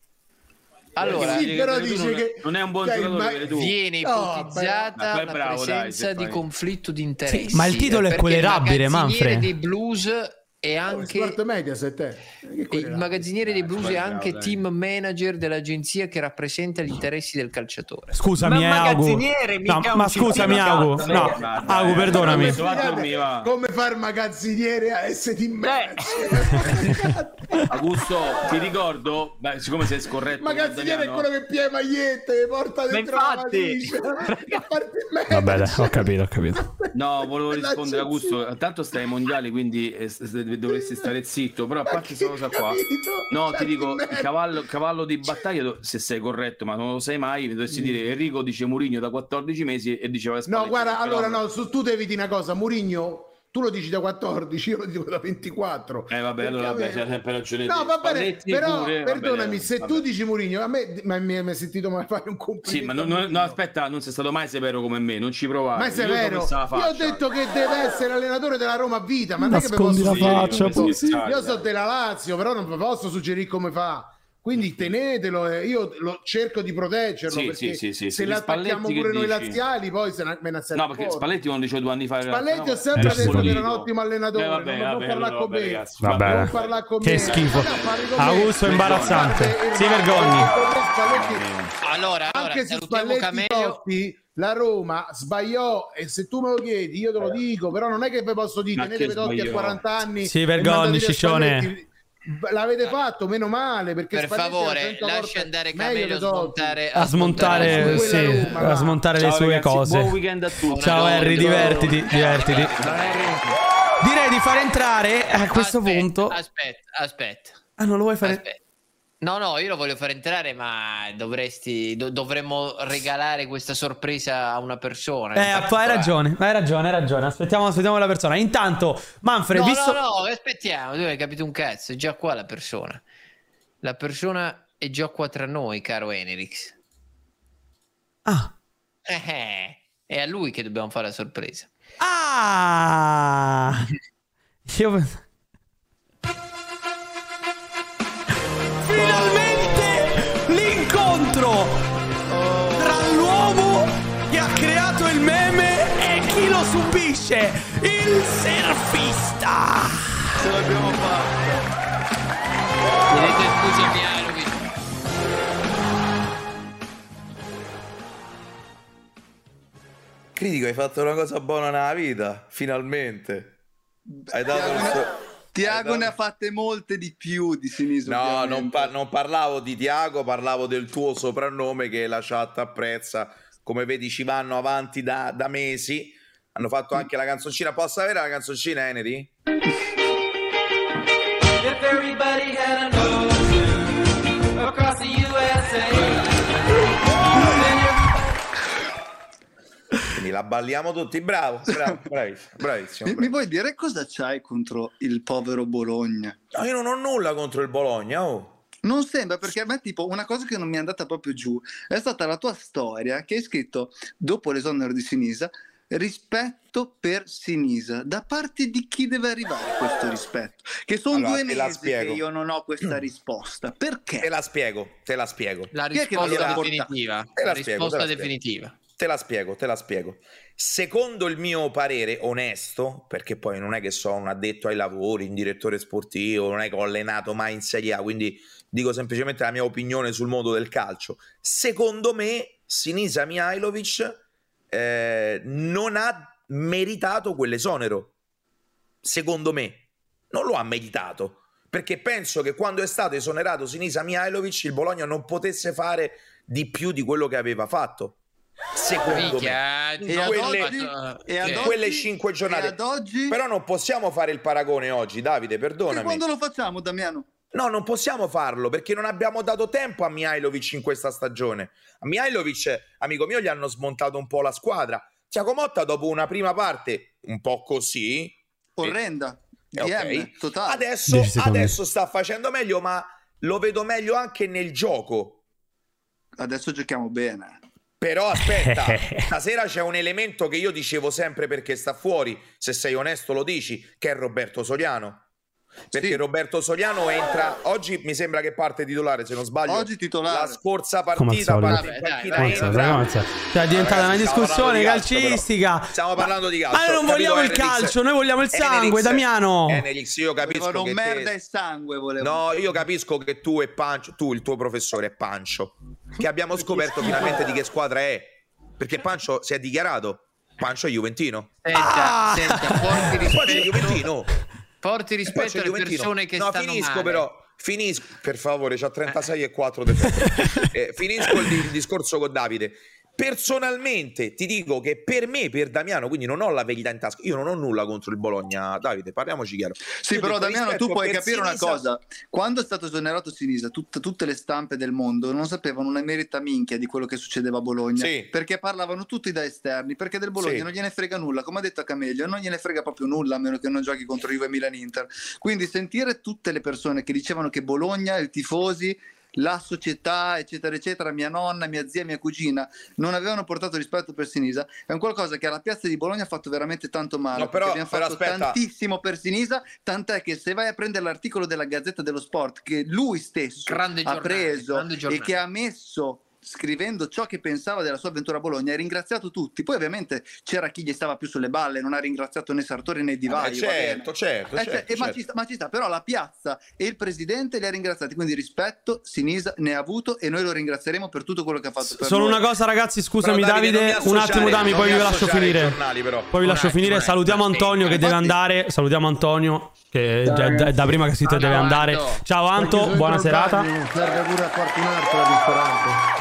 Speaker 2: Allora,
Speaker 7: Eh Sì, però
Speaker 6: Veretù
Speaker 7: dice
Speaker 6: non è-
Speaker 7: che
Speaker 6: non è un buon
Speaker 7: cioè,
Speaker 6: giocatore,
Speaker 7: ma-
Speaker 6: Veretù.
Speaker 2: viene
Speaker 7: No,
Speaker 2: ipotizzata
Speaker 6: però-
Speaker 2: la
Speaker 6: Ma poi è bravo, dai,
Speaker 2: presenza
Speaker 6: se
Speaker 2: di
Speaker 6: fai-
Speaker 2: conflitto di interessi. eh,
Speaker 1: Sì, ma il titolo è
Speaker 2: perché
Speaker 1: quelle
Speaker 2: il
Speaker 1: rabbie,
Speaker 2: magazziniere
Speaker 1: Manfred.
Speaker 2: dei Blues E anche
Speaker 7: Sport Mediaset, eh. Che
Speaker 2: il
Speaker 7: quella-
Speaker 2: magazziniere dei Blues è
Speaker 7: quello,
Speaker 2: anche
Speaker 7: dai.
Speaker 2: team manager dell'agenzia che rappresenta gli interessi del calciatore.
Speaker 1: Scusami, eh, Agu. No, ma scusami, Agu. No, Agu, perdonami.
Speaker 7: Come far magazziniere a essere di mezzo?
Speaker 6: Augusto, ti ricordo, beh, siccome sei scorretto,
Speaker 7: Magazziniere è
Speaker 6: italiano,
Speaker 7: quello che pie magliette, che porta dentro la
Speaker 6: infatti.
Speaker 7: valigia. a farti in mezzo.
Speaker 1: Vabbè, dai, ho capito, ho capito.
Speaker 6: No, volevo rispondere a Augusto. Tanto stai ai mondiali, quindi eh, s- s- dovresti stare zitto. Però a parte questa cosa qua, no,
Speaker 7: Cioè,
Speaker 6: ti dico: il cavallo, cavallo di battaglia, do- se sei corretto, ma non lo sai mai, mi dovresti dire Enrico dice Murigno da 14 mesi e diceva
Speaker 7: Mm. No, guarda, allora no, su- tu devi dire una cosa, Murigno, tu lo dici da 14, io lo dico da 24.
Speaker 6: Eh, vabbè, allora vabbè,
Speaker 7: Perché
Speaker 6: c'è sempre ragione.
Speaker 7: No,
Speaker 6: te.
Speaker 7: va bene,
Speaker 6: Spalletti
Speaker 7: però
Speaker 6: pure, va bene,
Speaker 7: perdonami, se
Speaker 6: va
Speaker 7: tu
Speaker 6: bene.
Speaker 7: dici Murigno, a me ma mi mi hai sentito mai fare un complimento.
Speaker 6: Sì, ma non, non- no, aspetta, non sei stato mai severo come me, non ci provare.
Speaker 7: Ma è severo, io ho detto che deve essere allenatore della Roma a vita, ma non è che mi
Speaker 1: Nascondi
Speaker 7: posso
Speaker 1: la
Speaker 7: suggerire
Speaker 1: faccia,
Speaker 7: come
Speaker 1: poi.
Speaker 7: so- Io sono della Lazio, però non vi posso suggerire come fa. Quindi tenetelo, eh, io lo- cerco di proteggerlo
Speaker 6: Sì, sì, sì,
Speaker 7: perché
Speaker 6: sì, sì.
Speaker 7: se
Speaker 6: Di
Speaker 7: l'attacchiamo
Speaker 6: Spalletti che
Speaker 7: pure noi
Speaker 6: dici?
Speaker 7: laziali poi se ne, me ne
Speaker 6: No, perché Spalletti non dicevo due anni fa.
Speaker 7: Spalletti ho sempre detto che era un ottimo
Speaker 1: Eh,
Speaker 7: allenatore, non- non parlare con me.
Speaker 1: Vabbè.
Speaker 7: Non parlare con me.
Speaker 1: Che schifo.
Speaker 7: No, parli con me. eh,
Speaker 1: Augusto è imbarazzante. Si vergogni.
Speaker 2: Allora,
Speaker 7: Anche se Spalletti Totti, la Roma sbagliò e se tu me lo chiedi io te lo dico, però non è che vi posso dire
Speaker 1: Eh. Ma
Speaker 7: tenete
Speaker 1: che
Speaker 7: Totti a
Speaker 1: sbagliò?
Speaker 7: 40 anni.
Speaker 1: Si
Speaker 7: e
Speaker 1: vergogni,
Speaker 7: mandate via
Speaker 1: Ciccione.
Speaker 7: Spalletti. L'avete fatto, meno male, perché
Speaker 2: Per
Speaker 7: Spalletti era
Speaker 2: favore,
Speaker 7: 30
Speaker 2: lascia
Speaker 7: volte
Speaker 2: andare
Speaker 7: meglio
Speaker 2: Camello
Speaker 7: di Totti.
Speaker 2: smontare,
Speaker 1: A smontare,
Speaker 2: su quella
Speaker 1: sì,
Speaker 2: Roma,
Speaker 1: a
Speaker 2: va.
Speaker 1: smontare le
Speaker 6: Ciao,
Speaker 1: sue
Speaker 6: ragazzi,
Speaker 1: cose.
Speaker 6: buon weekend a tutti.
Speaker 1: Ciao
Speaker 6: Buona
Speaker 1: Harry,
Speaker 6: notte.
Speaker 1: divertiti, divertiti. Direi di far entrare a questo punto.
Speaker 2: Aspetta, aspetta.
Speaker 1: Ah, non lo vuoi fare?
Speaker 2: No, no, io lo voglio far entrare, ma dovresti, do- dovremmo regalare questa sorpresa a una persona.
Speaker 1: Eh, hai ragione, hai ragione, hai ragione. Aspettiamo, aspettiamo la persona. Intanto, Manfred,
Speaker 2: No,
Speaker 1: visto.
Speaker 2: no, no, aspettiamo, tu non hai capito un cazzo, è già qua la persona. La persona è già qua tra noi, caro Enerix. Ah. è a lui che dobbiamo fare la sorpresa.
Speaker 1: Ah! Io. Finalmente l'incontro tra l'uomo che ha creato il meme e chi lo subisce, il surfista.
Speaker 13: Ce l'abbiamo fatta.
Speaker 2: Chiedete scusa a Mialovic.
Speaker 20: Critico, hai fatto una cosa buona nella vita, finalmente. Hai dato il so-
Speaker 13: Tiago
Speaker 20: Dai,
Speaker 13: ne
Speaker 20: dai.
Speaker 13: ha fatte molte di più di sinistra.
Speaker 20: No,
Speaker 13: ovviamente.
Speaker 20: non, par- non parlavo di Tiago, parlavo del tuo soprannome che la chat apprezza. Come vedi, ci vanno avanti da, da mesi. Hanno fatto anche la canzoncina. Posso avere la canzoncina, Eneri?
Speaker 10: If everybody had a nose across the USA, then
Speaker 20: Quindi la balliamo tutti. Bravo, bravo, bravissimo, bravissimo.
Speaker 13: Mi, mi vuoi dire cosa c'hai contro il povero Bologna?
Speaker 20: No, Ah, io non ho nulla contro il Bologna, oh.
Speaker 13: Non sembra perché a me, tipo, una cosa che non mi è andata proprio giù è stata la tua storia che hai scritto dopo l'esonero di Sinisa. Rispetto per Sinisa, da parte di chi deve arrivare questo rispetto? Che sono
Speaker 20: Allora,
Speaker 13: due
Speaker 20: te la
Speaker 13: mesi che
Speaker 20: spiego.
Speaker 13: io non ho questa risposta. Perché?
Speaker 20: Te la spiego, te la spiego.
Speaker 2: La
Speaker 20: Chi è che non
Speaker 2: risposta
Speaker 20: gliela porta?
Speaker 2: definitiva.
Speaker 20: Te la
Speaker 2: La
Speaker 20: spiego,
Speaker 2: risposta
Speaker 20: te la spiego.
Speaker 2: definitiva.
Speaker 20: Te la spiego, te la spiego. Secondo il mio parere onesto, perché poi non è che sono un addetto ai lavori, un direttore sportivo, non è che ho allenato mai in Serie A, quindi dico semplicemente la mia opinione sul mondo del calcio. Secondo me Sinisa Mihailovic eh, non ha meritato quell'esonero secondo me, non lo ha meditato. Perché penso che quando è stato esonerato Sinisa Mihailovic, il Bologna non potesse fare di più di quello che aveva fatto. Secondo
Speaker 2: Minchia,
Speaker 20: me,
Speaker 2: ti
Speaker 20: In
Speaker 2: ho
Speaker 20: quelle,
Speaker 2: fatto-
Speaker 20: in
Speaker 2: e ad
Speaker 20: quelle
Speaker 2: oggi-
Speaker 20: cinque giornate.
Speaker 13: e ad oggi-
Speaker 20: Però non possiamo fare il paragone oggi, Davide,
Speaker 13: E
Speaker 20: perdonami.
Speaker 13: quando lo facciamo, Damiano?
Speaker 20: No, non possiamo farlo perché non abbiamo dato tempo a Mihailovic in questa stagione. A Mihailovic, amico mio, gli hanno smontato un po' la squadra. Tiago Motta, dopo una prima parte un po' così,
Speaker 13: Orrenda.
Speaker 20: eh,
Speaker 13: DM,
Speaker 20: ok.
Speaker 13: totale.
Speaker 20: Adesso,
Speaker 13: 10 secondi.
Speaker 20: adesso sta facendo meglio, ma lo vedo meglio anche nel gioco.
Speaker 13: Adesso giochiamo bene.
Speaker 20: Però aspetta, stasera c'è un elemento che io dicevo sempre perché sta fuori, se sei onesto lo dici, che è Roberto Soriano. Perché Roberto Soriano entra oggi, mi sembra che parte titolare, se non sbaglio. Oggi titolare. La scorsa
Speaker 1: Come al
Speaker 20: partita
Speaker 1: solito.
Speaker 20: parte in panchina,
Speaker 1: Come al solito,
Speaker 20: entra.
Speaker 1: come al solito. Cioè, è diventata
Speaker 20: Ragazzi,
Speaker 1: una
Speaker 20: stiamo parlando
Speaker 1: discussione
Speaker 20: di calcio,
Speaker 1: calcistica.
Speaker 20: però. Stiamo parlando di calcio.
Speaker 1: Ma noi non
Speaker 20: capito,
Speaker 1: vogliamo il
Speaker 20: Enrix?
Speaker 1: calcio, noi vogliamo il sangue,
Speaker 20: Enrix,
Speaker 1: Damiano.
Speaker 20: Enrix, io capisco
Speaker 13: Volevano
Speaker 20: che
Speaker 13: merda
Speaker 20: te-
Speaker 13: e sangue, volevano.
Speaker 20: No, io capisco che tu e Pancio, tu il tuo professore è Pancio, che abbiamo scoperto
Speaker 13: schifo.
Speaker 20: finalmente di che squadra è, perché Pancio si è dichiarato, Pancio è Juventino.
Speaker 13: Eh,
Speaker 20: Ah,
Speaker 2: Senta, senta, porti
Speaker 20: Pancio è
Speaker 2: rispetto,
Speaker 20: Juventino.
Speaker 2: porti rispetto
Speaker 20: Pancio è
Speaker 2: alle
Speaker 20: Juventino.
Speaker 2: persone che
Speaker 20: no,
Speaker 2: stanno
Speaker 20: finisco
Speaker 2: male.
Speaker 20: però. Finisco, per favore, c'ha 36 e 4 difetti. Eh, finisco il, il discorso con Davide. Personalmente ti dico che per me, per Damiano, quindi non ho la verità in tasca. Io non ho nulla contro il Bologna, Davide, parliamoci chiaro.
Speaker 13: Sì,
Speaker 20: Io
Speaker 13: però
Speaker 20: dico,
Speaker 13: Damiano, tu
Speaker 20: rispetto
Speaker 13: puoi
Speaker 20: per
Speaker 13: capire una
Speaker 20: Sinisa-
Speaker 13: cosa. Quando è stato esonerato Sinisa, tut- tutte le stampe del mondo non sapevano una merita minchia di quello che succedeva a Bologna.
Speaker 20: Sì.
Speaker 13: Perché parlavano tutti da esterni, perché del Bologna
Speaker 20: Sì.
Speaker 13: non gliene frega nulla. Come ha detto Cameglio, non gliene frega proprio nulla a meno che non giochi contro Juve Milan Inter. Quindi sentire tutte le persone che dicevano che Bologna, i tifosi, la società, eccetera, eccetera, mia nonna, mia zia, mia cugina, non avevano portato rispetto per Sinisa, è un qualcosa che alla piazza di Bologna ha fatto veramente tanto male.
Speaker 20: No, però-
Speaker 13: perché abbiamo
Speaker 20: però
Speaker 13: fatto
Speaker 20: aspetta.
Speaker 13: tantissimo per Sinisa, tant'è che se vai a prendere l'articolo della Gazzetta dello Sport che lui stesso
Speaker 2: Grande
Speaker 13: ha
Speaker 2: giornale,
Speaker 13: preso
Speaker 2: grande giornale.
Speaker 13: e che ha messo scrivendo ciò che pensava della sua avventura a Bologna, ha ringraziato tutti. Poi ovviamente c'era chi gli stava più sulle balle, non ha ringraziato né Sartori né Di Vaio.
Speaker 20: Vabbè,
Speaker 13: va bene.
Speaker 20: certo, certo,
Speaker 13: Eh,
Speaker 20: certo,
Speaker 13: cioè, eh, Ma,
Speaker 20: certo.
Speaker 13: ci sta, ma ci sta, però la piazza e il presidente li ha ringraziati, quindi rispetto Sinisa ne ha avuto e noi lo ringrazieremo per tutto quello che ha fatto per
Speaker 1: Solo
Speaker 13: noi.
Speaker 1: una cosa, ragazzi, scusami,
Speaker 13: Però, Davide,
Speaker 1: Davide.
Speaker 13: non mi
Speaker 1: un
Speaker 13: associare,
Speaker 1: attimo, Dami,
Speaker 13: non
Speaker 1: poi
Speaker 13: mi
Speaker 1: vi lascio
Speaker 13: associare ai
Speaker 1: finire.
Speaker 13: giornali, però. eh,
Speaker 1: Poi vi lascio finire. Salutiamo Antonio che deve andare. Salutiamo Antonio, che
Speaker 7: Ciao,
Speaker 1: già- eh, da,
Speaker 7: ragazzi.
Speaker 1: da prima che si
Speaker 7: Ciao,
Speaker 1: deve andare.
Speaker 7: Anto.
Speaker 1: Ciao, Anto.
Speaker 7: Perché
Speaker 1: Buona
Speaker 7: sono
Speaker 1: serata.
Speaker 7: il bagno, Serve pure a farti un altro al ristorante.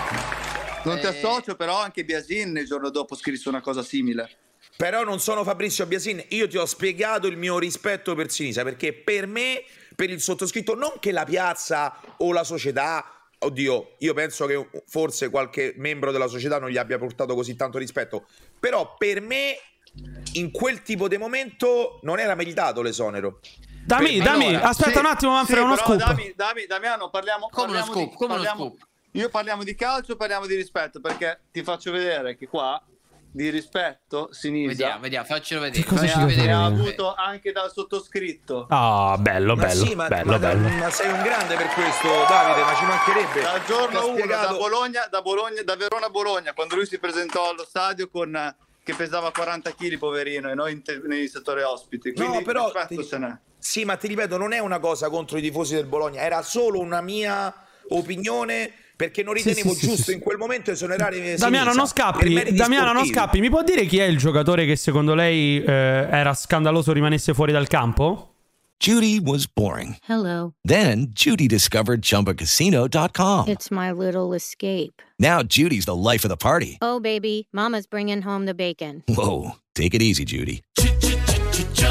Speaker 13: Non
Speaker 2: Eh.
Speaker 13: ti associo, però anche Biasin il giorno dopo scrisse una cosa simile.
Speaker 20: Però non sono Fabrizio Biasin, io ti ho spiegato il mio rispetto per Sinisa, perché per me, per il sottoscritto, non che la piazza o la società, oddio, io penso che forse qualche membro della società non gli abbia portato così tanto rispetto, però per me in quel tipo di momento non era meritato l'esonero.
Speaker 1: Dammi, dammi, aspetta un attimo, Manfred, uno
Speaker 13: però
Speaker 1: scoop.
Speaker 13: Dami- Dami- Damiano, parliamo,
Speaker 2: Come uno
Speaker 13: parliamo
Speaker 2: scoop,
Speaker 13: di,
Speaker 2: come uno
Speaker 13: parliamo- Io parliamo di calcio, parliamo di rispetto, perché ti faccio vedere che qua di rispetto Sinisa
Speaker 2: Vediamo, vediamo, faccelo vedere.
Speaker 1: Che cosa
Speaker 2: Facciamo
Speaker 1: ci dovete
Speaker 2: vedere.
Speaker 1: dire?
Speaker 13: avuto anche dal sottoscritto.
Speaker 1: Ah, bello,
Speaker 20: Ma
Speaker 1: bello.
Speaker 20: sì, ma-
Speaker 1: bello,
Speaker 20: ma-
Speaker 1: bello.
Speaker 20: ma sei un grande per questo, Davide, ma ci mancherebbe.
Speaker 13: Dal
Speaker 20: Ti ho
Speaker 13: giorno 1 da
Speaker 20: spiegato-
Speaker 13: Bologna, da Bologna, da Verona a Bologna, quando lui si presentò allo stadio con eh, che pesava 40 kg, poverino, e noi in te- nei settore ospiti. Quindi
Speaker 20: No, però
Speaker 13: rispetto ce n'è.
Speaker 20: Sì, ma ti ripeto, non è una cosa contro i tifosi del Bologna, era solo una mia opinione perché non
Speaker 1: Sì,
Speaker 20: ritenevo
Speaker 1: sì, sì,
Speaker 20: giusto
Speaker 1: sì,
Speaker 20: in quel momento esonerare
Speaker 13: eh,
Speaker 20: Sinisa
Speaker 1: Damiano, non
Speaker 20: per
Speaker 1: scappi.
Speaker 20: meriti
Speaker 1: Damiano, non
Speaker 20: sportivi.
Speaker 1: scappi. Mi può dire chi è il giocatore che secondo lei eh, era scandaloso rimanesse fuori dal campo?
Speaker 21: Judy was boring.
Speaker 22: Hello.
Speaker 21: Then Judy discovered ChumbaCasino.com.
Speaker 22: It's my little escape.
Speaker 21: Now Judy's the life of the party.
Speaker 22: Oh, baby, Mama's bringing home the bacon.
Speaker 21: Whoa, take it easy, Judy.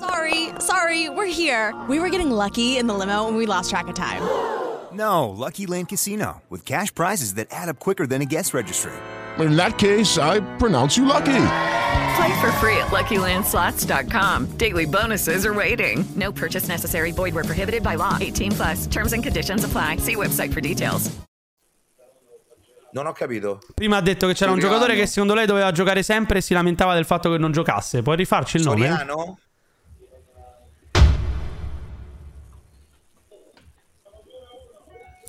Speaker 23: Sorry, sorry, we're here. We were getting lucky in the limo and we lost track of time.
Speaker 24: No, Lucky Land Casino, with cash prizes that add up quicker than a guest registry.
Speaker 8: In that case, I pronounce you lucky.
Speaker 25: Play for free at LuckyLandSlots.com. Daily bonuses are waiting. No purchase necessary. Void were prohibited by law. 18 plus. Terms and conditions apply. See website for details.
Speaker 20: Non ho capito.
Speaker 1: Prima ha detto che c'era un
Speaker 20: Soriano.
Speaker 1: giocatore che secondo lei doveva giocare sempre e si lamentava del fatto che non giocasse. Puoi rifarci il nome?
Speaker 20: Soriano?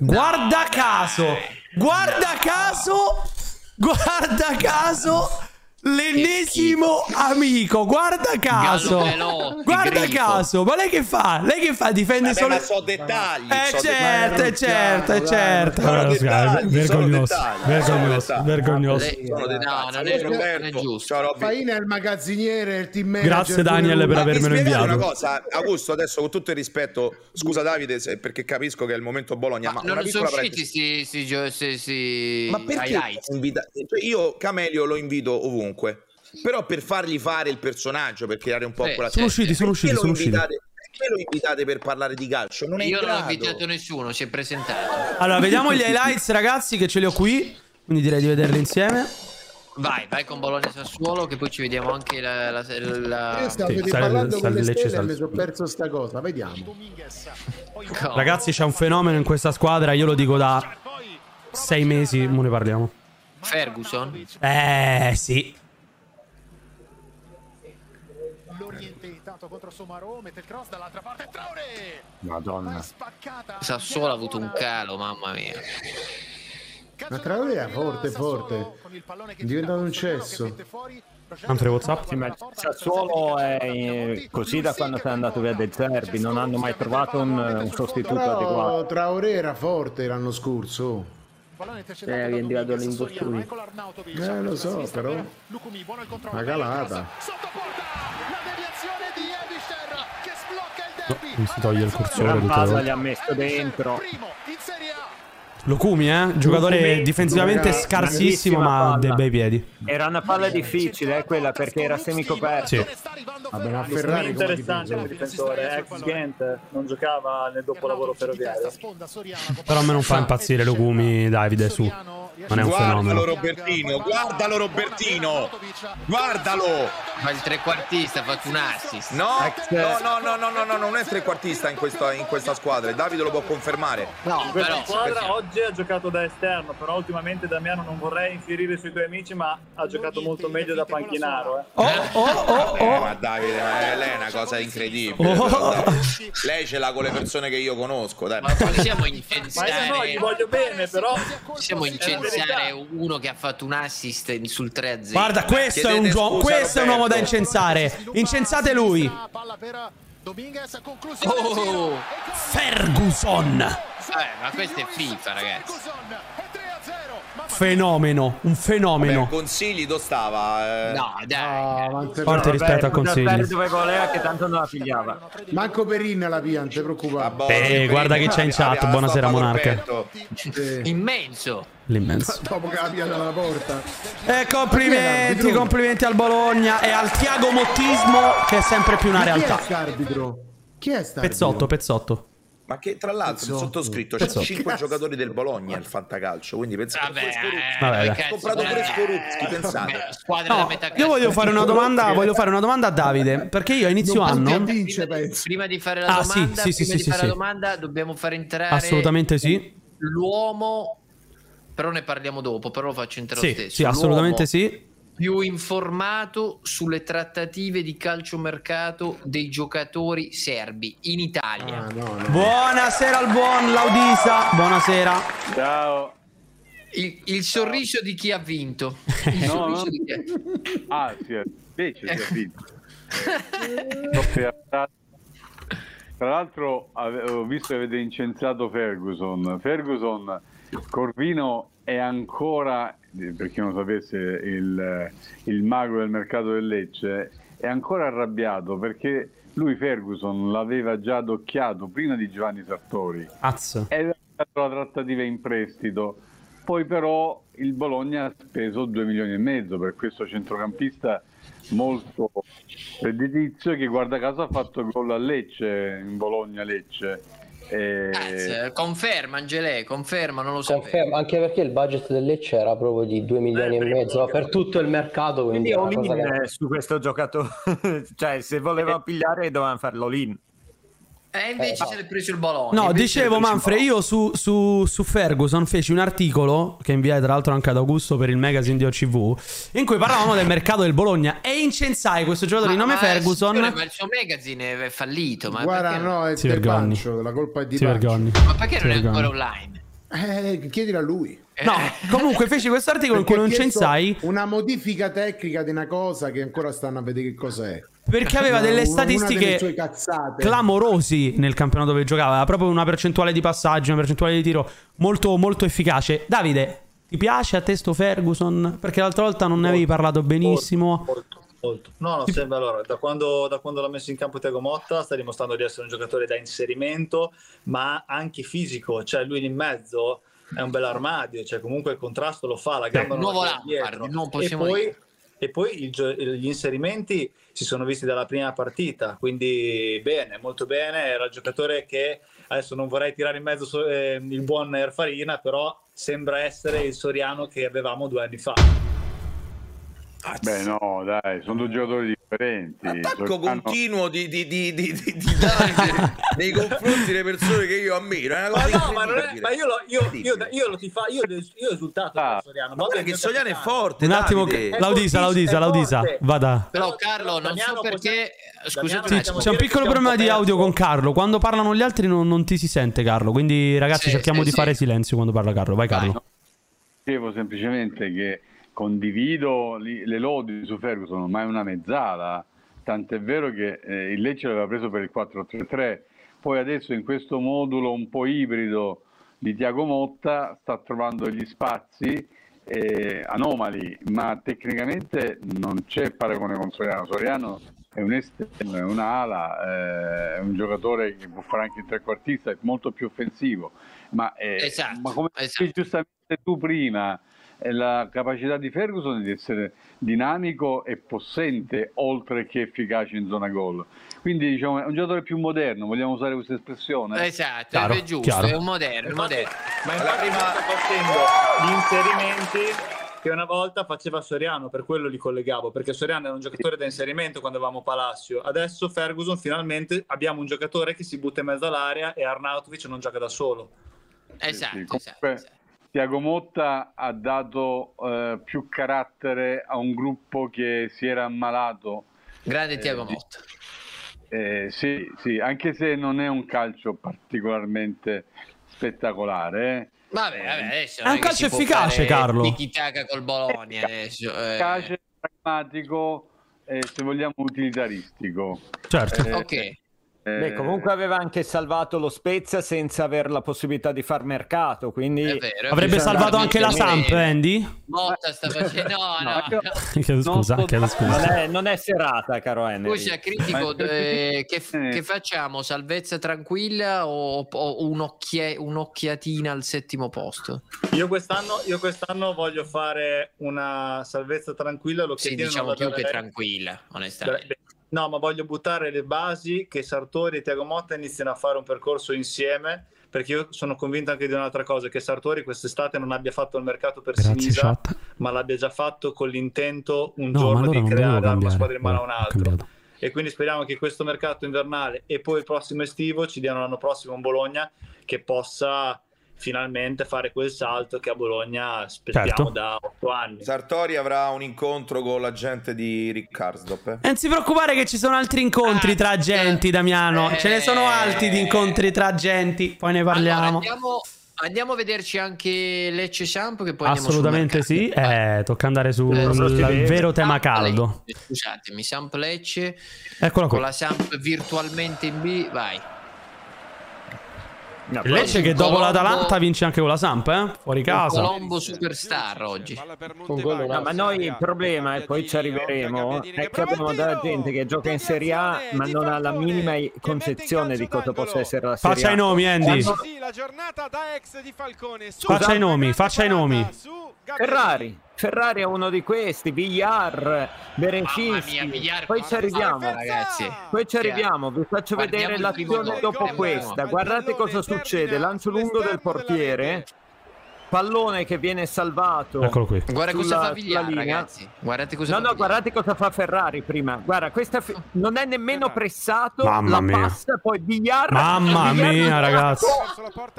Speaker 1: Guarda caso, guarda caso, guarda caso, l'ennesimo amico, guarda caso,
Speaker 20: Gallo Velotti,
Speaker 1: guarda
Speaker 20: Grifo.
Speaker 1: caso, ma lei che fa? Lei che fa? Difende
Speaker 20: Vabbè,
Speaker 1: solo...
Speaker 20: ma so dettagli.
Speaker 1: Eh
Speaker 20: so
Speaker 1: certo,
Speaker 20: dettagli.
Speaker 1: eh certo, eh certo.
Speaker 20: Sono
Speaker 1: Allora,
Speaker 20: dettagli,
Speaker 1: Sky, vergognoso,
Speaker 20: sono dettagli,
Speaker 1: vergognoso,
Speaker 20: sono dettagli.
Speaker 1: vergognoso.
Speaker 20: Sono dettagli. Allora, Roberto, ciao Robby.
Speaker 7: Faina è il magazziniere, il team manager.
Speaker 1: Grazie, Daniel, per
Speaker 7: quello-
Speaker 1: avermelo
Speaker 20: Mi spiegate
Speaker 1: inviato.
Speaker 20: una cosa, Augusto, adesso con tutto il rispetto, scusa Davide se- perché capisco che è il momento Bologna, ma, una
Speaker 2: Non sono
Speaker 20: piccola
Speaker 2: usciti sti,
Speaker 20: parentesi.
Speaker 2: sti, gio- sti, sti
Speaker 20: Ma perché
Speaker 2: highlight.
Speaker 20: invita- cioè, io Camelio lo invito ovunque, però per fargli fare il personaggio, per creare un po'
Speaker 2: Sì,
Speaker 20: quella
Speaker 2: sono
Speaker 20: serie.
Speaker 1: usciti, sono
Speaker 20: Perché
Speaker 1: usciti,
Speaker 20: lo
Speaker 1: sono usciti.
Speaker 20: invitate- perché lo invitate per parlare di calcio? Non è
Speaker 2: Io non
Speaker 20: in
Speaker 2: ho
Speaker 20: grado.
Speaker 2: invitato nessuno, si è presentato.
Speaker 1: Allora, vediamo gli highlights, ragazzi, che ce li ho qui. Quindi direi di vederli insieme.
Speaker 2: Vai, vai con Bologna Sassuolo, che poi ci vediamo anche la. la, la...
Speaker 7: Io stavo
Speaker 1: Sì,
Speaker 7: parlando
Speaker 1: sal-
Speaker 7: con le
Speaker 1: Lecce,
Speaker 7: stelle
Speaker 1: sal-
Speaker 7: e mi sono perso sta cosa, vediamo.
Speaker 20: Ecco.
Speaker 1: Ragazzi, c'è un fenomeno in questa squadra. Io lo dico da sei mesi. Mo ne parliamo.
Speaker 2: Ferguson.
Speaker 1: Eh, sì.
Speaker 6: Madonna.
Speaker 2: Sassuolo ha avuto un calo, mamma mia.
Speaker 7: Ma Traoré è forte, forte. È diventato un cesso.
Speaker 1: Manfred WhatsApp?
Speaker 12: Sì, ma il Sassuolo è eh, così da quando sono andato via dei Zerbi, non hanno mai trovato un, un sostituto
Speaker 7: Però
Speaker 12: adeguato.
Speaker 7: Traoré era forte l'anno scorso.
Speaker 3: Eh, vi è arrivato l'infortunio.
Speaker 12: Ecco
Speaker 7: Eh, lo so, però. La calata.
Speaker 1: mi si toglie il
Speaker 12: Gran
Speaker 1: cursore.
Speaker 12: palla gli ha messo dentro.
Speaker 1: Locumi, eh? Giocatore
Speaker 12: Lukumi,
Speaker 1: difensivamente
Speaker 12: raga,
Speaker 1: scarsissimo,
Speaker 12: grandissima
Speaker 1: ma ha dei
Speaker 12: palla.
Speaker 1: bei piedi.
Speaker 12: Era una palla difficile eh, quella perché era semicoperta.
Speaker 1: Sì.
Speaker 7: Vabbè,
Speaker 13: Ah,
Speaker 7: ma
Speaker 3: Ferrari
Speaker 7: Ferrari come
Speaker 3: interessante come
Speaker 7: difensore.
Speaker 3: difensore, ex Ghent, non giocava nel dopolavoro ferroviario.
Speaker 1: Però a me non fa impazzire Locumi, Davide, su. Non è un
Speaker 20: Guardalo
Speaker 1: fenomeno.
Speaker 20: Robertino, guardalo Robertino, guardalo.
Speaker 2: Ma il trequartista ha fatto un assist.
Speaker 20: No, no, no, no, no, no, no, non è trequartista in questa, in questa squadra. e Davide lo può confermare.
Speaker 3: No, questa
Speaker 20: però-
Speaker 3: squadra oggi ha giocato da esterno, però ultimamente Damiano non vorrei infierire sui tuoi amici, ma ha giocato molto meglio da panchinaro. eh.
Speaker 1: Oh,
Speaker 20: Eh, ma Davide, ma eh, lei è una cosa incredibile.
Speaker 3: Oh.
Speaker 20: però, dai. Lei ce l'ha con le persone che io conosco. Dai.
Speaker 2: Possiamo
Speaker 3: Ma io no,
Speaker 2: incensiare,
Speaker 3: gli voglio bene, però
Speaker 2: possiamo incensiare uno che ha fatto un assist in- sul 3-0.
Speaker 1: Guarda, questo è, un gio- questo è un uomo da incensare. Incensate lui.
Speaker 2: Oh!
Speaker 1: Ferguson.
Speaker 2: Eh, ma questa è FIFA, ragazzi.
Speaker 1: Fenomeno. Un fenomeno.
Speaker 20: Beh, consigli dove stava? eh?
Speaker 2: No,
Speaker 7: Forte
Speaker 1: Forte rispetto a consigli.
Speaker 12: Dove voleva che tanto non la pigliava.
Speaker 7: Manco Perin la pia, non ti preoccupare.
Speaker 1: Eh, guarda che c'è in chat. Buonasera, Monarca.
Speaker 2: Immenso.
Speaker 1: L'immenso.
Speaker 7: Dopo che la pia dalla porta.
Speaker 1: E complimenti, complimenti al Bologna e al Tiago Mottismo, che è sempre più una
Speaker 7: Ma
Speaker 1: realtà.
Speaker 7: Chi è l'arbitro? Chi è sta
Speaker 1: Pezzotto, pezzotto.
Speaker 20: Ma che tra l'altro il
Speaker 7: Pezzotto.
Speaker 20: sottoscritto c'è
Speaker 1: Pezzotto.
Speaker 20: 5 giocatori del Bologna al fantacalcio, quindi pensate pure Skorupski.
Speaker 1: Vabbè,
Speaker 20: Ha
Speaker 1: dai.
Speaker 20: comprato pure Skorupski, pensate.
Speaker 2: Squadra da
Speaker 1: No,
Speaker 2: metà
Speaker 1: io voglio
Speaker 2: calcio.
Speaker 1: fare una domanda, voglio fare una domanda a Davide, perché io a Cioè, inizio anno
Speaker 7: vince,
Speaker 2: Prima di fare la
Speaker 1: Ah, sì,
Speaker 2: domanda,
Speaker 1: sì, sì,
Speaker 2: prima
Speaker 1: sì,
Speaker 2: di
Speaker 1: sì,
Speaker 2: fare
Speaker 1: sì.
Speaker 2: la domanda dobbiamo far entrare
Speaker 1: assolutamente sì.
Speaker 2: l'uomo, però ne parliamo dopo, però lo faccio entrare lo
Speaker 1: Sì,
Speaker 2: stesso.
Speaker 1: sì, assolutamente
Speaker 2: L'uomo
Speaker 1: sì.
Speaker 2: Più informato sulle trattative di calciomercato dei giocatori serbi in
Speaker 1: Ah,
Speaker 2: Italia.
Speaker 1: Buonasera al buon Laudisa. Buonasera.
Speaker 3: Ciao.
Speaker 2: Il, il sorriso di chi ha vinto. Il
Speaker 12: No,
Speaker 2: sorriso
Speaker 12: no.
Speaker 2: di chi ha Eh, vinto.
Speaker 12: Ah, sì, invece
Speaker 2: si è
Speaker 12: vinto. Tra l'altro ave- ho visto che avete incensato Ferguson. Ferguson, Corvino è ancora, eh, per chi non sapesse, il, eh, il mago del mercato del Lecce, è ancora arrabbiato perché lui Ferguson l'aveva già adocchiato prima di Giovanni Sartori.
Speaker 1: Azzo.
Speaker 12: È stata Esatto, la trattativa in prestito. Poi però il Bologna ha speso 2 milioni e mezzo per questo centrocampista molto redditizio che guarda caso ha fatto gol a Lecce, in Bologna-Lecce. E...
Speaker 2: Eh, Conferma, Angelè, conferma, non lo sapevo.
Speaker 19: Fermo, anche perché il budget del Lecce era proprio di 2 milioni
Speaker 2: Eh,
Speaker 19: e mezzo per tutto il mercato, quindi
Speaker 12: Quindi
Speaker 19: è una
Speaker 12: all-in,
Speaker 19: cosa Eh. che-
Speaker 12: eh, su questo giocatore, cioè se voleva pigliare dovevano farlo lì.
Speaker 2: E
Speaker 12: Eh,
Speaker 2: invece se l'è preso il Bologna.
Speaker 1: No,
Speaker 2: Invece
Speaker 1: dicevo
Speaker 2: se l'è preso il
Speaker 1: Manfred, io su, su- su Ferguson feci un articolo che inviai tra l'altro anche ad Augusto per il magazine di OCV in cui parlavamo del mercato del Bologna e incensai questo giocatore di nome Ferguson.
Speaker 2: signore, ma il suo magazine è fallito. Ma
Speaker 7: Guarda,
Speaker 2: perché,
Speaker 7: no, è
Speaker 1: Si
Speaker 7: di
Speaker 1: vergogni.
Speaker 7: Pancio, la colpa è di
Speaker 1: Ti vergogni.
Speaker 2: ma perché non è
Speaker 1: Vergogna.
Speaker 2: ancora online? Eh,
Speaker 7: Eh, chiedila a lui.
Speaker 1: No, comunque feci questo articolo in cui non
Speaker 7: Perché ha chiesto
Speaker 1: censai
Speaker 7: Una modifica tecnica di una cosa che ancora stanno a vedere che cosa è.
Speaker 1: perché aveva
Speaker 7: No,
Speaker 1: delle
Speaker 7: una- Una delle sue
Speaker 1: statistiche
Speaker 7: cazzate.
Speaker 1: clamorosi nel campionato dove giocava, aveva proprio una percentuale di passaggio, una percentuale di tiro molto molto efficace. Davide, ti piace a testo Ferguson? Perché l'altra volta non ne avevi parlato benissimo.
Speaker 3: Molto. No, no, sembra allora, da quando, da quando l'ha messo in campo Tiago Motta sta dimostrando di essere un giocatore da inserimento, ma anche fisico, cioè lui lì in mezzo è un bel armadio, cioè comunque il contrasto lo fa, la gamba non
Speaker 2: nuovo
Speaker 3: la tira
Speaker 2: Lampard,
Speaker 3: dietro.
Speaker 2: non
Speaker 3: e
Speaker 2: possiamo
Speaker 3: poi
Speaker 2: dire.
Speaker 3: e poi il gio- gli inserimenti si sono visti dalla prima partita, quindi bene, molto bene, era il giocatore che adesso non vorrei tirare in mezzo so- eh, il buon Erfarina, però sembra essere il Soriano che avevamo due anni fa.
Speaker 12: Beh, no, dai, sono due giocatori differenti.
Speaker 20: Attacco
Speaker 7: Ah,
Speaker 12: Soltanto-
Speaker 20: continuo di, di, di, di, di, di Davide nei confronti delle persone che io ammiro. È una
Speaker 3: Ma
Speaker 20: cosa
Speaker 3: no, ma, non è-
Speaker 20: incredibile.
Speaker 3: ma io, lo, io, io,
Speaker 20: Incredibile.
Speaker 3: io lo ti fa, io, io ho esultato per Soriano.
Speaker 20: Ah. Ma guarda
Speaker 3: vabbè,
Speaker 20: che
Speaker 3: il
Speaker 20: Soliano è
Speaker 3: capitano.
Speaker 20: forte.
Speaker 1: Un attimo,
Speaker 20: Davide.
Speaker 1: Laudisa, Laudisa, Laudisa, vada.
Speaker 2: Però Carlo, non so perché... Scusate
Speaker 1: Sì,
Speaker 2: un
Speaker 1: c'è
Speaker 2: attimo.
Speaker 1: un piccolo problema di audio con Carlo. Quando parlano gli altri non, non ti si sente, Carlo. Quindi, ragazzi,
Speaker 12: Sì,
Speaker 1: cerchiamo
Speaker 12: sì,
Speaker 1: di
Speaker 12: sì.
Speaker 1: fare silenzio quando parla Carlo. Vai, Carlo.
Speaker 12: Dicevo semplicemente che condivido li- le lodi su Ferguson, ma è una mezzala. Tant'è vero che eh, il Lecce l'aveva preso per il 4-3-3, poi adesso in questo modulo un po' ibrido di Tiago Motta sta trovando gli spazi eh, anomali, ma tecnicamente non c'è paragone con Soriano. Soriano è un esterno, è un'ala, eh, è un giocatore che può fare anche il trequartista, è molto più offensivo. Ma, eh,
Speaker 2: Esatto,
Speaker 12: ma come dicevi giustamente tu prima, eh, la capacità di Ferguson è di essere dinamico e possente oltre che efficace in zona gol. Quindi diciamo, è un giocatore più moderno, vogliamo usare questa espressione?
Speaker 2: Esatto, è giusto, è un moderno, moderno.
Speaker 3: Ma infatti prima sta facendo gli inserimenti che una volta faceva Soriano, per quello li collegavo, perché Soriano era un giocatore da inserimento quando avevamo Palacio. Adesso Ferguson finalmente abbiamo un giocatore che si butta in mezzo all'area e Arnautovic non gioca da solo.
Speaker 2: Esatto,
Speaker 12: Comunque, Tiago Motta ha dato eh, più carattere a un gruppo che si era ammalato.
Speaker 2: Grande Tiago
Speaker 12: di-
Speaker 2: Motta.
Speaker 12: Eh, sì, sì, anche se non è un calcio particolarmente spettacolare. eh.
Speaker 2: Vabbè, vabbè, adesso
Speaker 12: È
Speaker 2: non
Speaker 12: un
Speaker 2: che
Speaker 12: calcio
Speaker 2: si può
Speaker 12: efficace,
Speaker 2: fare
Speaker 12: Carlo.
Speaker 2: tiki-taka col Bologna adesso. eh.
Speaker 12: efficace, pragmatico e se vogliamo utilitaristico. Eh,
Speaker 1: Certo.
Speaker 12: Ok.
Speaker 2: Eh,
Speaker 4: Beh, comunque aveva anche salvato lo Spezia senza avere la possibilità di far mercato, quindi
Speaker 1: Avrebbe salvato anche la Samp, Andy?
Speaker 2: Motta sta facendo... No, no,
Speaker 1: Chiedo scusa, chiedo
Speaker 4: Non
Speaker 1: scusa.
Speaker 4: è, non è serata, caro Henry.
Speaker 2: Scusa, critico, eh, che, che facciamo? Salvezza tranquilla o, o un'occhie- un'occhiatina al settimo posto?
Speaker 3: Io quest'anno, io quest'anno voglio fare una salvezza tranquilla. Lo
Speaker 2: Sì, diciamo più che tranquilla, onestamente.
Speaker 3: No, ma voglio buttare le basi che Sartori e Tiago Motta iniziano a fare un percorso insieme. Perché io sono convinto anche di un'altra cosa: che Sartori quest'estate non abbia fatto il mercato per Sinisa, ma l'abbia già fatto con l'intento un
Speaker 1: No, ma
Speaker 3: giorno
Speaker 1: allora
Speaker 3: di
Speaker 1: non
Speaker 3: creare
Speaker 1: dovevo
Speaker 3: una
Speaker 1: cambiare.
Speaker 3: squadra in mano a un
Speaker 1: Ho
Speaker 3: altro. E quindi speriamo che questo mercato invernale e poi il prossimo estivo ci diano l'anno prossimo un Bologna che possa finalmente fare quel salto che a Bologna aspettiamo
Speaker 20: Certo.
Speaker 3: da otto anni.
Speaker 20: Sartori avrà un incontro con la gente di Rick Karsdorp. eh.
Speaker 1: E non si preoccupare che ci sono altri incontri tra agenti, Damiano. Ce ne sono altri di incontri tra agenti. Poi ne parliamo.
Speaker 2: Andiamo, andiamo a vederci anche Lecce Samp che poi andiamo sul
Speaker 1: Assolutamente sì. Eh, tocca andare sul
Speaker 2: Eh,
Speaker 1: al
Speaker 2: sì.
Speaker 1: vero tema
Speaker 2: Samp
Speaker 1: caldo.
Speaker 2: Lecce, Scusatemi, Samp Lecce
Speaker 1: Eccola
Speaker 2: con
Speaker 1: qua.
Speaker 2: la Samp virtualmente in B, vai.
Speaker 1: Lecce che dopo
Speaker 2: Colombo-
Speaker 1: l'Atalanta vince anche con la Samp, eh? Fuori
Speaker 2: Un
Speaker 1: casa.
Speaker 2: Colombo superstar oggi.
Speaker 4: No, ma noi il problema, e poi ci arriveremo, è che abbiamo della gente che gioca in Serie A ma non ha la minima i- concezione di cosa possa essere la Serie A.
Speaker 1: Faccia i nomi, Andy.
Speaker 4: Quando-
Speaker 1: Faccia i nomi, faccia i nomi.
Speaker 4: Ferrari. Ferrari è uno di questi, Villar,
Speaker 2: mia,
Speaker 4: Berencisti,
Speaker 2: Villar, eh.
Speaker 4: poi ci arriviamo ragazzi, poi ci arriviamo, vi faccio vedere
Speaker 2: Guardiamo il primo gol,
Speaker 4: l'azione
Speaker 2: eh.
Speaker 4: dopo
Speaker 2: guardiamo.
Speaker 4: questa, guardate cosa succede, lancio lungo del portiere, pallone che viene salvato,
Speaker 1: Eccolo qui.
Speaker 2: Guarda cosa
Speaker 4: sulla-
Speaker 2: fa Villar,
Speaker 4: sulla linea.
Speaker 2: ragazzi. Guardate cosa
Speaker 4: no,
Speaker 2: fa
Speaker 4: no, guardate cosa fa Ferrari prima. Guarda, questa fi- non è nemmeno pressato.
Speaker 1: Mamma
Speaker 4: la
Speaker 1: mia.
Speaker 4: passa, poi Bigliar.
Speaker 1: Mamma
Speaker 4: Bigliar-
Speaker 1: mia, ragazzi.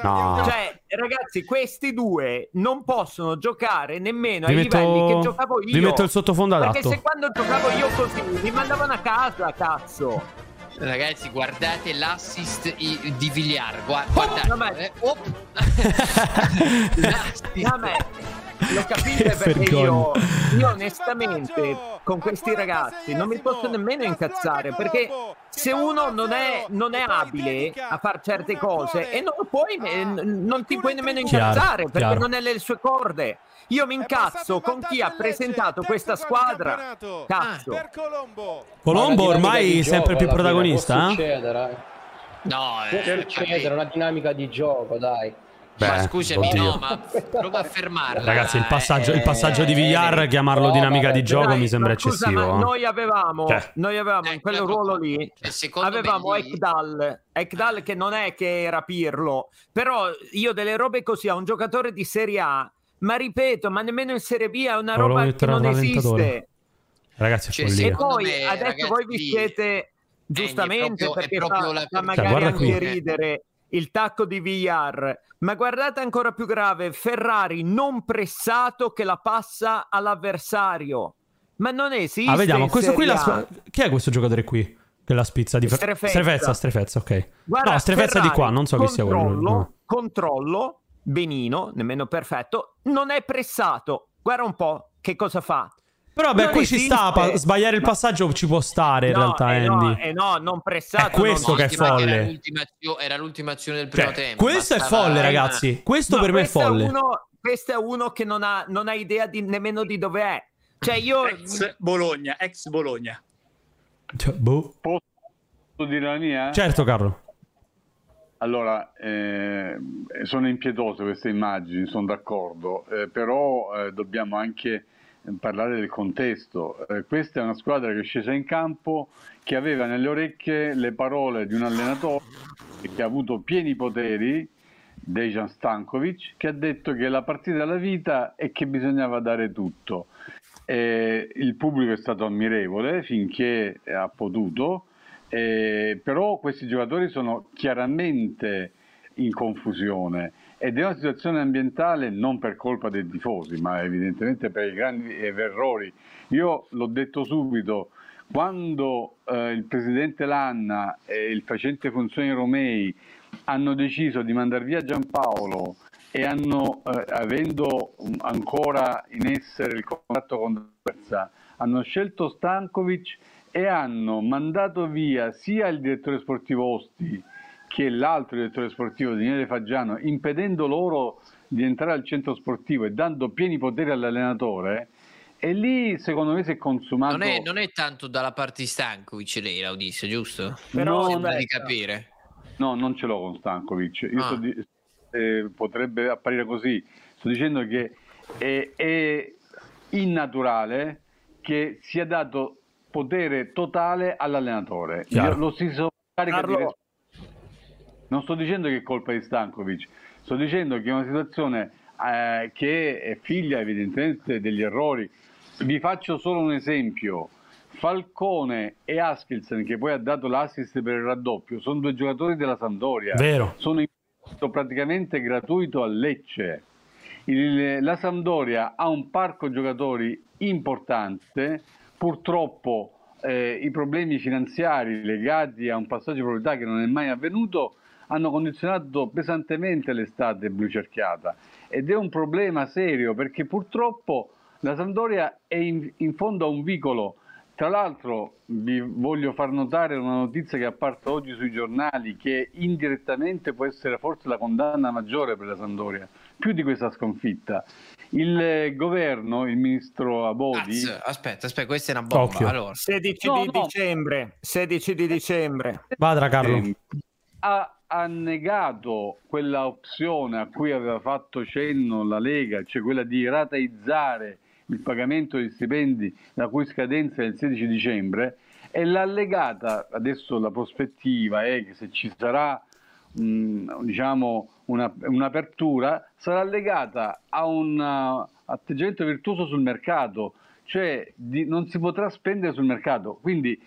Speaker 1: No.
Speaker 4: Cioè, ragazzi, questi due non possono giocare nemmeno
Speaker 1: Vi
Speaker 4: ai
Speaker 1: metto-
Speaker 4: livelli che giocavo
Speaker 1: vi
Speaker 4: io.
Speaker 1: metto il sottofondo adatto.
Speaker 4: Perché se quando giocavo io così mi mandavano a casa, cazzo.
Speaker 2: Ragazzi, guardate l'assist i- di Villar. gua- guardate. eh. Oh,
Speaker 4: Vabbè, lo capite
Speaker 1: Che
Speaker 4: perché io,
Speaker 1: vergogna.
Speaker 4: io onestamente con questi ragazzi non mi posso nemmeno incazzare perché se uno non è, non è abile a fare certe cose e non, lo puoi, eh, n- non ti puoi nemmeno
Speaker 1: Chiaro,
Speaker 4: incazzare perché
Speaker 1: chiaro.
Speaker 4: non è nelle sue corde. Io mi incazzo con chi ha presentato questa squadra. Cazzo.
Speaker 1: Colombo
Speaker 19: Alla dinamica
Speaker 1: ormai
Speaker 19: di
Speaker 1: sempre
Speaker 19: gioco,
Speaker 1: più
Speaker 19: alla fine,
Speaker 1: protagonista.
Speaker 19: Può
Speaker 1: eh?
Speaker 19: succedere, eh.
Speaker 2: No,
Speaker 19: Può succedere, è una dinamica di gioco, dai.
Speaker 2: ma
Speaker 1: Beh,
Speaker 2: scusami,
Speaker 1: oddio.
Speaker 2: no, ma prova a fermarla.
Speaker 1: Ragazzi, il passaggio, il
Speaker 2: eh,
Speaker 1: passaggio di Villar, chiamarlo
Speaker 4: no,
Speaker 1: dinamica
Speaker 4: eh, vabbè,
Speaker 1: di gioco
Speaker 4: dai,
Speaker 1: mi sembra
Speaker 4: Scusa,
Speaker 1: eccessivo.
Speaker 4: ma
Speaker 1: eh.
Speaker 4: noi avevamo,
Speaker 1: Cioè.
Speaker 4: noi avevamo in quel ruolo lì, avevamo Ekdal, Ekdal che non è che era Pirlo, però io delle robe così a un giocatore di Serie A, ma ripeto, ma nemmeno in Serie B è una
Speaker 1: Volevo
Speaker 4: roba che
Speaker 1: mettere
Speaker 4: non
Speaker 1: un rallentatore.
Speaker 4: esiste.
Speaker 1: Ragazzi,
Speaker 7: Cioè,
Speaker 1: è
Speaker 4: E
Speaker 1: follia.
Speaker 4: poi
Speaker 2: Cioè, me,
Speaker 4: adesso
Speaker 2: ragazzi,
Speaker 4: voi vi siete giustamente
Speaker 2: proprio- è
Speaker 4: perché
Speaker 2: proprio
Speaker 4: fa,
Speaker 2: la-
Speaker 4: fa
Speaker 2: Cioè,
Speaker 4: magari
Speaker 1: guarda
Speaker 4: anche
Speaker 1: qui.
Speaker 4: ridere il tacco di Villar. Ma guardate ancora più grave, Ferrari non pressato che la passa all'avversario. Ma non esiste.
Speaker 1: Ah, vediamo,
Speaker 4: in
Speaker 1: questo qui la
Speaker 4: Serie A.
Speaker 1: sua- Chi è questo giocatore qui? Che la spizza di
Speaker 4: Strefezza.
Speaker 1: Strefezza, strefezza, ok.
Speaker 4: Guarda,
Speaker 1: no, strefezza
Speaker 4: Ferrari,
Speaker 1: di qua, non so chi sia quello.
Speaker 4: controllo,
Speaker 1: no.
Speaker 4: Controllo, benino, nemmeno perfetto, non è pressato. Guarda un po' che cosa fa.
Speaker 1: Però beh,
Speaker 4: Non
Speaker 1: qui ci
Speaker 4: esiste.
Speaker 1: sta, pa- sbagliare il
Speaker 4: Ma-
Speaker 1: passaggio ci può stare in
Speaker 4: No,
Speaker 1: realtà,
Speaker 4: eh no,
Speaker 1: Andy. Cioè,
Speaker 4: eh no, non pressato.
Speaker 1: È questo
Speaker 4: non
Speaker 1: che è
Speaker 4: esiste, perché
Speaker 1: folle.
Speaker 4: era il
Speaker 2: L'ultima, azio- era l'ultima azione del
Speaker 1: Cioè,
Speaker 2: primo tempo.
Speaker 1: questo è
Speaker 2: bastava-
Speaker 1: folle, ragazzi. Questo
Speaker 4: No,
Speaker 1: per me è
Speaker 4: è
Speaker 1: folle.
Speaker 4: uno- questo è uno che non ha, non ha idea di- nemmeno di dove è. Cioè, io.
Speaker 3: Ex Bologna, ex Bologna.
Speaker 1: Cioè, boh.
Speaker 12: Posso dire la
Speaker 4: Eh.
Speaker 12: mia?
Speaker 1: Certo, Carlo.
Speaker 12: Allora, eh, sono impietose queste immagini, sono d'accordo, eh, però eh, dobbiamo anche parlare del contesto. Eh, questa è una squadra che è scesa in campo, che aveva nelle orecchie le parole di un allenatore e che ha avuto pieni poteri, Dejan Stankovic, che ha detto che la partita è la vita e che bisognava dare tutto. Eh, il pubblico è stato ammirevole finché ha potuto, eh, però questi giocatori sono chiaramente in confusione ed è una situazione ambientale non per colpa dei tifosi, ma evidentemente per i grandi errori. Io l'ho detto subito, quando eh, il presidente Lanna e il facente funzioni Romei hanno deciso di mandare via Giampaolo e hanno, eh, avendo um, ancora in essere il contratto con Versa, hanno scelto Stankovic e hanno mandato via sia il direttore sportivo Osti che l'altro direttore sportivo Daniele Faggiano, impedendo loro di entrare al centro sportivo e dando pieni poteri all'allenatore, e lì secondo me si è consumato...
Speaker 2: Non è, non è tanto dalla parte di Stankovic lei l'audisse, giusto?
Speaker 12: Però-
Speaker 2: Mi sembra di
Speaker 12: aspetta.
Speaker 2: capire.
Speaker 12: No, non ce l'ho con Stankovic. Io
Speaker 2: Ah.
Speaker 12: sto di- eh, potrebbe apparire così. Sto dicendo che è, è innaturale che sia dato potere totale all'allenatore.
Speaker 1: Chiaro.
Speaker 12: Io- Lo si sovraccarica di
Speaker 4: Carlo.
Speaker 12: responsabilità. Non sto dicendo che è colpa di Stankovic, sto dicendo che è una situazione eh, che è figlia evidentemente degli errori. Vi faccio solo un esempio. Falcone e Askilsen, che poi ha dato l'assist per il raddoppio, sono due giocatori della Sampdoria.
Speaker 1: Vero.
Speaker 12: Sono in prestito praticamente gratuito a Lecce. Il- la Sampdoria ha un parco giocatori importante, purtroppo eh, i problemi finanziari legati a un passaggio di proprietà che non è mai avvenuto hanno condizionato pesantemente l'estate blucerchiata ed è un problema serio perché purtroppo la Sampdoria è in, in fondo a un vicolo. Tra l'altro vi voglio far notare una notizia che è apparsa oggi sui giornali che indirettamente può essere forse la condanna maggiore per la Sampdoria, più di questa sconfitta. Il eh, governo, il ministro Abodi,
Speaker 2: Cazzo, Aspetta, aspetta, questa è una bomba.
Speaker 12: Occhio.
Speaker 2: Allora,
Speaker 4: 16
Speaker 12: No,
Speaker 4: di
Speaker 12: no.
Speaker 4: dicembre. 16 di dicembre.
Speaker 1: Vadra, Carlo.
Speaker 12: Sì. ha annegato quella opzione a cui aveva fatto cenno la Lega, cioè quella di rateizzare il pagamento degli stipendi la cui scadenza è il 16 dicembre e l'ha legata, adesso la prospettiva è che se ci sarà mh, diciamo una- un'apertura sarà legata a un uh, atteggiamento virtuoso sul mercato, cioè di- non si potrà spendere sul mercato. Quindi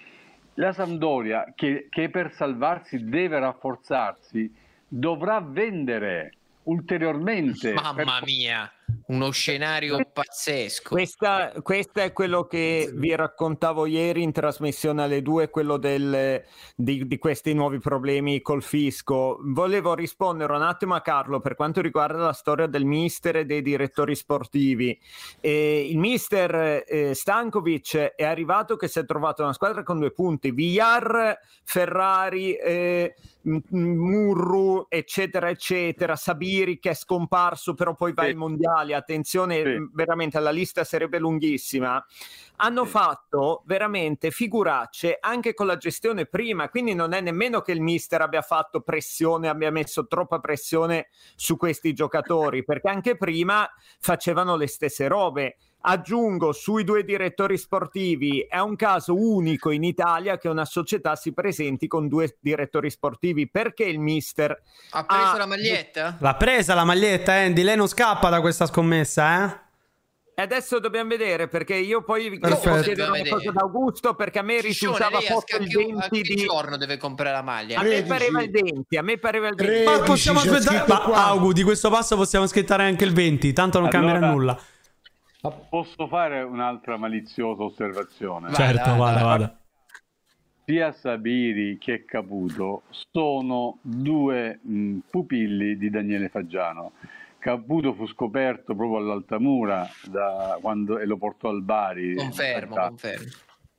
Speaker 12: la Sampdoria, che, che per salvarsi deve rafforzarsi, dovrà vendere ulteriormente. Eh,
Speaker 2: mamma mia, uno scenario pazzesco.
Speaker 4: Questa, questo è quello che vi raccontavo ieri in trasmissione alle 2, quello del- di, di questi nuovi problemi col fisco. Volevo rispondere un attimo a Carlo per quanto riguarda la storia del mister e dei direttori sportivi. Eh, il mister eh, Stankovic è arrivato che si è trovato una squadra con due punti, Villar, Ferrari, eh, M- M- Murru, eccetera, eccetera, Sabiri che è scomparso però poi va ai mondiali, Italia, attenzione veramente alla lista sarebbe lunghissima, hanno fatto veramente figuracce anche con la gestione prima, quindi non è nemmeno che il mister abbia fatto pressione, abbia messo troppa pressione su questi giocatori, perché anche prima facevano le stesse robe. Aggiungo sui due direttori sportivi, è un caso unico in Italia che una società si presenti con due direttori sportivi perché il mister
Speaker 2: Ha preso la maglietta?
Speaker 1: L'ha presa la maglietta, Andy. Lei non scappa da questa scommessa, eh?
Speaker 4: E adesso dobbiamo vedere perché io poi vi
Speaker 1: Perfetto.
Speaker 4: chiedo una
Speaker 2: Dobbiamo
Speaker 4: cosa ad Augusto perché a me
Speaker 2: Ciccione,
Speaker 4: risultava
Speaker 2: lei a
Speaker 4: fosse il
Speaker 2: scacchio- a
Speaker 4: 20
Speaker 2: che
Speaker 4: di...
Speaker 2: giorno deve comprare la maglia?
Speaker 4: A me pareva il 20, a me pareva il 20.
Speaker 1: Ma possiamo aspettare. Ma Augu, di questo passo possiamo aspettare anche il 20, tanto non cambierà
Speaker 12: Allora-
Speaker 1: nulla.
Speaker 12: Posso fare un'altra maliziosa osservazione?
Speaker 1: certo, vada, vada.
Speaker 12: Sia Sabiri che Caputo sono due mh, pupilli di Daniele Faggiano. Caputo fu scoperto proprio all'Altamura da- quando- e lo portò al Bari.
Speaker 2: Confermo,
Speaker 12: Faggiano.
Speaker 2: confermo.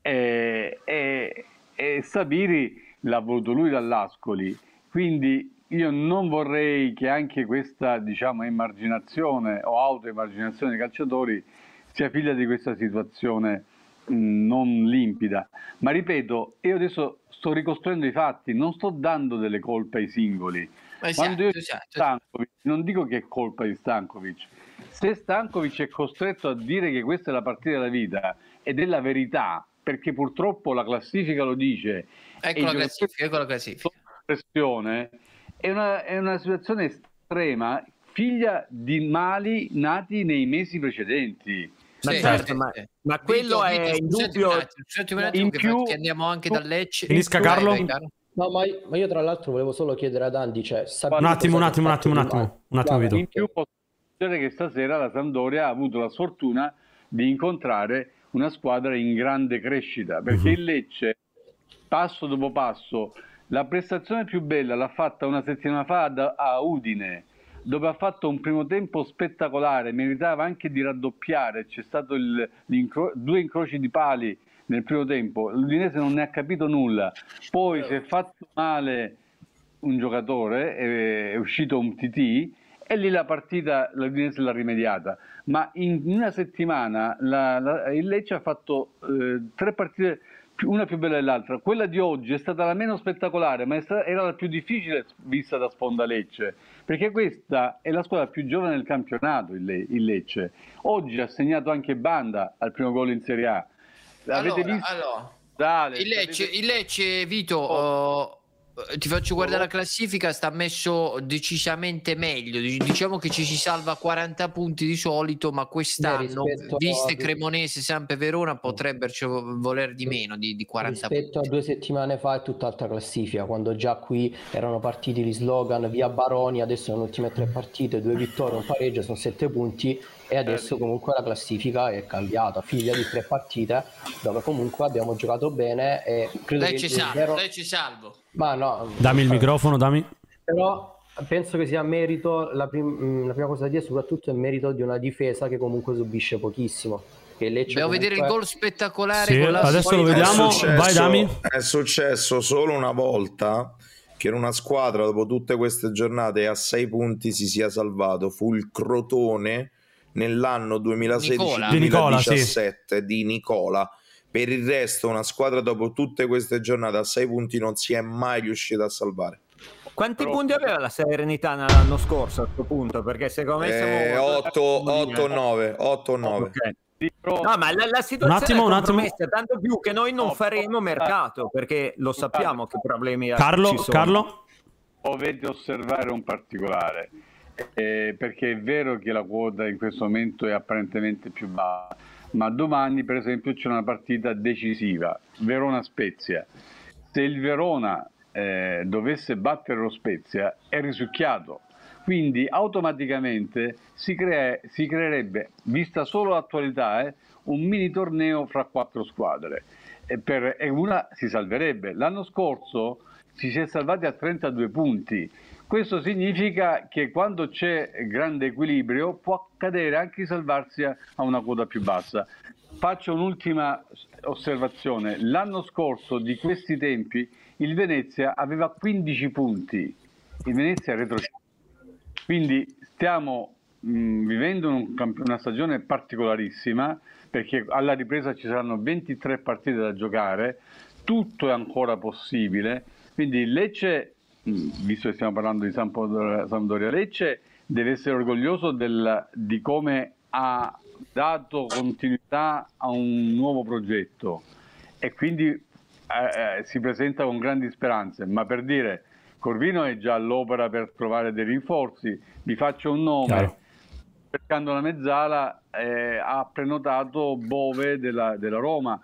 Speaker 12: e, e- e Sabiri l'ha voluto lui dall'Ascoli. Quindi io non vorrei che anche questa diciamo emarginazione o autoemarginazione dei calciatori sia figlia di questa situazione mh, non limpida. Ma ripeto, io adesso sto ricostruendo i fatti, non sto dando delle colpe ai singoli.
Speaker 2: Esatto,
Speaker 12: Quando io
Speaker 2: esatto,
Speaker 12: Stankovic, non dico che è colpa di Stankovic. Se Stankovic è costretto a dire che questa è la partita della vita ed è la verità, perché purtroppo la classifica lo dice, e i
Speaker 2: Ecco la
Speaker 12: giocatori
Speaker 2: classifica, ecco la classifica.
Speaker 12: pressione è una, è una situazione estrema, figlia di mali nati nei mesi precedenti.
Speaker 4: Ma Sì, certo, sì, ma- sì. ma quello
Speaker 2: Vito, è in scusate dubbio- un attimo, scusate un attimo In che fa- più- che andiamo anche da Lecce. Finisca, Vai, Carlo. vai, Carlo.
Speaker 19: No, ma io, ma io tra l'altro volevo solo chiedere ad Andy, cioè, sapete
Speaker 1: Un attimo, un
Speaker 19: cosa
Speaker 1: attimo, un
Speaker 19: ha
Speaker 1: attimo, un
Speaker 19: fatto
Speaker 1: attimo. Un attimo,
Speaker 19: Guarda,
Speaker 1: Vito.
Speaker 12: In più posso dire che stasera la Sampdoria ha avuto la sfortuna di incontrare una squadra in grande crescita,
Speaker 1: Mhm.
Speaker 12: perché il Lecce, passo dopo passo, la prestazione più bella l'ha fatta una settimana fa ad- a Udine, dove ha fatto un primo tempo spettacolare, meritava anche di raddoppiare, c'è stato il- l'incro- due incroci di pali nel primo tempo, l'Udinese non ne ha capito nulla, poi si è fatto male un giocatore, è, è uscito un TT e lì la partita l'Udinese l'ha rimediata. Ma in una settimana la- la- il Lecce ha fatto eh, tre partite, più- una più bella dell'altra. Quella di oggi è stata la meno spettacolare, ma è sta- era la più difficile vista da sponda Lecce, perché questa è la squadra più giovane del campionato, il, Le- il Lecce. Oggi ha segnato anche Banda al primo gol in Serie A. Avete
Speaker 2: Allora,
Speaker 12: visto?
Speaker 2: allora.
Speaker 12: Dale, Oh.
Speaker 2: Il Lecce, il Lecce, Vito, eh, ti faccio guardare la classifica, sta messo decisamente meglio. Dic- Diciamo che ci si salva 40 punti di solito, ma quest'anno,
Speaker 19: Beh, rispetto
Speaker 2: viste
Speaker 19: a-
Speaker 2: Cremonese, Samp e Verona, potrebbero voler di meno di, di 40 punti.
Speaker 19: Rispetto a due settimane fa è tutt'altra classifica, quando già qui erano partiti gli slogan via Baroni, adesso sono le ultime tre partite, due vittorie, un pareggio, sono sette punti e
Speaker 2: Certo.
Speaker 19: adesso comunque la classifica è cambiata, figlia di tre partite dove comunque abbiamo giocato bene e credo che
Speaker 2: Lecce
Speaker 19: il
Speaker 2: salvo,
Speaker 19: vero-
Speaker 2: Lecce salvo.
Speaker 19: Ma no,
Speaker 1: Dammi il microfono, dammi.
Speaker 19: però penso che sia merito, la, prim- mh, la prima cosa da dire soprattutto è merito di una difesa che comunque subisce pochissimo. Che Lecce
Speaker 2: Dobbiamo vedere il
Speaker 19: comunque-
Speaker 2: gol spettacolare.
Speaker 19: Sì,
Speaker 2: con la
Speaker 19: adesso lo
Speaker 2: solita-
Speaker 1: vediamo.
Speaker 20: È successo-
Speaker 1: Vai, Dami.
Speaker 20: È successo solo una volta che in una squadra dopo tutte queste giornate a 6 punti si sia salvato. Fu il Crotone nell'anno 2016-2017
Speaker 1: Nicola. Di Nicola, sì.
Speaker 20: di Nicola. Per il resto una squadra dopo tutte queste giornate a 6 punti non si è mai riuscita a salvare.
Speaker 4: Quanti punti aveva la Salernitana l'anno scorso a questo punto? Perché secondo me... siamo-
Speaker 20: Eh,
Speaker 2: Eh,
Speaker 20: 8 o 9, 8 o 9.
Speaker 4: No, ma la, la situazione
Speaker 1: Un attimo,
Speaker 4: è
Speaker 1: un attimo.
Speaker 4: compromessa, tanto più che noi non faremo mercato, perché lo sappiamo che problemi
Speaker 1: Carlo,
Speaker 4: ci sono.
Speaker 1: Carlo.
Speaker 12: dovete osservare un particolare, eh, perché è vero che la quota in questo momento è apparentemente più bassa, ma domani per esempio c'è una partita decisiva, Verona-Spezia. Se il Verona eh, dovesse battere lo Spezia è risucchiato, quindi automaticamente si, crea- si creerebbe, vista solo l'attualità, eh, un mini torneo fra quattro squadre e, per- e una si salverebbe. L'anno scorso si si è salvati a 32 punti. Questo significa che quando c'è grande equilibrio può accadere anche di salvarsi a a una quota più bassa. Faccio un'ultima s- osservazione. L'anno scorso di questi tempi il Venezia aveva 15 punti. Il Venezia è retrocessa. Quindi stiamo mh, vivendo un camp- una stagione particolarissima, perché alla ripresa ci saranno 23 partite da giocare, tutto è ancora possibile, quindi Lecce, mh, visto che stiamo parlando di Sampo- Sampdoria Lecce, deve essere orgoglioso del- di come ha dato continuità a un nuovo progetto e quindi eh, eh, si presenta con grandi speranze, ma per dire Corvino è già all'opera per trovare dei rinforzi, vi faccio un nome, cercando la mezzala eh, ha prenotato Bove della, della Roma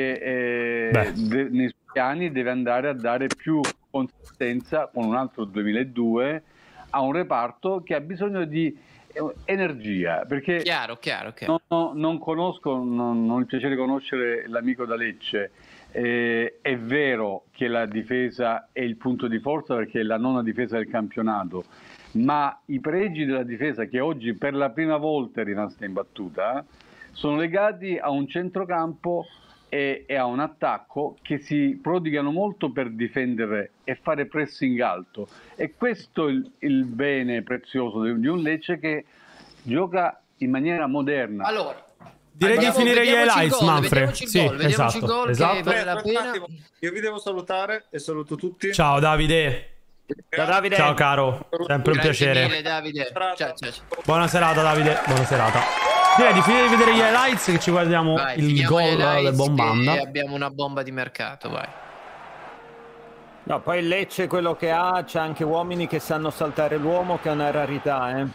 Speaker 12: che eh, de- nei suoi anni deve andare a dare più consistenza con un altro 2002 a un reparto che ha bisogno di eh, energia perché
Speaker 2: Chiaro, chiaro, chiaro.
Speaker 12: non, non- non conosco, non, non ho il piacere di conoscere l'amico da Lecce. Eh, è vero che la difesa è il punto di forza perché è la nona difesa del campionato, ma i pregi della difesa che oggi per la prima volta è rimasta imbattuta sono legati a un centrocampo e, e a un attacco che si prodigano molto per difendere e fare pressing alto. E questo è il, il bene prezioso di, di un Lecce che gioca in maniera moderna.
Speaker 2: Allora,
Speaker 1: Direi di
Speaker 2: Bravo,
Speaker 1: finire gli
Speaker 2: vediamoci il
Speaker 1: highlights,
Speaker 2: gol,
Speaker 1: Manfred.
Speaker 2: vediamoci il
Speaker 1: Sì,
Speaker 2: gol, vediamoci il
Speaker 1: esatto.
Speaker 2: gol che
Speaker 1: esatto.
Speaker 2: vale la pena.
Speaker 3: Io vi devo salutare e saluto tutti.
Speaker 1: Ciao Davide.
Speaker 3: Ciao Davide.
Speaker 1: Ciao caro, sempre un
Speaker 3: Grazie
Speaker 1: piacere.
Speaker 2: Mille, Davide. Ciao, ciao, ciao.
Speaker 1: Buona serata Davide, buona serata. Direi di finire di vedere gli highlights che ci guardiamo
Speaker 2: Vai,
Speaker 1: il
Speaker 2: finiamo gli
Speaker 1: gol del
Speaker 2: highlights
Speaker 1: buon
Speaker 2: che
Speaker 1: Banda.
Speaker 2: Abbiamo una bomba di mercato, vai.
Speaker 4: No, poi il Lecce quello che ha, c'è anche uomini che sanno saltare l'uomo, che è una rarità. Eh.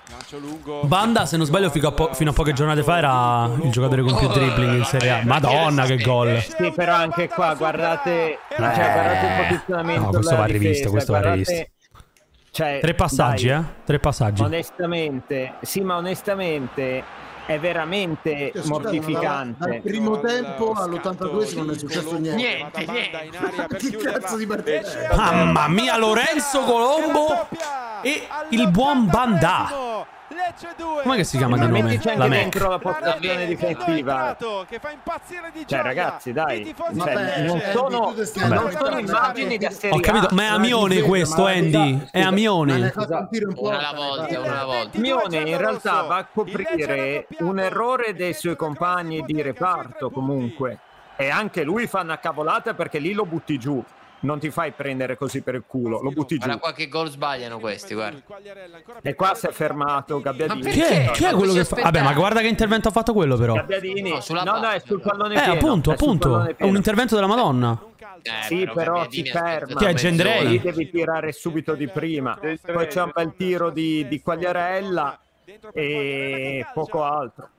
Speaker 1: Banda, se non sbaglio, fico a po- fino a poche giornate fa era il giocatore con più dribbling in Serie A. Madonna che gol.
Speaker 4: Sì, però anche qua guardate, cioè, guardate il posizionamento.
Speaker 1: Eh, no, questo
Speaker 4: della
Speaker 1: va rivisto,
Speaker 4: difesa,
Speaker 1: questo va
Speaker 4: guardate-
Speaker 1: rivisto.
Speaker 4: cioè,
Speaker 1: Tre passaggi,
Speaker 4: dai,
Speaker 1: eh? Tre passaggi.
Speaker 4: Onestamente, sì, ma onestamente è veramente
Speaker 7: Cioè, scusate,
Speaker 4: mortificante.
Speaker 7: Dal, dal primo tempo all'82 non è successo niente.
Speaker 4: Niente,
Speaker 7: Che cazzo di partita? è?
Speaker 1: Mamma mia, Lorenzo Colombo e il buon Banda. Come si chiama di
Speaker 4: Veramente
Speaker 1: nome?
Speaker 4: c'è
Speaker 1: La
Speaker 4: anche
Speaker 1: Mac.
Speaker 4: dentro la posizione difensiva. Cioè, ragazzi, dai, cioè, non sono, non sono immagini di asserie
Speaker 1: Ho capito, ma è
Speaker 4: A. Cioè,
Speaker 1: Amione questo, Andy. È Amione.
Speaker 4: Una alla volta, una alla volta. Amione in realtà va a coprire un errore dei suoi compagni di reparto comunque. E anche lui fa una cavolata perché lì lo butti giù. Non ti fai prendere così per il culo, lo butti giù.
Speaker 2: Guarda qua che gol sbagliano questi, guarda.
Speaker 4: E qua si è fermato Gabbiadini.
Speaker 1: Chi è? Eh, Chi è quello che fa? Vabbè, ma guarda che intervento ha fatto quello, però.
Speaker 4: Gabbiadini. No, no, è sul pallone
Speaker 1: Eh,
Speaker 4: pieno.
Speaker 1: appunto,
Speaker 4: è sul
Speaker 1: appunto.
Speaker 4: pallone
Speaker 1: È
Speaker 4: pieno.
Speaker 1: un intervento della Madonna.
Speaker 4: sì, Eh, però ti ferma.
Speaker 1: Chi è, Gendrei?
Speaker 4: Lì Devi tirare subito di prima. Poi c'è un bel tiro di, di Quagliarella e poco altro.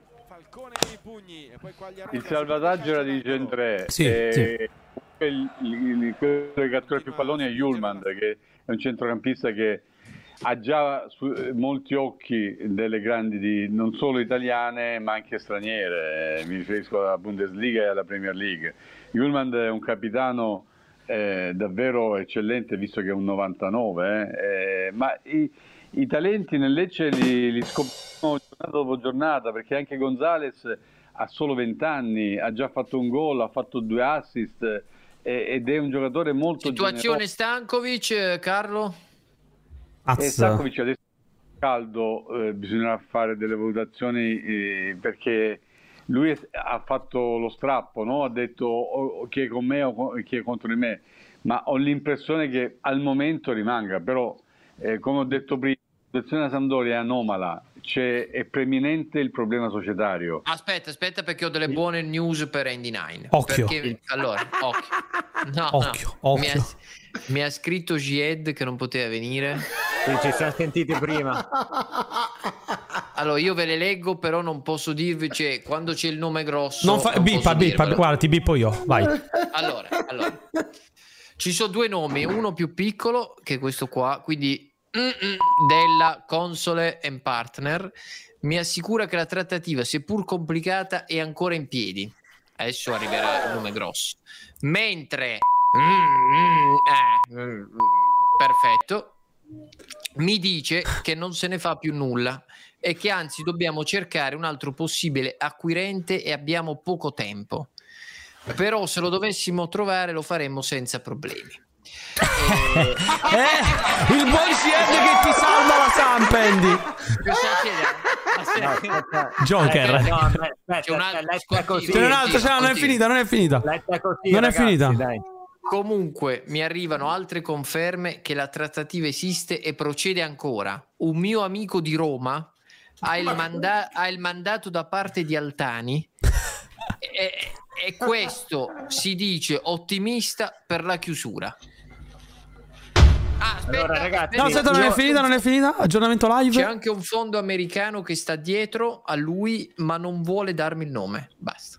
Speaker 12: Il salvataggio era di Gen 3.
Speaker 4: Sì,
Speaker 12: e
Speaker 4: sì.
Speaker 12: Il, il, il- quello che cattura più palloni è Julmand, che è un centrocampista che ha già su- eh, molti occhi delle grandi, di, non solo italiane, ma anche straniere. Eh, Mi riferisco alla Bundesliga e alla Premier League. Julmand è un capitano eh, davvero eccellente, visto che è un 99, eh, eh, ma i, i talenti nel Lecce li, li scopriamo giornata dopo giornata, perché anche Gonzales ha solo 20 anni, ha già fatto un gol, ha fatto due assist eh, ed è un giocatore molto
Speaker 2: Situazione Stankovic, eh, Carlo?
Speaker 12: generoso. E Stankovic adesso è caldo, eh, bisognerà fare delle valutazioni eh, perché lui è- ha fatto lo strappo, no? ha detto o- o chi è con me o co- chi è contro di me, ma ho l'impressione che al momento rimanga, però eh, come ho detto prima, la situazione della Sampdoria è anomala, c'è, è preminente il problema societario.
Speaker 2: Aspetta, aspetta perché ho delle buone news per Andy 9.
Speaker 12: Occhio.
Speaker 2: Perché- allora, occhio. No,
Speaker 4: Occhio,
Speaker 2: no. Mi,
Speaker 4: occhio.
Speaker 2: ha, mi ha scritto Gied che non poteva venire.
Speaker 4: ci siamo sentiti prima.
Speaker 2: Allora, io ve le leggo, però non posso dirvi, cioè, quando c'è il nome grosso...
Speaker 1: Non fa...
Speaker 2: non
Speaker 1: Bippa,
Speaker 2: posso
Speaker 1: bippa,
Speaker 2: dirvelo.
Speaker 1: guarda, ti bippo io. Vai.
Speaker 2: Allora, allora. Ci sono due nomi, uno più piccolo, che è questo qua, quindi mm-mm, della Console and Partner, mi assicura che la trattativa, seppur complicata, è ancora in piedi. Adesso arriverà il nome grosso. Mentre... mm, mm, eh, mm, mm, perfetto. Mi dice che non se ne fa più nulla e che anzi dobbiamo cercare un altro possibile acquirente e abbiamo poco tempo però se lo dovessimo trovare lo faremmo senza problemi.
Speaker 1: Eh, il buon CM che ti salva la Sampendi.
Speaker 2: Cosa chiede?
Speaker 1: Joker.
Speaker 2: Eh,
Speaker 5: No, aspetta,
Speaker 2: C'è un altro
Speaker 5: aspetta,
Speaker 2: scottino.
Speaker 5: così.
Speaker 1: C'è un'altra, ce l'ha, Cioè, non è
Speaker 2: Continua.
Speaker 1: finita, non è finita.
Speaker 5: Letta così,
Speaker 1: Non è
Speaker 5: ragazzi,
Speaker 1: finita.
Speaker 5: dai.
Speaker 2: Comunque mi arrivano altre conferme che la trattativa esiste e procede ancora. Un mio amico di Roma ha il, manda- ha il mandato da parte di Altani e, e questo si dice ottimista per la chiusura. Ah,
Speaker 5: Allora, ragazzi,
Speaker 1: No, aspetta, non è
Speaker 2: Gio-
Speaker 1: finita, non è finita. Aggiornamento live.
Speaker 2: C'è anche un fondo americano che sta dietro a lui ma non vuole darmi il nome. Basta.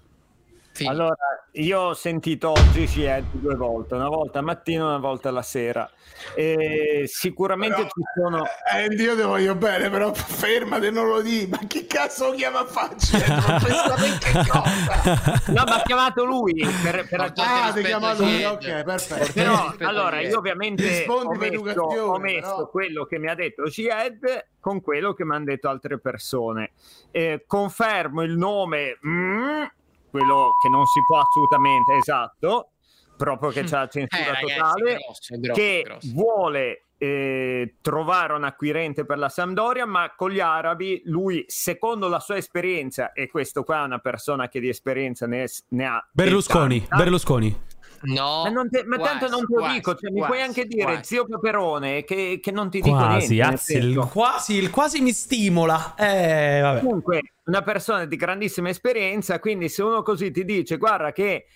Speaker 4: Allora, io ho sentito oggi CED due volte, una volta al mattino e una volta alla sera. E sicuramente ci sono...
Speaker 14: Andy, eh, io ti voglio bene, però fermate, non lo di. Ma chi cazzo lo chiama faccia? Non penso a me che cosa.
Speaker 4: No, ma ha chiamato lui per, per
Speaker 14: Ah, ti ha chiamato lui, ok, perfetto.
Speaker 4: Però, allora, io ovviamente ho
Speaker 14: Rispondi per
Speaker 4: messo,
Speaker 14: educazione,
Speaker 4: ho messo
Speaker 14: però.
Speaker 4: quello che mi ha detto CED con quello che mi hanno detto altre persone. Eh, confermo il nome, mm, quello che non si può assolutamente, esatto, proprio che c'è la censura
Speaker 5: Eh, ragazzi,
Speaker 4: totale,
Speaker 5: è grosso, è grosso,
Speaker 4: che
Speaker 5: è grosso.
Speaker 4: vuole eh, trovare un acquirente per la Sampdoria, ma con gli arabi lui, secondo la sua esperienza, e questo qua è una persona che di esperienza ne, ne ha...
Speaker 1: Berlusconi,
Speaker 4: tanta,
Speaker 1: Berlusconi.
Speaker 2: No,
Speaker 4: ma, non te- ma
Speaker 5: quasi,
Speaker 4: tanto non te lo
Speaker 5: quasi,
Speaker 4: dico, cioè, mi
Speaker 5: quasi,
Speaker 4: puoi anche dire,
Speaker 5: quasi.
Speaker 4: zio Peperone, che, che non ti dico
Speaker 1: Quasi,
Speaker 4: niente. nel
Speaker 1: anzi, il
Speaker 4: senso.
Speaker 1: quasi, il quasi mi stimola. Eh, vabbè.
Speaker 4: Comunque, una persona di grandissima esperienza, quindi se uno così ti dice, guarda che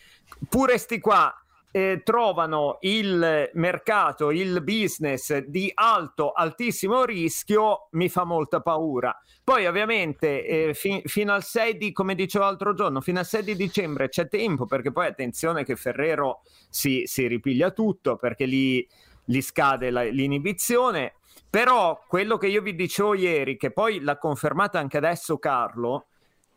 Speaker 4: pure sti qua eh, trovano il mercato, il business di alto, altissimo rischio, mi fa molta paura. Poi ovviamente eh, fi- fino al 6 di, come dicevo l'altro giorno, fino al 6 di dicembre c'è tempo, perché poi attenzione che Ferrero si, si ripiglia tutto, perché lì, lì scade la- l'inibizione. Però quello che io vi dicevo ieri, che poi l'ha confermato anche adesso Carlo,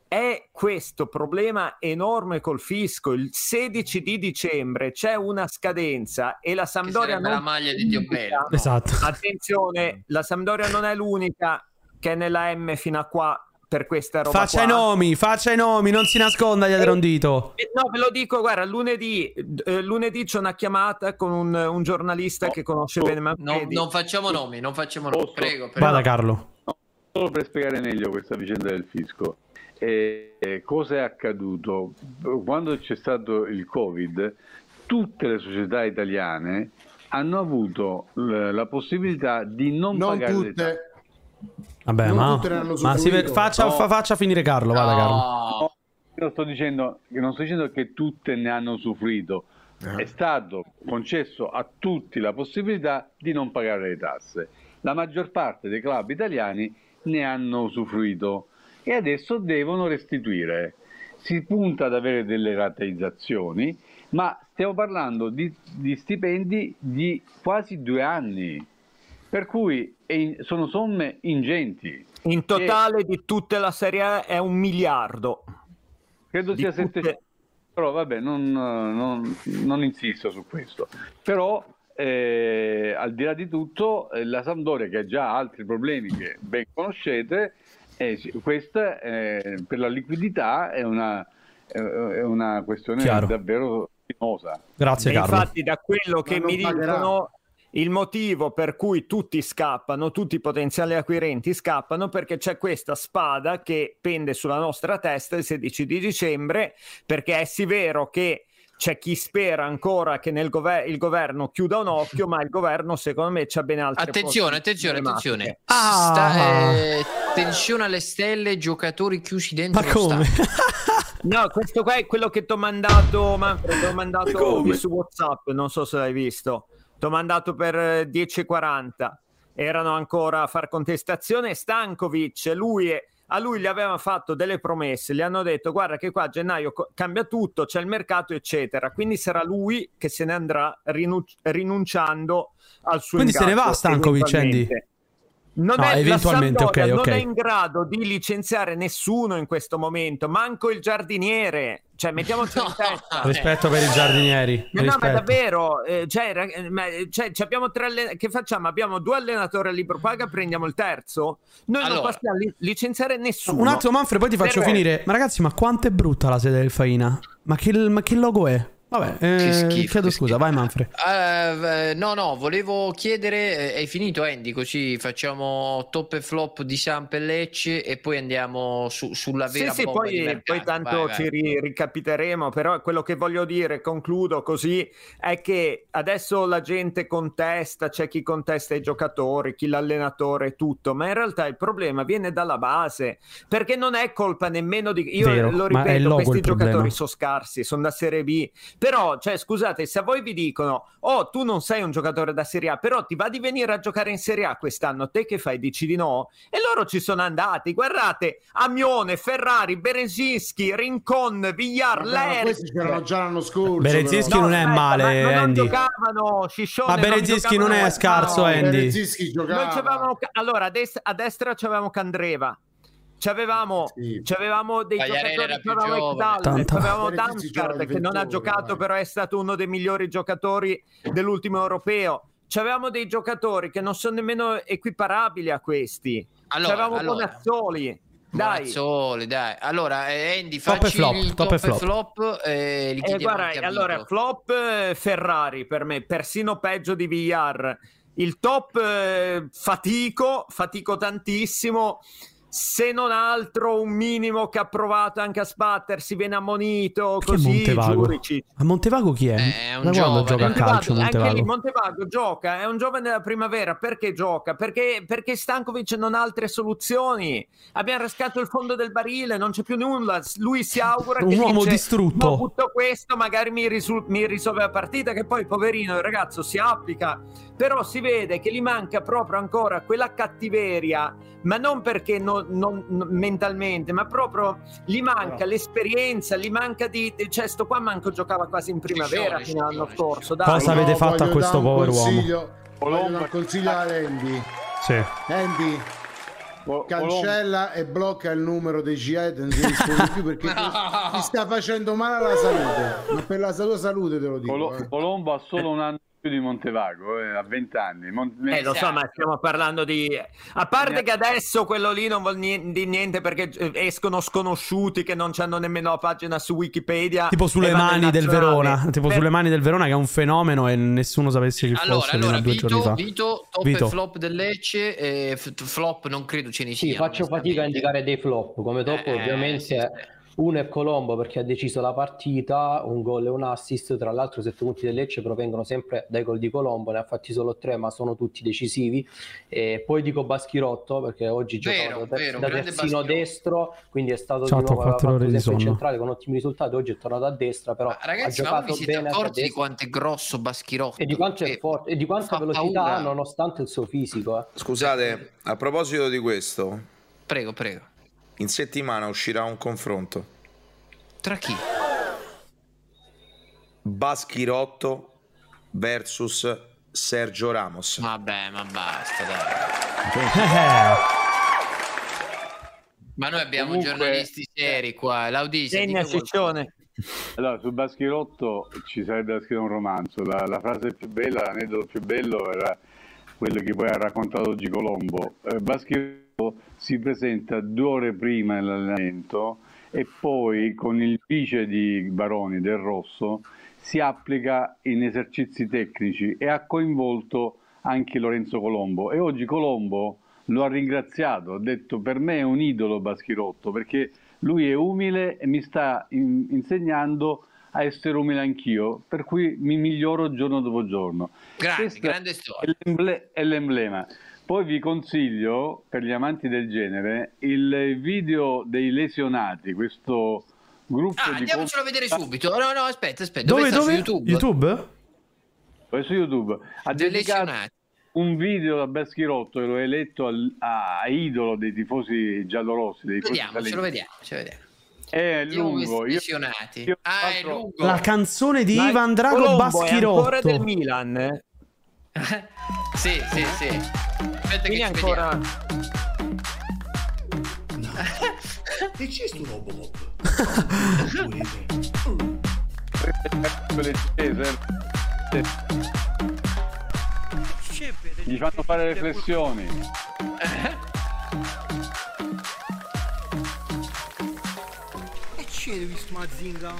Speaker 4: è questo problema enorme col fisco. Il 16 di dicembre c'è una scadenza e la Sampdoria
Speaker 2: sarebbe
Speaker 4: non
Speaker 2: la maglia di Dio bello, no?
Speaker 1: Esatto.
Speaker 4: Attenzione, la Sampdoria non è l'unica che è nella M fino a qua per questa roba
Speaker 1: Faccia i
Speaker 4: qua.
Speaker 1: nomi, faccia i nomi, non si nasconda dietro un dito.
Speaker 4: Eh, No, ve lo dico, guarda, lunedì, eh, lunedì c'è una chiamata con un, un giornalista che conosce bene
Speaker 2: No,
Speaker 4: Manfredi.
Speaker 2: non facciamo nomi, non facciamo nomi. Prego, prego.
Speaker 1: Vada Carlo.
Speaker 12: Solo per spiegare meglio questa vicenda del fisco, eh, eh, cosa è accaduto? Quando c'è stato il Covid, tutte le società italiane hanno avuto l- la possibilità di non,
Speaker 14: Non
Speaker 12: pagare le tasse.
Speaker 14: tutte.
Speaker 1: Vabbè,
Speaker 12: Non
Speaker 1: ma,
Speaker 12: tutte ne hanno
Speaker 1: ma si
Speaker 12: usufruito.
Speaker 1: ve- faccia,
Speaker 12: No.
Speaker 1: fa- faccia finire Carlo, vada Carlo.
Speaker 12: No, io sto dicendo, non sto dicendo che tutte ne hanno usufruito,
Speaker 1: Eh.
Speaker 12: è stato concesso a tutti la possibilità di non pagare le tasse. La maggior parte dei club italiani ne hanno usufruito e adesso devono restituire. Si punta ad avere delle rateizzazioni, ma stiamo parlando di, di stipendi di quasi due anni, per cui è in- sono somme ingenti.
Speaker 4: In totale di tutta la Serie A è un miliardo.
Speaker 12: Credo
Speaker 4: Di
Speaker 12: sia
Speaker 4: tutte-
Speaker 12: 700, però vabbè, non, non- non insisto su questo. Però eh, al di là di tutto, eh, la Sampdoria che ha già altri problemi che ben conoscete, eh, sì, questa eh, per la liquidità è una, è- è una questione
Speaker 1: Chiaro.
Speaker 12: davvero spinosa.
Speaker 1: Grazie
Speaker 4: E
Speaker 1: Carlo.
Speaker 4: Infatti, da quello che
Speaker 12: non
Speaker 4: mi
Speaker 12: pagherà.
Speaker 4: dicono, il motivo per cui tutti scappano, tutti i potenziali acquirenti scappano, perché c'è questa spada che pende sulla nostra testa il 16 di dicembre, perché è sì vero che. C'è chi spera ancora che nel gover- il governo chiuda un occhio, ma il governo secondo me c'ha ben altre
Speaker 2: Attenzione,
Speaker 4: poss-
Speaker 2: attenzione,
Speaker 4: problematiche.
Speaker 2: attenzione.
Speaker 4: Ah!
Speaker 2: Sta- eh, tensione alle stelle, giocatori chiusi dentro. Ma come?
Speaker 4: No, questo qua è quello che ti ho mandato, Manfred, t'ho mandato su WhatsApp, non so se l'hai visto. Ti ho mandato per eh, 10.40. Erano ancora a far contestazione. Stankovic, lui è- a lui gli avevano fatto delle promesse, gli hanno detto guarda che qua a gennaio co- cambia tutto, c'è il mercato eccetera, quindi sarà lui che se ne andrà rinu- rinunciando al suo
Speaker 1: Quindi se ne
Speaker 4: incarico,
Speaker 1: va Stankovic, Andy?
Speaker 4: eventualmente. Non
Speaker 1: No,
Speaker 4: è,
Speaker 1: eventualmente,
Speaker 4: la Sampdoria
Speaker 1: ok, ok.
Speaker 4: non è in grado di licenziare nessuno in questo momento, manco il giardiniere. Cioè, mettiamoci in testa.
Speaker 2: Eh.
Speaker 1: Rispetto per i giardinieri.
Speaker 4: Ma no, ma
Speaker 1: rispetto.
Speaker 4: davvero, eh, cioè, rag- ma, eh, cioè, ci abbiamo tre alle- che facciamo? Abbiamo due allenatori a libro paga, prendiamo il terzo? Noi non
Speaker 1: Allora.
Speaker 4: possiamo li- licenziare nessuno.
Speaker 1: Un attimo, Manfred, poi ti faccio
Speaker 4: Del resto-
Speaker 1: finire. Ma ragazzi, ma quanto è brutta la sede del Faina? Ma che, ma che logo è? Vabbè, eh,
Speaker 2: schifo,
Speaker 1: chiedo scusa, vai Manfred.
Speaker 2: Eh, eh, no, no, volevo chiedere, eh, hai finito Andy, così facciamo top e flop di Samp e Lecce e poi andiamo su- sulla
Speaker 4: Sì,
Speaker 2: vera
Speaker 4: sì,
Speaker 2: bomba di
Speaker 4: poi,
Speaker 2: mercato.
Speaker 4: poi tanto
Speaker 2: Vai, vai.
Speaker 4: ci ri- ricapiteremo, però quello che voglio dire, concludo così, è che adesso la gente contesta, c'è chi contesta i giocatori, chi l'allenatore, e tutto, ma in realtà il problema viene dalla base, perché non è colpa nemmeno di... Io
Speaker 9: Vero,
Speaker 4: lo
Speaker 9: ma è il
Speaker 4: ripeto,
Speaker 9: logo
Speaker 4: questi
Speaker 9: il problema.
Speaker 4: giocatori sono scarsi, sono da Serie B, però, cioè, scusate, se a voi vi dicono, oh, tu non sei un giocatore da Serie A, però ti va di venire a giocare in Serie A quest'anno, te che fai? Dici di no? E loro ci sono andati, guardate, Amione, Ferrari, Berezinski, Rincon, Villar,
Speaker 7: Vabbè, ma
Speaker 4: Ler...
Speaker 7: questi c'erano già l'anno scorso.
Speaker 1: Berezinski
Speaker 7: però.
Speaker 1: non è male,
Speaker 4: ma non
Speaker 1: Andy.
Speaker 4: giocavano, Sciscione,
Speaker 1: Ma
Speaker 4: non
Speaker 1: Berezinski non
Speaker 4: giocavano
Speaker 1: è scarso,
Speaker 4: Mazzao.
Speaker 1: Andy.
Speaker 4: Non c'avevamo ca- allora, a destra, a destra c'avevamo Candreva. C'avevamo, c'avevamo dei
Speaker 2: Quagliarella
Speaker 4: giocatori,
Speaker 2: era più
Speaker 4: c'avevamo
Speaker 2: giovane.
Speaker 4: Exalted,
Speaker 2: Tanto-
Speaker 4: c'avevamo
Speaker 2: Berezinski giocava
Speaker 4: Damsgaard
Speaker 2: di
Speaker 4: che non ha
Speaker 2: 21,
Speaker 4: giocato, però è stato uno dei migliori giocatori dell'ultimo europeo. C'avevamo dei giocatori che non sono nemmeno equiparabili a questi.
Speaker 2: Allora,
Speaker 4: c'avevamo
Speaker 2: allora.
Speaker 4: Bonazzoli. Dai.
Speaker 2: Bonazzoli, dai. Allora, eh, Andy,
Speaker 4: Top e
Speaker 2: facci
Speaker 4: flop,
Speaker 2: il
Speaker 4: top
Speaker 2: top,
Speaker 4: e
Speaker 2: e
Speaker 4: flop.
Speaker 2: flop. eh, li
Speaker 4: Eh,
Speaker 2: chiediamo
Speaker 4: guarda,
Speaker 2: anche a
Speaker 4: allora,
Speaker 2: Vito.
Speaker 4: flop eh, Ferrari per me, persino peggio di Villar. Il top eh, fatico, fatico tantissimo. Se non altro, un minimo che ha provato anche a sbattersi, viene ammonito.
Speaker 1: Perché
Speaker 4: così,
Speaker 1: Montevago?
Speaker 4: Giurici.
Speaker 1: A Montevago chi
Speaker 2: Eh,
Speaker 1: è? da quando gioca a calcio
Speaker 4: anche lì
Speaker 1: Montevago?
Speaker 4: Montevago gioca, è un giovane della primavera, perché gioca? Perché, perché Stankovic non ha altre soluzioni. Abbiamo rascato il fondo del barile, non c'è più nulla. Lui si augura
Speaker 1: Un
Speaker 4: che
Speaker 1: uomo
Speaker 4: dice,
Speaker 1: distrutto.
Speaker 4: "Ma butto questo, magari mi, risul- mi risolve la partita che poi poverino il ragazzo si applica, però si vede che gli manca proprio ancora quella cattiveria, ma non perché non- non- non- mentalmente, ma proprio gli manca l'esperienza, gli manca di di- cioè sto qua manco giocava quasi in primavera fino all'anno scorso, dai.
Speaker 1: Cosa avete fatto a
Speaker 7: voglio
Speaker 1: questo
Speaker 7: dare un
Speaker 1: povero
Speaker 7: consiglio- Voglio dare un consiglio a Andy.
Speaker 1: Sì.
Speaker 7: Andy cancella e blocca il numero dei GED non ti risponde più perché ti sta facendo male alla salute ma per la tua salute te lo dico
Speaker 12: Colo-
Speaker 7: eh.
Speaker 12: Colombo ha solo un anno più di Montevago, eh, ha 20 anni. Mon-
Speaker 4: Eh, lo so, ma stiamo parlando di... A parte che adesso quello lì non vuol ni- di niente perché eh, escono sconosciuti che non hanno nemmeno la pagina su Wikipedia.
Speaker 1: Tipo sulle
Speaker 4: e vanno in
Speaker 1: mani del
Speaker 4: nazionale.
Speaker 1: Verona, tipo
Speaker 4: Per-
Speaker 1: sulle mani del Verona che è un fenomeno e nessuno sapesse chi
Speaker 2: Allora,
Speaker 1: fosse fino
Speaker 2: allora
Speaker 1: a due giorni
Speaker 2: Vito,
Speaker 1: fa.
Speaker 2: Vito, top
Speaker 1: Vito.
Speaker 2: e flop del Lecce, eh, f- flop non credo ce ne
Speaker 19: Sì,
Speaker 2: sia.
Speaker 19: faccio fatica a indicare dei flop, come
Speaker 2: Eh,
Speaker 19: dopo ovviamente uno è Colombo perché ha deciso la partita, un gol e un assist, tra l'altro i sette punti del Lecce provengono sempre dai gol di Colombo, ne ha fatti solo tre ma sono tutti decisivi. E poi dico Baschirotto perché oggi
Speaker 2: Vero,
Speaker 19: giocava da,
Speaker 2: vero,
Speaker 19: da
Speaker 2: grande
Speaker 19: terzino destro, quindi è stato
Speaker 1: Ciao,
Speaker 19: di nuovo
Speaker 1: ho quattro
Speaker 19: aveva
Speaker 1: ore di
Speaker 19: fatto sempre
Speaker 1: sonno.
Speaker 19: centrale con ottimi risultati, oggi è tornato a destra, però ha
Speaker 2: Ragazzi, ma voi
Speaker 19: giocato
Speaker 2: vi siete
Speaker 19: bene anche a
Speaker 2: accorti di
Speaker 19: destra
Speaker 2: quanto è grosso Baschirotto?
Speaker 19: e di quanto è forte e di quanta velocità
Speaker 2: paura.
Speaker 19: ha nonostante il suo fisico. eh.
Speaker 20: Scusate, a proposito di questo,
Speaker 2: prego, prego.
Speaker 20: In settimana uscirà un confronto
Speaker 2: tra chi?
Speaker 20: Baschirotto versus Sergio Ramos.
Speaker 2: Vabbè, ma basta, Ma noi abbiamo giornalisti seri qua, Laudisio.
Speaker 12: Allora, su Baschirotto ci sarebbe da scrivere un romanzo. La, la frase più bella, l'aneddoto più bello era quello che poi ha raccontato oggi Colombo. Eh, Baschirotto si presenta due ore prima dell'allenamento e poi con il vice di Baroni del Rosso si applica in esercizi tecnici e ha coinvolto anche Lorenzo Colombo. E oggi Colombo lo ha ringraziato, ha detto per me è un idolo Baschirotto perché lui è umile e mi sta in- insegnando a essere umile anch'io, per cui mi miglioro giorno dopo giorno.
Speaker 2: Grande,
Speaker 12: Questa
Speaker 2: grande storia.
Speaker 12: è l'emble- è l'emblema. Poi vi consiglio, per gli amanti del genere, il video dei lesionati, questo gruppo
Speaker 2: Ah,
Speaker 12: di...
Speaker 2: andiamocelo a vedere subito. No, no, aspetta, aspetta.
Speaker 12: Dove,
Speaker 2: sta su
Speaker 12: dove?
Speaker 2: YouTube?
Speaker 1: YouTube?
Speaker 12: Poi su YouTube ha
Speaker 2: Dei
Speaker 12: dedicato
Speaker 2: lesionati.
Speaker 12: un video da Beschirotto che lo ha eletto al- a, a idolo dei tifosi giallorossi. Dei tifosi
Speaker 2: Vediamo, ce lo
Speaker 12: salentini.
Speaker 2: vediamo, ce lo vediamo.
Speaker 12: È
Speaker 2: Vediamo
Speaker 12: lungo.
Speaker 2: questi
Speaker 12: Io,
Speaker 2: lesionati.
Speaker 12: io-
Speaker 2: Ah, è lungo.
Speaker 1: La canzone di
Speaker 4: Ma
Speaker 1: Ivan Drago
Speaker 4: Colombo È ancora
Speaker 1: Baschirotto.
Speaker 4: del Milan. eh?
Speaker 2: Sì, sì, sì. Aspetta
Speaker 4: Quindi
Speaker 2: che
Speaker 4: ancora-
Speaker 2: ancora...
Speaker 14: E c'è sto robot?
Speaker 12: eh. Gli fanno fare riflessioni.
Speaker 14: E c'è visto una zinga? Ma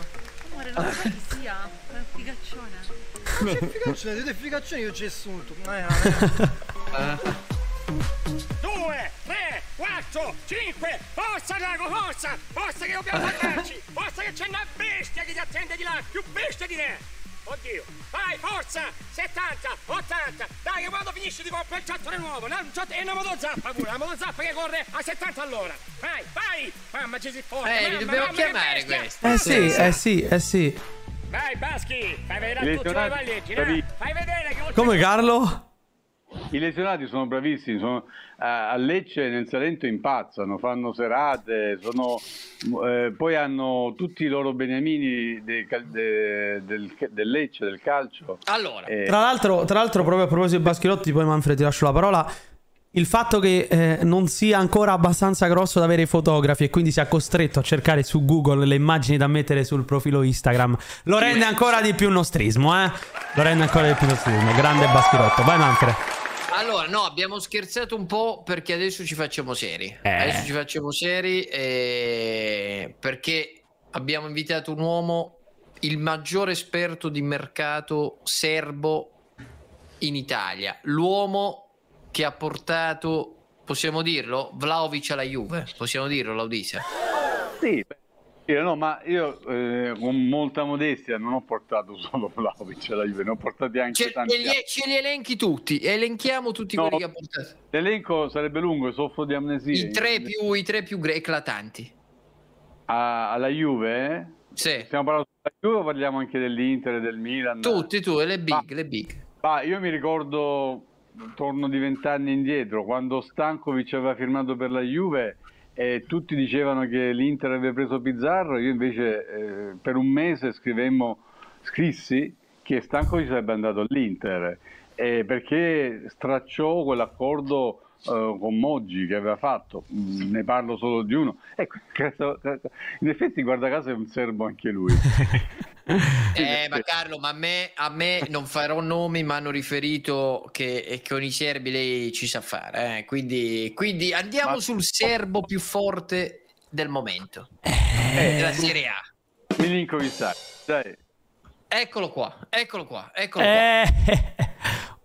Speaker 5: madre, non so chi sia. È un figaccione.
Speaker 15: C'è il figaccione, siete figaccioni, io ci assunto. Eh,
Speaker 16: 2, 3, 4, 5, forza drago, forza, forza che dobbiamo salvarci, forza che c'è una bestia che ti attende di là, più bestia di te. Oddio, vai, forza, 70, 80, dai che quando finisci di compra il ciattone nuovo, no, un ciat- e una motozappa pure, una motozappa che corre a 70 all'ora, vai, vai, mamma ci si forte,
Speaker 2: Eh, li
Speaker 16: mamma,
Speaker 2: dobbiamo
Speaker 16: mamma, che
Speaker 2: chiamare
Speaker 16: bestia.
Speaker 2: questi.
Speaker 1: Eh sì, eh sì, eh sì.
Speaker 16: Vai Baschi, fai vedere a
Speaker 12: Li
Speaker 16: tutti come
Speaker 12: tornati-
Speaker 16: maglietti,
Speaker 12: bravi.
Speaker 16: no? eh. fai vedere che
Speaker 1: Come Carlo?
Speaker 12: I lesionati sono bravissimi, sono, eh, a a Lecce e nel Salento impazzano, fanno serate, sono, eh, poi hanno tutti i loro beniamini dei cal- de- del, del Lecce, del calcio. Eh,
Speaker 2: Allora,
Speaker 1: Tra l'altro, tra l'altro, proprio a proposito di Baschilotti, poi Manfred ti lascio la parola. Il fatto che eh, non sia ancora abbastanza grosso da avere i fotografi e quindi sia costretto a cercare su Google le immagini da mettere sul profilo Instagram lo rende ancora di più nostrismo, eh? Lo rende ancora di più nostrismo. Grande Baschirotto. Vai Manfred.
Speaker 2: Allora, no, abbiamo scherzato un po' perché adesso ci facciamo seri.
Speaker 1: Eh.
Speaker 2: Adesso ci facciamo seri eh, perché abbiamo invitato un uomo, il maggiore esperto di mercato serbo in Italia. L'uomo che ha portato, possiamo dirlo, Vlaovic alla Juve. Possiamo dirlo, Laudisa.
Speaker 12: Sì, beh, io no, ma io eh, con molta modestia non ho portato solo Vlaovic alla Juve, ne ho portati anche tanti
Speaker 2: E li-
Speaker 12: altri.
Speaker 2: ce li elenchi tutti, elenchiamo tutti
Speaker 12: No.
Speaker 2: quelli che ha portato.
Speaker 12: L'elenco sarebbe lungo, soffro di amnesia.
Speaker 2: I tre più, i tre più gre- eclatanti.
Speaker 12: A- alla Juve?
Speaker 2: Sì.
Speaker 12: Stiamo parlando della Juve o parliamo anche dell'Inter e del Milan?
Speaker 2: Tutti tu, e le big, le big.
Speaker 12: Ma io mi ricordo, torno di vent'anni indietro, quando Stankovic aveva firmato per la Juve e tutti dicevano che l'Inter aveva preso Pizzarro, io invece eh, per un mese scrivemmo, scrissi che Stankovic sarebbe andato all'Inter eh, perché stracciò quell'accordo eh, con Moggi che aveva fatto, Mm, ne parlo solo di uno. Ecco, cazzo- cazzo- in effetti guarda caso è un serbo anche lui.
Speaker 2: Eh, ma Carlo, ma a me, a me non farò nomi, ma hanno riferito che, e con i serbi lei ci sa fare. eh. Quindi, quindi andiamo sul serbo più forte del momento, della Serie A.
Speaker 12: Milinkovic Savic, dai.
Speaker 2: Eccolo qua, eccolo qua, eccolo qua.
Speaker 1: Eh.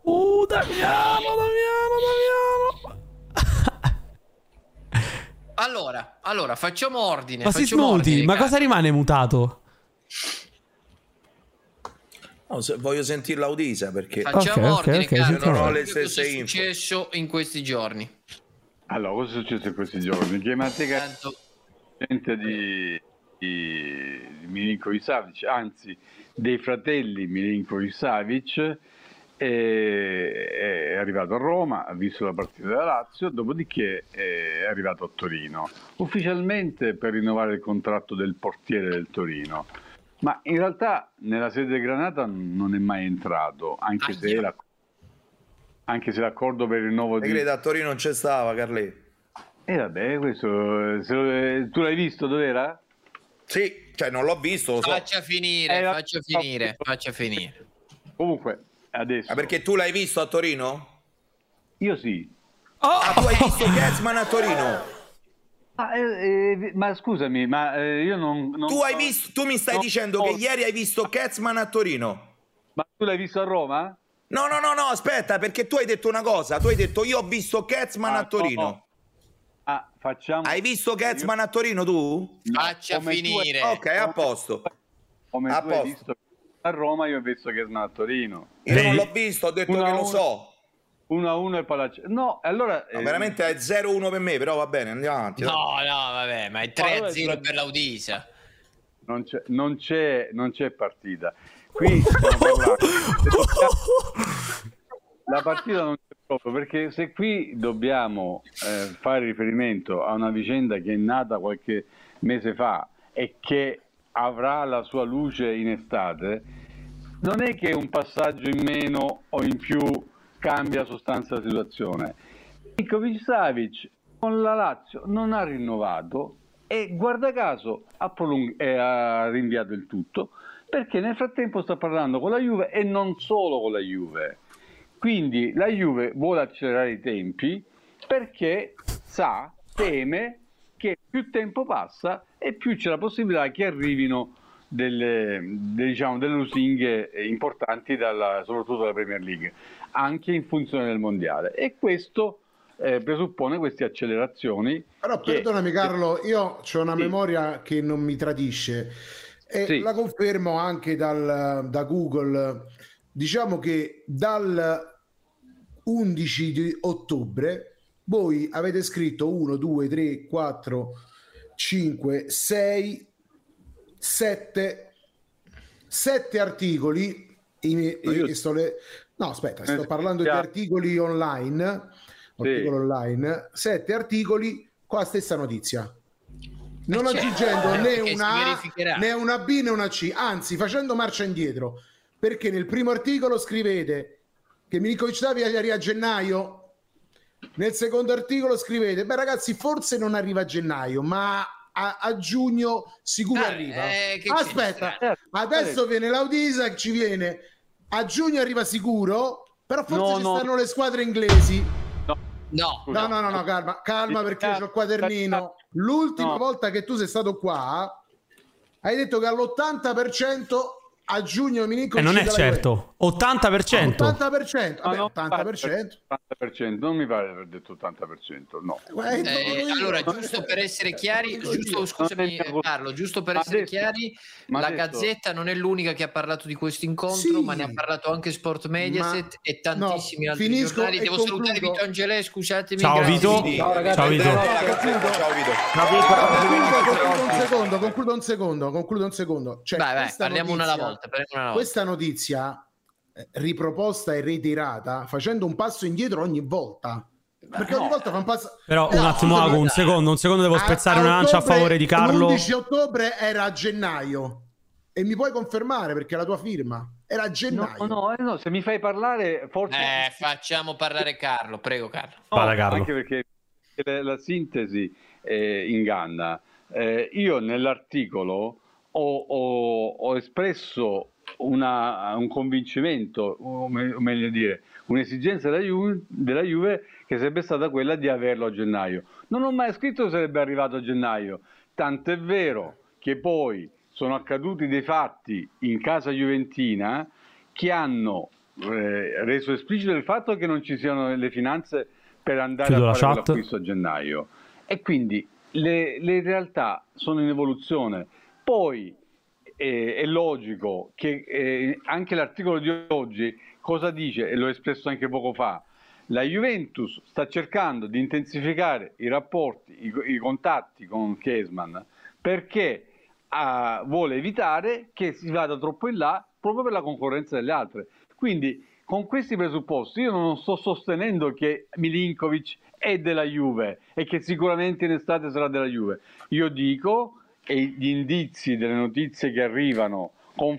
Speaker 1: Uh, Damiano, Damiano, Damiano.
Speaker 2: Allora, allora, facciamo ordine.
Speaker 1: Ma si
Speaker 2: facciamo
Speaker 1: smuti,
Speaker 2: ordine,
Speaker 1: ma
Speaker 2: Carlo.
Speaker 1: cosa rimane mutato?
Speaker 20: No, se- voglio sentirla Udisa perché
Speaker 2: Facciamo
Speaker 1: Ok, ok,
Speaker 2: ordine,
Speaker 1: ok,
Speaker 2: Carlo.
Speaker 20: sentiamo. Non ho le
Speaker 2: Cosa è
Speaker 20: stesse info.
Speaker 2: successo in questi giorni?
Speaker 12: Allora, cosa è successo in questi giorni? Che Matteca gente di, di, di Milinkovic Savic, anzi dei fratelli Milinkovic Savic, è, è arrivato a Roma, ha visto la partita della Lazio, dopodiché eh, è arrivato a Torino, ufficialmente per rinnovare il contratto del portiere del Torino. Ma in realtà nella sede Granata non è mai entrato, anche se, la- anche se l'accordo per il rinnovo
Speaker 20: E
Speaker 12: di...
Speaker 20: credo a Torino non c'è stava Carletti.
Speaker 12: E Eh, vabbè, questo eh, se lo- eh, tu l'hai visto dov'era?
Speaker 20: Sì, cioè non l'ho visto, lo so.
Speaker 2: Faccia finire,
Speaker 20: Eh, la-
Speaker 2: faccia finire, faccia finire.
Speaker 12: Comunque, adesso.
Speaker 20: Ma Ah, perché tu l'hai visto a Torino?
Speaker 12: Io sì.
Speaker 2: Oh!
Speaker 20: Ah, tu hai visto Gatsman a Torino?
Speaker 12: Ma, eh, eh, vi- ma scusami, ma eh, io non, non-
Speaker 20: Tu hai visto, tu mi stai
Speaker 12: non-
Speaker 20: dicendo che ieri hai visto Gatsman a Torino?
Speaker 12: Ma tu l'hai visto a Roma?
Speaker 20: No, no, no, no, aspetta, perché tu hai detto una cosa, tu hai detto io ho visto Gatsman
Speaker 12: Ah,
Speaker 20: a Torino.
Speaker 12: no. Ah, facciamo.
Speaker 20: Hai visto Gatsman a Torino tu?
Speaker 2: Faccia
Speaker 20: Come tu-
Speaker 2: finire.
Speaker 20: Ok, a posto.
Speaker 12: Come
Speaker 20: A
Speaker 12: tu hai
Speaker 20: posto.
Speaker 12: visto a Roma, io ho visto che sono a Torino.
Speaker 20: Io non l'ho visto, ho detto
Speaker 12: Uno a
Speaker 20: che lo
Speaker 12: uno.
Speaker 20: so.
Speaker 12: 1-1 e Palaccio. No, allora.
Speaker 20: No,
Speaker 12: eh,
Speaker 20: veramente è 0-1 per me, però va bene, andiamo avanti. dai.
Speaker 2: No, no, vabbè, ma è 3 a 0 per l'Audisa.
Speaker 12: Non c'è, non c'è, non c'è partita. Qui stiamo parlando- la partita non c'è proprio perché se qui dobbiamo eh, fare riferimento a una vicenda che è nata qualche mese fa e che avrà la sua luce in estate, non è che un passaggio in meno o in più cambia sostanza la situazione. Milinkovic Savic con la Lazio non ha rinnovato e guarda caso ha, prolung- eh, ha rinviato il tutto perché nel frattempo sta parlando con la Juve e non solo con la Juve. Quindi la Juve vuole accelerare i tempi perché sa, teme che più tempo passa e più c'è la possibilità che arrivino delle, de- diciamo, delle lusinghe importanti, dalla- soprattutto dalla Premier League, anche in funzione del mondiale. E questo eh, presuppone queste accelerazioni.
Speaker 7: Però
Speaker 12: che-
Speaker 7: Esatto, perdonami Carlo, io ho una
Speaker 12: Sì.
Speaker 7: memoria che non mi tradisce e
Speaker 12: Sì.
Speaker 7: la confermo anche dal- da Google. Diciamo che dal 11 di ottobre voi avete scritto 1, 2, 3, 4, 5, 6, 7, 7 articoli. in- in- sto le- No, aspetta, sto parlando di
Speaker 12: Sì.
Speaker 7: articoli online articolo online, sette articoli qua stessa notizia. Non
Speaker 14: Eh, certo,
Speaker 7: aggiungendo
Speaker 14: eh,
Speaker 7: né
Speaker 14: perché si
Speaker 7: una A,
Speaker 14: verificherà.
Speaker 7: né una B né una C, anzi facendo marcia indietro, perché nel primo articolo scrivete che Milinkovic Davi arriva a gennaio, nel secondo articolo scrivete, beh ragazzi forse non arriva a gennaio, ma a, a giugno sicuro
Speaker 2: Ah,
Speaker 7: arriva.
Speaker 2: eh, che c'è di
Speaker 7: Aspetta,
Speaker 2: strano?
Speaker 7: adesso
Speaker 2: certo.
Speaker 7: viene l'Audisa, ci viene, a giugno arriva sicuro, però forse
Speaker 2: No,
Speaker 7: ci
Speaker 2: no.
Speaker 7: stanno le squadre inglesi.
Speaker 2: No, eh,
Speaker 7: No, no, no, no, calma, calma perché c'ho il quadernino. L'ultima volta che tu sei stato qua, hai detto che all'80% a giugno Milinkovic
Speaker 1: E non è
Speaker 7: della
Speaker 1: certo. 80%.
Speaker 7: Juve. 80%, vabbè, 80%.
Speaker 12: 80%, non mi pare di aver detto 80%, no.
Speaker 2: Eh, allora, giusto per essere chiari, giusto, scusami eh, Carlo, giusto per
Speaker 12: Ma
Speaker 2: essere
Speaker 12: adesso-
Speaker 2: chiari,
Speaker 12: ma
Speaker 2: la
Speaker 12: adesso-
Speaker 2: Gazzetta non è l'unica che ha parlato di questo incontro,
Speaker 7: Sì.
Speaker 2: ma ne ha parlato anche Sport Mediaset
Speaker 7: Ma-
Speaker 2: e tantissimi
Speaker 7: no,
Speaker 2: altri
Speaker 7: finisco
Speaker 2: giornali.
Speaker 7: e
Speaker 2: Devo
Speaker 7: concludo.
Speaker 2: salutare Vito Angelè, scusatemi.
Speaker 1: Ciao,
Speaker 2: grazie.
Speaker 1: Vito.
Speaker 2: Sì.
Speaker 1: Ciao, ragazzi, Ciao, Vito.
Speaker 20: Allora, Gazzetta, ciao Vito.
Speaker 7: Concludo, concludo un secondo, concludo un secondo, concludo un secondo. Cioè,
Speaker 2: Vai, vai,
Speaker 7: questa
Speaker 2: parliamo una alla
Speaker 7: notizia-
Speaker 2: volta, parliamo
Speaker 6: Ah,
Speaker 2: una alla volta.
Speaker 7: Questa notizia eh, riproposta e ritirata facendo un passo indietro ogni volta. Perché ogni volta fa un passo Eh,
Speaker 1: Però un
Speaker 7: No,
Speaker 1: attimo,
Speaker 7: scusami,
Speaker 1: Ago, un
Speaker 7: dai.
Speaker 1: secondo, un secondo devo
Speaker 7: A-
Speaker 1: spezzare
Speaker 7: a
Speaker 1: una lancia a
Speaker 7: ottobre-
Speaker 1: favore di Carlo.
Speaker 7: L'11 ottobre era a gennaio e mi puoi confermare perché è la tua firma era a
Speaker 12: No,
Speaker 7: gennaio.
Speaker 12: no, eh, no, se mi fai parlare, forse...
Speaker 2: Eh, facciamo parlare Carlo, prego Carlo.
Speaker 12: No, Anche perché la, la sintesi eh, inganna. Eh, io nell'articolo ho, ho- ho espresso una- un convincimento, o me- o meglio dire, un'esigenza della Juve, della Juve che sarebbe stata quella di averlo a gennaio. Non ho mai scritto che sarebbe arrivato a gennaio, tant'è vero che poi sono accaduti dei fatti in casa Juventina che hanno eh, reso esplicito il fatto che non ci siano le finanze per andare
Speaker 1: Chiudo
Speaker 12: a
Speaker 1: la
Speaker 12: fare
Speaker 1: chat.
Speaker 12: l'acquisto a gennaio. E quindi le, le realtà sono in evoluzione. Poi eh, è logico che eh, anche l'articolo di oggi cosa dice, e l'ho espresso anche poco fa, la Juventus sta cercando di intensificare i rapporti, i, i contatti con Kesman perché ah, vuole evitare che si vada troppo in là proprio per la concorrenza delle altre. Quindi con questi presupposti io non sto sostenendo che Milinkovic è della Juve e che sicuramente in estate sarà della Juve. Io dico e gli indizi delle notizie che arrivano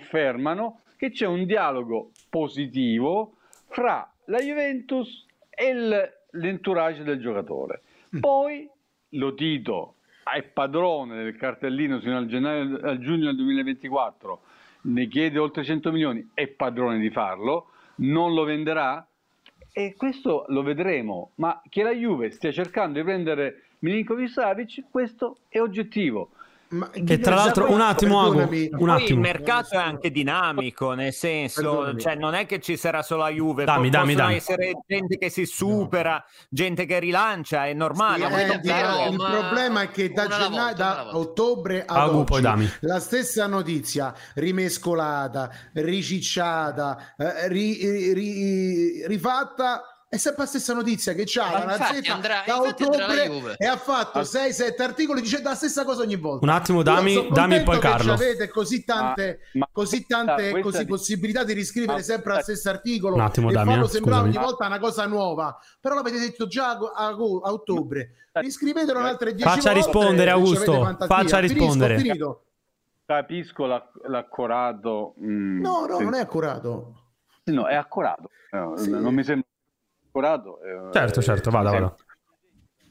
Speaker 12: confermano che c'è un dialogo positivo fra la Juventus e il- l'entourage del giocatore. Poi Lotito Mm. è padrone del cartellino fino al, gennaio, al giugno del 2024, ne chiede oltre 100 milioni, è padrone di farlo, non lo venderà e questo lo vedremo, ma che la Juve stia cercando di prendere Milinkovic Savic, questo è oggettivo.
Speaker 1: E tra l'altro, un attimo, Ago, un
Speaker 4: Poi il
Speaker 1: attimo.
Speaker 4: mercato è anche dinamico, nel senso,
Speaker 1: Perdonami.
Speaker 4: cioè, non è che ci sarà solo la Juve,
Speaker 1: Dammi,
Speaker 4: po-
Speaker 1: dammi,
Speaker 4: possono
Speaker 1: dammi.
Speaker 4: essere gente che si supera, gente che rilancia, è normale.
Speaker 7: Eh,
Speaker 4: ma questo è
Speaker 7: il il
Speaker 4: bello.
Speaker 7: problema è che da, gennaio, da ottobre ad
Speaker 1: Agu,
Speaker 7: oggi,
Speaker 1: poi dammi.
Speaker 7: la stessa notizia rimescolata, ricicciata, eh, ri- ri- rifatta è sempre la stessa notizia che c'ha
Speaker 2: Ma
Speaker 7: la
Speaker 2: infatti
Speaker 7: Gazzetta
Speaker 2: andrà-
Speaker 7: da
Speaker 2: infatti andrà la Juve. Ah.
Speaker 7: ottobre e ha fatto 6-7 articoli dicendo la stessa cosa ogni volta.
Speaker 1: Un attimo,
Speaker 7: Io
Speaker 1: dammi-
Speaker 7: sono
Speaker 1: dammi
Speaker 7: contento
Speaker 1: poi
Speaker 7: che
Speaker 1: Carlo.
Speaker 7: Avete così tante, così tante
Speaker 1: questa
Speaker 7: così
Speaker 1: di-
Speaker 7: possibilità di riscrivere
Speaker 1: Ma- eh.
Speaker 7: sempre lo stesso articolo.
Speaker 1: Un attimo,
Speaker 7: e
Speaker 1: dammi,
Speaker 7: farlo
Speaker 1: eh,
Speaker 7: sembrare ogni
Speaker 1: scusami.
Speaker 7: volta una cosa nuova. Però l'avete detto già a, a- a ottobre. Riscrivetelo un'altre 10
Speaker 1: Faccia
Speaker 7: volte,
Speaker 1: rispondere,
Speaker 7: se
Speaker 1: Augusto,
Speaker 7: ci avete fantasia.
Speaker 1: faccia
Speaker 7: Finisco,
Speaker 1: rispondere.
Speaker 7: finito.
Speaker 12: Capisco l'acc- l'accorato. mm,
Speaker 7: No, no,
Speaker 12: sen-
Speaker 7: non è accurato.
Speaker 12: Sì, No, è accorato. No,
Speaker 7: Sì.
Speaker 12: Non mi sembra accorato. eh,
Speaker 1: Certo, certo, vada,
Speaker 12: mi
Speaker 1: vada.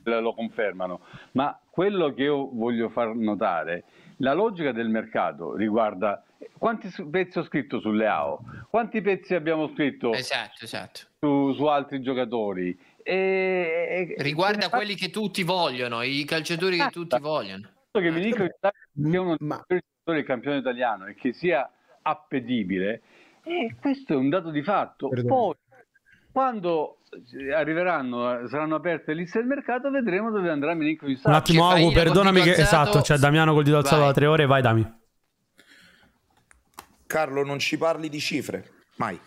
Speaker 12: sembra- Lo confermano. Ma quello che io voglio far notare, la logica del mercato riguarda quanti s- pezzi ho scritto sulle AO, quanti pezzi abbiamo scritto
Speaker 2: Esatto, esatto.
Speaker 12: su, su altri giocatori. E, e-
Speaker 2: Riguarda quelli che tutti vogliono, i calciatori che tutti vogliono.
Speaker 12: che mi dico che è uno dei migliori il campione italiano e che sia appetibile, eh, questo è un dato di fatto. Poi, quando eh, arriveranno, saranno aperte liste del mercato, vedremo dove andrà Milinkovic
Speaker 1: Un
Speaker 12: Savic.
Speaker 1: attimo, Agu, perdonami. Che... Esatto, cioè Damiano col dito alzato
Speaker 12: Vai.
Speaker 1: da tre ore. Vai, Dami.
Speaker 20: Carlo, non ci parli di cifre, mai.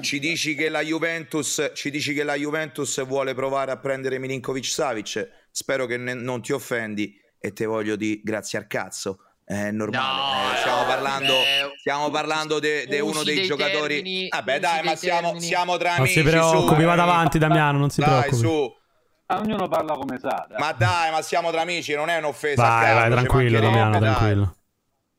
Speaker 20: Ci dici, che la Juventus, ci dici che la Juventus vuole provare a prendere Milinkovic Savic. Spero che ne- non ti offendi e te voglio di grazie al cazzo. È normale.
Speaker 2: No,
Speaker 20: eh, stiamo
Speaker 2: no,
Speaker 20: parlando,
Speaker 2: beh,
Speaker 20: stiamo parlando de- de
Speaker 2: usi
Speaker 20: uno dei,
Speaker 2: dei
Speaker 20: giocatori.
Speaker 2: termini,
Speaker 20: Vabbè,
Speaker 2: usi
Speaker 20: dai, ma
Speaker 2: dei
Speaker 20: siamo,
Speaker 2: termini.
Speaker 20: siamo tra
Speaker 1: Non
Speaker 20: amici.
Speaker 1: si preoccupi,
Speaker 20: su,
Speaker 1: va
Speaker 20: eh.
Speaker 1: davanti, Damiano. Non si
Speaker 20: Dai,
Speaker 1: preoccupi.
Speaker 20: su.
Speaker 12: Ah, Ognuno parla come sa. dai.
Speaker 20: Ma dai, ma siamo tra amici, non è un'offesa. a
Speaker 1: Vai,
Speaker 20: Carlo,
Speaker 1: vai,
Speaker 20: ci
Speaker 1: tranquillo,
Speaker 20: mancherebbe,
Speaker 1: Damiano,
Speaker 20: dai.
Speaker 1: tranquillo.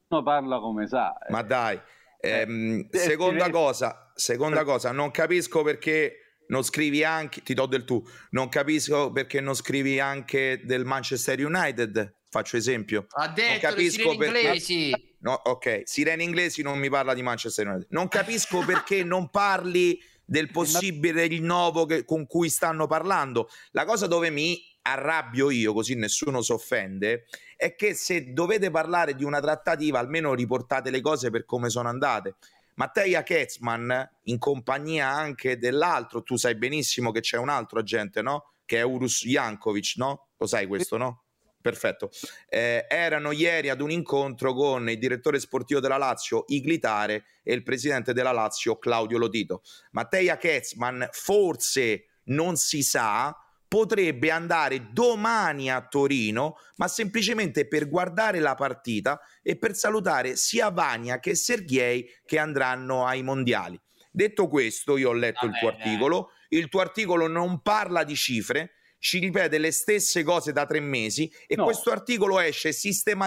Speaker 12: Ognuno parla come sa. eh.
Speaker 20: Ma dai, ehm, seconda cosa,
Speaker 12: Eh.
Speaker 20: seconda cosa, non capisco perché non scrivi anche, ti do del tu, non capisco perché non scrivi anche del Manchester United, faccio esempio.
Speaker 2: Ha
Speaker 20: non
Speaker 2: detto le
Speaker 20: capisco
Speaker 2: sirene inglesi.
Speaker 20: No, ok, sirene inglesi non mi parla di Manchester United. Non capisco perché non parli del possibile rinnovo che- con cui stanno parlando. La cosa dove mi arrabbio io, così nessuno si offende, è che se dovete parlare di una trattativa, almeno riportate le cose per come sono andate. Mattia Ketzman, in compagnia anche dell'altro, tu sai benissimo che c'è un altro agente, no? Che è Urus Jankovic, no? Lo sai questo, no? Perfetto. Eh, erano ieri ad un incontro con il direttore sportivo della Lazio Iglitare e il presidente della Lazio Claudio Lotito. Mattia Ketzman forse non si sa potrebbe andare domani a Torino, ma semplicemente per guardare la partita e per salutare sia Vania che Sergei che andranno ai mondiali. Detto questo, io ho letto il tuo articolo, il tuo articolo non parla di cifre, ci ripete le stesse cose da tre mesi e questo articolo esce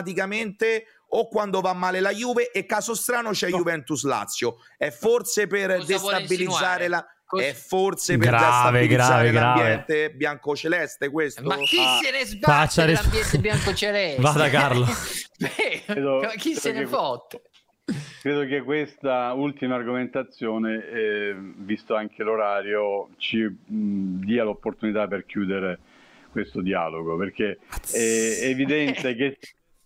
Speaker 20: sistematicamente o quando va male la Juve e caso strano c'è Juventus Lazio. È forse per
Speaker 2: vuole
Speaker 20: destabilizzare
Speaker 2: insinuare?
Speaker 20: la... È forse per
Speaker 1: Grave, grave,
Speaker 20: destabilizzare
Speaker 1: grave.
Speaker 20: l'ambiente biancoceleste questo.
Speaker 2: Ma chi
Speaker 20: Ah.
Speaker 2: se ne
Speaker 1: Faccia
Speaker 2: sbatte
Speaker 1: ris-
Speaker 2: dell'ambiente biancoceleste?
Speaker 1: Vada, Carlo.
Speaker 2: Beh,
Speaker 12: Credo-
Speaker 2: ma chi se
Speaker 12: credo
Speaker 2: ne
Speaker 12: che-
Speaker 2: fotte?
Speaker 12: Credo che questa ultima argomentazione, eh, visto anche l'orario, ci mh, dia l'opportunità per chiudere questo dialogo, perché è evidente che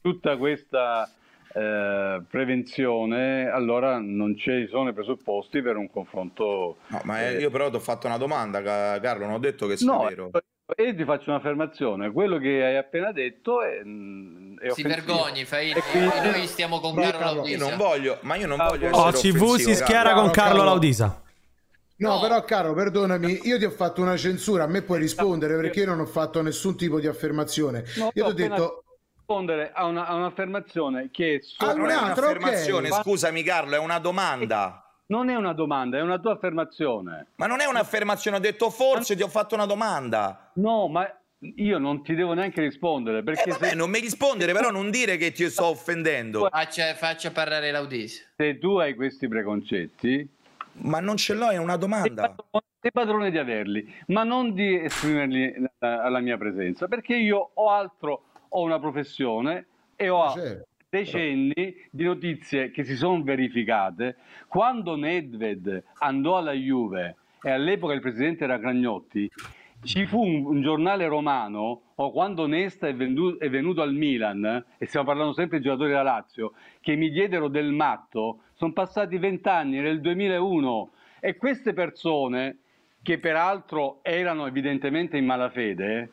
Speaker 12: tutta questa eh, prevenzione, allora non ci sono i presupposti per un confronto.
Speaker 20: No, ma eh, io però ti ho fatto una domanda, Ca- Carlo, non ho detto che sia
Speaker 12: No,
Speaker 20: vero.
Speaker 12: e ti faccio un'affermazione, quello che hai appena detto è, mh, è
Speaker 2: Si
Speaker 12: offensivo.
Speaker 2: vergogni, fai
Speaker 12: E quindi-
Speaker 2: Noi stiamo con Carlo
Speaker 20: Io
Speaker 2: Laudisa.
Speaker 20: non voglio, ma io non voglio essere
Speaker 1: OCV Ah, oh, si
Speaker 20: offensivo,
Speaker 1: schiera
Speaker 20: Carlo.
Speaker 1: con Carlo
Speaker 7: Carlo.
Speaker 1: Laudisa.
Speaker 7: No, però caro, perdonami, io ti ho fatto una censura, a me puoi rispondere perché io non ho fatto nessun tipo di affermazione.
Speaker 12: No,
Speaker 7: io ti
Speaker 12: ho
Speaker 7: ho
Speaker 12: appena-
Speaker 7: detto,
Speaker 12: rispondere a, una- a un'affermazione che è solo-
Speaker 20: Ah, Non è un'affermazione,
Speaker 12: Ma-
Speaker 20: scusami Carlo, è una domanda.
Speaker 12: non è una domanda, è una tua affermazione.
Speaker 20: Ma non è un'affermazione, ho detto forse, ti ho fatto una domanda.
Speaker 12: No, ma io non ti devo neanche rispondere perché
Speaker 20: Eh, vabbè,
Speaker 12: se,
Speaker 20: non mi rispondere, però non dire che ti sto offendendo.
Speaker 2: Faccia, faccia parlare Laudisa.
Speaker 12: se tu hai questi preconcetti,
Speaker 20: Ma non ce l'ho, è una domanda.
Speaker 12: sei padrone di averli, ma non di esprimerli eh, alla mia presenza, perché io ho altro, ho una professione e ho decenni di notizie che si sono verificate. Quando Nedved andò alla Juve e all'epoca il presidente era Cragnotti, ci fu un, un giornale romano, o quando Nesta è, vendu- è venuto al Milan, e stiamo parlando sempre di giocatori della Lazio, che mi diedero del matto, sono passati vent'anni, nel 2001, e queste persone, che peraltro erano evidentemente in malafede,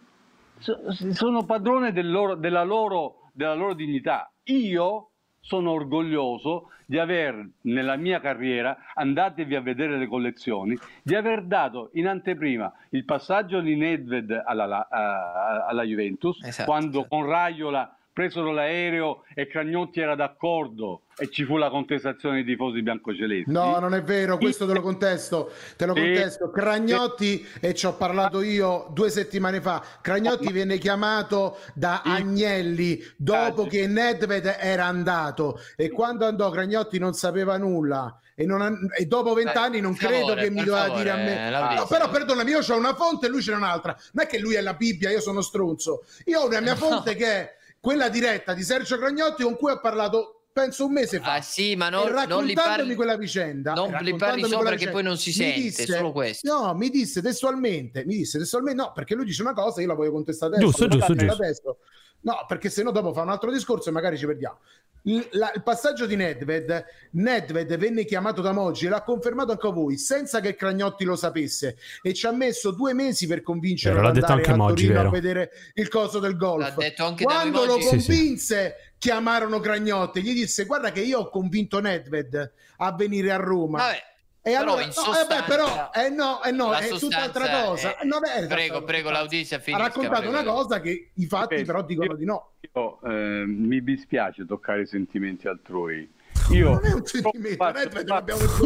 Speaker 12: so- sono padrone del loro- della, loro, della loro dignità. Io sono orgoglioso di aver, nella mia carriera, andatevi a vedere le collezioni, di aver dato in anteprima il passaggio di Nedved alla, la- a- alla Juventus, quando con Raiola presero l'aereo e Cragnotti era d'accordo e ci fu la contestazione dei tifosi biancocelesti.
Speaker 7: no, non è vero, questo te lo contesto, te lo
Speaker 12: Sì.
Speaker 7: contesto. Cragnotti, e ci ho
Speaker 2: Ah.
Speaker 7: parlato io due settimane fa, Cragnotti venne chiamato da Agnelli
Speaker 2: Ah,
Speaker 7: dopo che Nedved era andato e quando andò Cragnotti non sapeva nulla. E, non an- e dopo vent'anni non
Speaker 2: Eh, per
Speaker 7: credo
Speaker 2: favore,
Speaker 7: che mi
Speaker 2: per
Speaker 7: doveva
Speaker 2: favore, eh,
Speaker 7: dire a me.
Speaker 2: Laudisio.
Speaker 7: No, però perdonami, io ho una fonte e lui ce n'è un'altra. Non è che lui è la Bibbia, io sono stronzo. Io ho una mia fonte che è quella diretta di Sergio Cragnotti con cui ho parlato penso un mese fa.
Speaker 2: Ah sì, ma non-
Speaker 7: E
Speaker 2: non li
Speaker 7: raccontandomi
Speaker 2: parli-
Speaker 7: quella vicenda.
Speaker 2: non li parli
Speaker 7: raccontandomi
Speaker 2: sopra
Speaker 7: quella
Speaker 2: che poi non si
Speaker 7: mi
Speaker 2: sente, solo questo.
Speaker 7: No, mi disse testualmente, mi disse testualmente no, perché lui dice una cosa, io la voglio contestare adesso.
Speaker 1: Giusto,
Speaker 7: la voglio
Speaker 1: giusto,
Speaker 7: contestare
Speaker 1: giusto.
Speaker 7: adesso. No, perché sennò dopo fa un altro discorso e magari ci perdiamo. Il, la- il passaggio di Nedved, Nedved venne chiamato da Moggi e l'ha confermato anche a voi, senza che Cragnotti lo sapesse, e ci ha messo due mesi per convincere
Speaker 9: Vero, l'ha
Speaker 7: ad
Speaker 9: detto
Speaker 7: andare
Speaker 9: anche
Speaker 7: a
Speaker 9: Moggi,
Speaker 7: Torino a
Speaker 9: vero.
Speaker 7: vedere il coso del golf.
Speaker 2: L'ha detto anche
Speaker 7: Quando
Speaker 2: Dario
Speaker 7: lo
Speaker 2: Moggi. Sì, sì.
Speaker 7: convinse, chiamarono Cragnotti, gli disse: Guarda, che io ho convinto Nedved a venire a Roma.
Speaker 2: Vabbè,
Speaker 7: E
Speaker 2: però
Speaker 7: allora,
Speaker 2: in
Speaker 7: no, eh beh,
Speaker 2: sostanza-
Speaker 7: però, eh no, eh no,
Speaker 2: La
Speaker 7: è
Speaker 2: sostanza
Speaker 7: tutt'altra cosa.
Speaker 2: è-
Speaker 7: No, beh, esatto,
Speaker 2: prego, prego, l'audienza
Speaker 7: ha
Speaker 2: finisca,
Speaker 7: raccontato
Speaker 2: prego.
Speaker 7: una cosa che i fatti
Speaker 12: Ok,
Speaker 7: però dicono di no.
Speaker 12: Io, eh, mi dispiace toccare i sentimenti altrui. Io
Speaker 7: Non è un sentimento, non è perché l'abbiamo detto